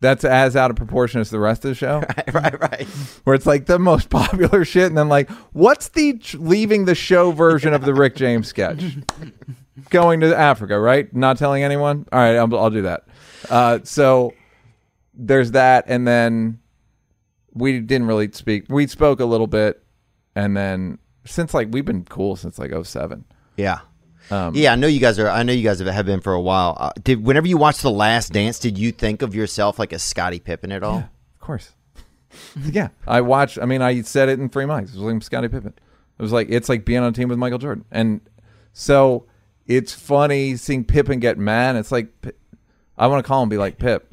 C: That's as out of proportion as the rest of the show.
A: right, right.
C: where it's like the most <laughs> popular shit, and then like, what's the tr- leaving the show version of the Rick James sketch? Going to Africa, right? Not telling anyone. All right, I'll, I'll do that. Uh, so there's that, and then we didn't really speak. We spoke a little bit, and then since like we've been cool since like 07.
A: Yeah.
C: Um,
A: yeah, I know you guys are. I know you guys have, have been for a while. Uh, did whenever you watched The Last Dance, did you think of yourself like a Scottie Pippen at all?
C: Of course. <laughs> yeah, I watched. I mean, I said it in three mics. It was like Scottie Pippen. It was like it's like being on a team with Michael Jordan, and so it's funny seeing Pippen get mad. It's like Pi- I want to call him and be like Pip.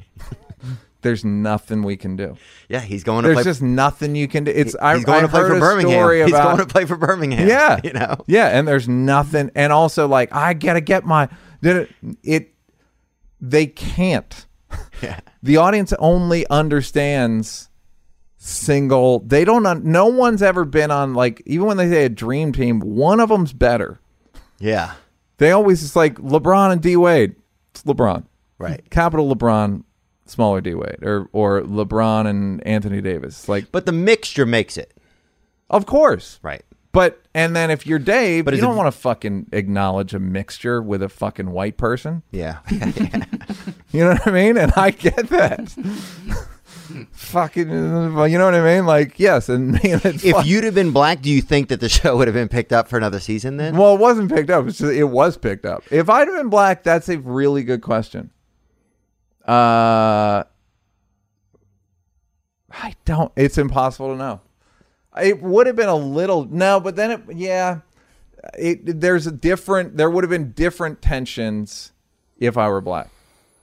C: There's nothing we can do.
A: Yeah, he's going to
C: There's
A: play.
C: just nothing you can do. It's I,
A: he's going
C: I
A: to play
C: heard
A: for
C: a
A: Birmingham. <laughs>
C: Story
A: He's
C: about,
A: going to play for Birmingham.
C: yeah.
A: <laughs> you know.
C: Yeah, and there's nothing and also like I gotta get my then it, it they can't.
A: Yeah.
C: The audience only understands single they don't un- no one's ever been on like even when they say a dream team, one of them's better.
A: Yeah,
C: They always just like LeBron and D Wade. It's LeBron.
A: right.
C: Capital LeBron, smaller D Wade, or or LeBron and Anthony Davis. Like
A: But the mixture makes it
C: of course.
A: right.
C: But and then if you're Dave,
A: But
C: you
A: is it-
C: don't want to fucking acknowledge a mixture with a fucking white person. <laughs>
A: Yeah,
C: You know what I mean? And I get that. fucking, uh, you know what I mean? Like yes, and man, it's
A: if
C: fuck-
A: you'd have been black, do you think that the <laughs> show would have been picked up for another season? Then
C: well, it wasn't picked up. It's just, it was picked up. If I'd have been black, that's a really good question. Uh, I don't. It's impossible to know. It would have been a little no, but then it yeah. It there's a different. There would have been different tensions if I were black.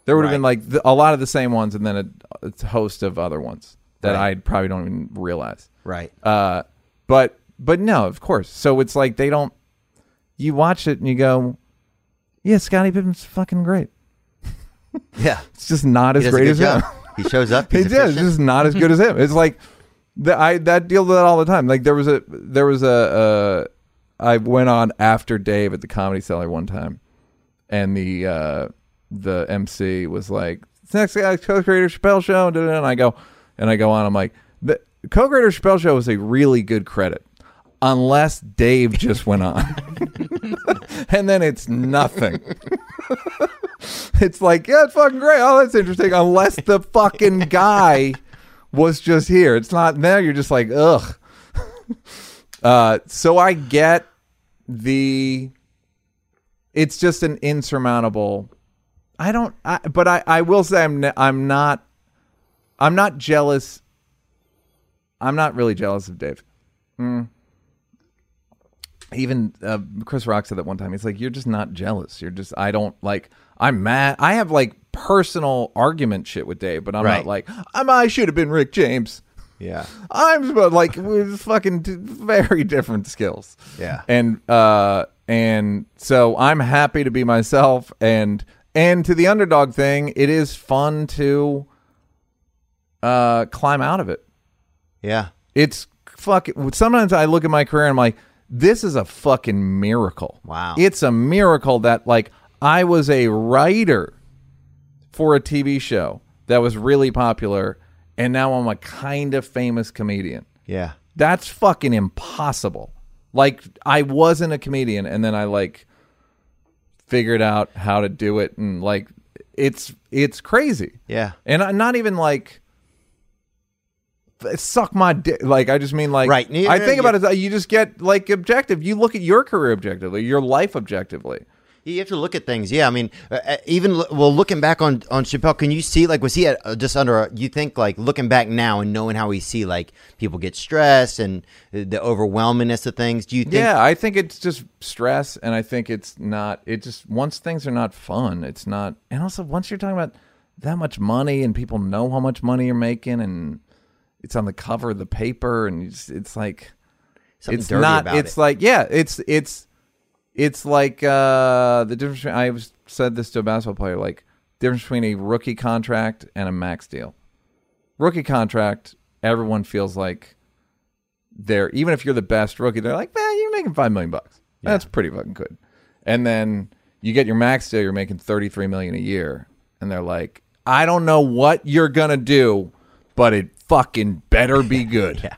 C: There would have been like the, a lot of the same ones, and then a, a host of other ones that
A: Right.
C: I probably don't even realize.
A: Right.
C: Uh, but but no, of course. So it's like they don't. You watch it and you go, yeah, Scottie Pippen's fucking great.
A: yeah.
C: It's just not
A: He
C: as
A: does a
C: great
A: good
C: as
A: job.
C: him.
A: He shows
C: <laughs>
A: up.
C: He
A: He's
C: did.
A: efficient.
C: It's just not as good as him. It's like the, I that deal with that all the time. Like there was a there was a uh, I went on after Dave at the Comedy Cellar one time, and the uh, the MC was like, "This "Next guy, co-creator Chappelle Show," da, da, da," and I go and I go on. I'm like, "The co-creator Chappelle Show is a really good credit." Unless Dave just went on, <laughs> and then it's nothing <laughs> it's like, yeah, it's fucking great. Oh, that's interesting. Unless the fucking guy was just here. It's not now you're just like, ugh. uh so I get the it's just an insurmountable I don't I, but I I will say I'm ne- I'm not I'm not jealous I'm not really jealous of Dave. Mm. Even uh, Chris Rock said that one time. He's like, "You're just not jealous. You're just I don't like. I'm mad. I have like personal argument shit with Dave, but I'm
A: Right.
C: not like I'm, I should have been Rick James.
A: Yeah.
C: I'm but like with fucking d- very different skills.
A: Yeah.
C: And uh and so I'm happy to be myself and and to the underdog thing, it is fun to uh climb out of it.
A: Yeah.
C: It's fucking sometimes I look at my career and I'm like this is a fucking miracle.
A: Wow.
C: It's a miracle that like I was a writer for a TV show that was really popular and now I'm a kind of famous comedian.
A: Yeah.
C: That's fucking impossible. Like I wasn't a comedian and then I like figured out how to do it and like it's it's crazy.
A: Yeah.
C: And I'm not even like suck my dick. Like I just mean like
A: Right.
C: I think about it you just get like objective. You look at your career objectively, your life objectively.
A: You have to look at things. Yeah, I mean, uh, uh, even l- well, looking back on on Chappelle, can you see like was he at, uh, just under? A, you think like looking back now and knowing how we see like people get stressed and the the overwhelmingness of things. Do you think?
C: yeah, I think it's just stress, and I think it's not. It just once things are not fun, it's not. And also, once you're talking about that much money, and people know how much money you're making, and it's on the cover of the paper, and it's, it's like
A: something
C: it's
A: dirty
C: not.
A: about
C: it's
A: it.
C: like yeah, it's it's it's like uh the difference. Between, I've said this to a basketball player, like difference between a rookie contract and a max deal. Rookie contract, everyone feels like they're even if you're the best rookie, they're like, man, you're making five million bucks. That's pretty fucking good. And then you get your max deal, you're making thirty three million a year, and they're like, I don't know what you're gonna do, but it fucking better be good.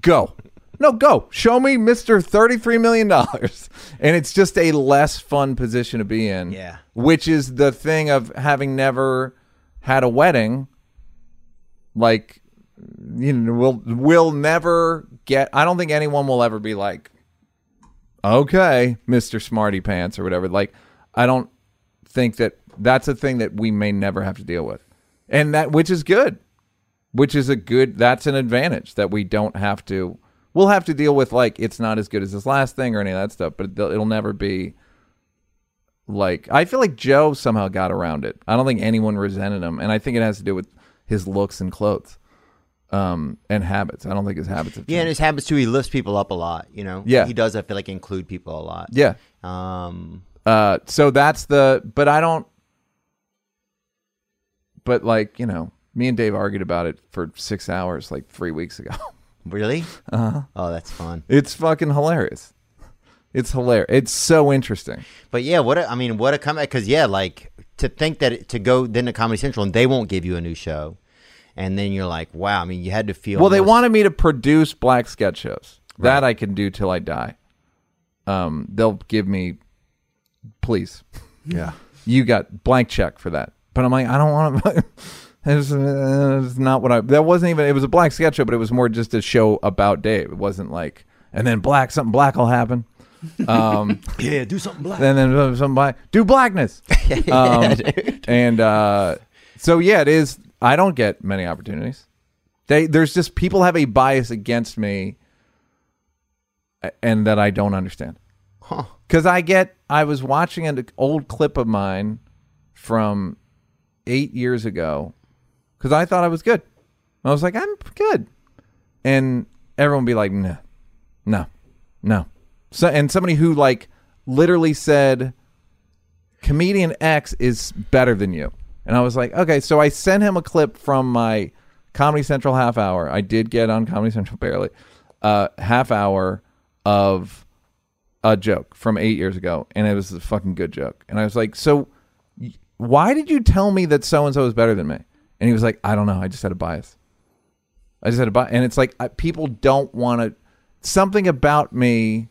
C: go. No, go. Show me Mr. $33 million. And it's just a less fun position to be in.
A: Yeah.
C: Which is the thing of having never had a wedding. Like, you know, we'll, we'll never get, I don't think anyone will ever be like, okay, Mr. Smarty Pants or whatever. Like, I don't think that that's a thing that we may never have to deal with. And that, which is good which is a good that's an advantage that we don't have to we'll have to deal with like it's not as good as this last thing or any of that stuff but it'll, it'll never be like i feel like joe somehow got around it i don't think anyone resented him and i think it has to do with his looks and clothes um and habits i don't think his habits have
A: yeah, and
C: changed.
A: his habits too. He lifts people up a lot. You know.
C: Yeah.
A: He does. I feel like include people a lot.
C: yeah
A: Um.
C: uh so that's the but i don't but like you know me and dave argued about it for six hours like three weeks ago <laughs>
A: Really?
C: Uh-huh.
A: Oh, that's fun.
C: It's fucking hilarious. It's hilarious. It's so interesting.
A: But yeah, what a, I mean, what a comeback! Because yeah, like to think that it, to go then to Comedy Central and they won't give you a new show, and then you're like, wow. I mean, you had to feel.
C: Well, they
A: <laughs> almost-
C: wanted me to produce black sketch shows. That I can do till I die. Um, they'll give me, please. Yeah. <laughs> You got blank check for that, but I'm like, I don't want to. <laughs> It's, uh, it's not what I. That wasn't even. It was a black sketch show, but it was more just a show about Dave. It wasn't like, and then black something black will happen.
A: <laughs> yeah, do something black.
C: and then somebody do
A: <laughs>
C: blackness. Um, and uh, so yeah, it is. I don't get many opportunities They there's just people have a bias against me, a- and that I don't understand. Because I get I was watching an old clip of mine from eight years ago because I thought I was good. I was like, I'm good, and everyone be like, no, no, no. So and somebody who like literally said comedian X is better than you. And I was like, okay. So I sent him a clip from my Comedy Central half hour. I did get on Comedy Central barely, uh, half hour of a joke from eight years ago, and it was a fucking good joke. And I was like, so y- why did you tell me that so and so is better than me? And he was like, I don't know. I just had a bias. I just had a bias. And it's like I, people don't want to. Something about me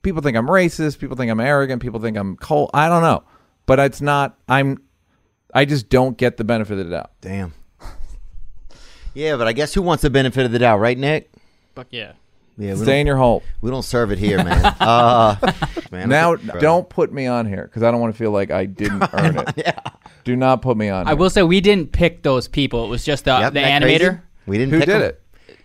C: people think I'm racist, people think I'm arrogant, people think I'm cold. I don't know. But it's not I'm I just don't get the benefit of the doubt.
A: Damn. Yeah, but I guess who wants the benefit of the doubt, right, Nick?
D: Fuck yeah.
A: Yeah, we
C: Stay
A: don't,
C: in your hole.
A: we don't serve it
C: <laughs>
A: here, man. Uh, man,
C: Now
A: look at- bro.
C: don't put me on here cuz I don't want to feel like I didn't earn it. yeah. Do not put me on.
D: I will say we didn't pick those people. It was just the,
A: Yep,
D: the
A: isn't that
D: animator.
A: crazy? We didn't.
C: Who
A: pick
C: did
A: him.
C: it?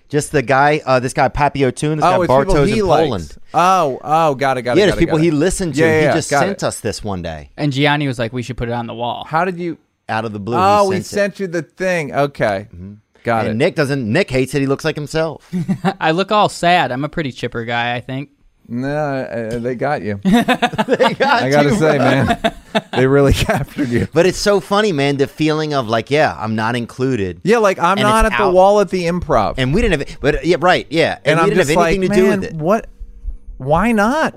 A: Just the guy. Uh, this guy Papio Tune. This
C: Oh,
A: guy
C: it's people
A: Bartos
C: he
A: in
C: likes.
A: Poland.
C: Oh, oh, got it, got it.
A: Yeah, there's
C: got it,
A: people
C: got
A: he
C: it.
A: listened to.
C: Yeah, yeah,
A: he just
C: got
A: sent
C: it.
A: us this one day
D: And Gianni was like, we should put it on the wall.
C: How did you
A: out of the blue. he
C: Oh, we
A: sent it. Mm-hmm.
C: sent you the thing. Okay. Got it.
A: And Nick doesn't. Nick hates it. He looks like himself.
D: <laughs>
C: <laughs>
A: <laughs>
D: I look all sad. I'm a pretty chipper guy, I think.
C: No, uh, they got you. they got I gotta say, man, they really <laughs> captured you.
A: But it's so funny, man. The feeling of like, yeah, I'm not included.
C: Yeah, like I'm
A: And
C: not
A: it's
C: at the
A: out.
C: wall at the improv,
A: And we didn't have. But yeah, right. Yeah. And, we
C: I'm
A: didn't
C: just
A: have anything
C: like,
A: to do
C: man,
A: with it.
C: what? Why not?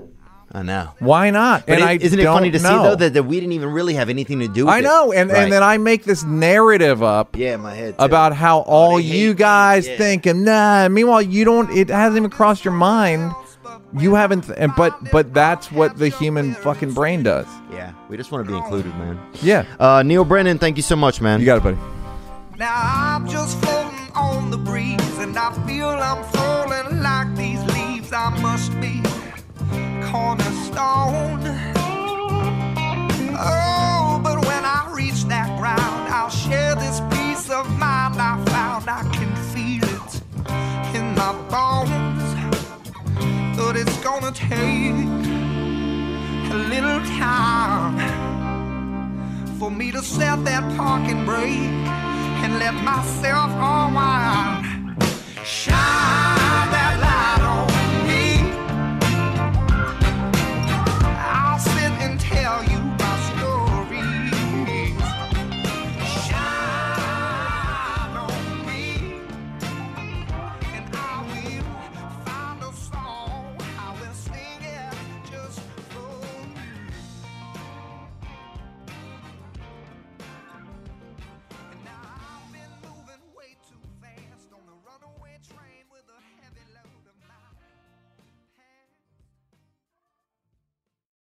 A: I know.
C: Why not?
A: But
C: and
A: it-
C: I
A: isn't it
C: don't
A: funny to
C: know.
A: see though that, that we didn't even really have anything to do with
C: I
A: it?
C: know, and
A: Right.
C: and then I make this narrative up
A: Yeah, my head. too.
C: about how all
A: they hate
C: you
A: me,
C: guys
A: yeah.
C: think, and nah. Meanwhile, you don't. It hasn't even crossed your mind. You haven't, th- and but but that's what the human fucking brain does.
A: Yeah, we just want to be included, man.
C: Yeah,
A: Uh, Neil Brennan, thank you so much, man.
C: you got it, buddy.
B: Now I'm just floating on the breeze, and I feel I'm falling like these leaves. I must be cornerstone. Oh, but when I reach that ground, I'll share this peace of mind I found. I can feel it in my bones, but it's gonna take a little time for me to set that parking brake and let myself unwind. Shine that light on me. I'll sit and tell you my stories. Shine on me, and I will find a song. I will sing it just for you. And now I've been moving way too fast on a runaway train with a heavy load of my.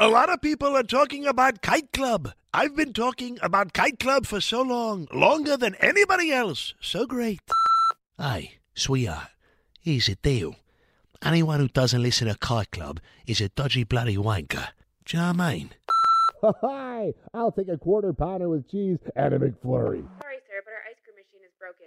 G: A lot of people are talking about Kite Club. I've been talking about Kite Club for so long, longer than anybody else. So great.
H: Hey, sweetheart, here's the deal. Anyone who doesn't listen to Kite Club is a dodgy bloody wanker. Do you know what I mean?
G: Hi, I'll take a quarter pounder with cheese and a McFlurry.
I: Sorry, sir, but our ice cream machine is broken.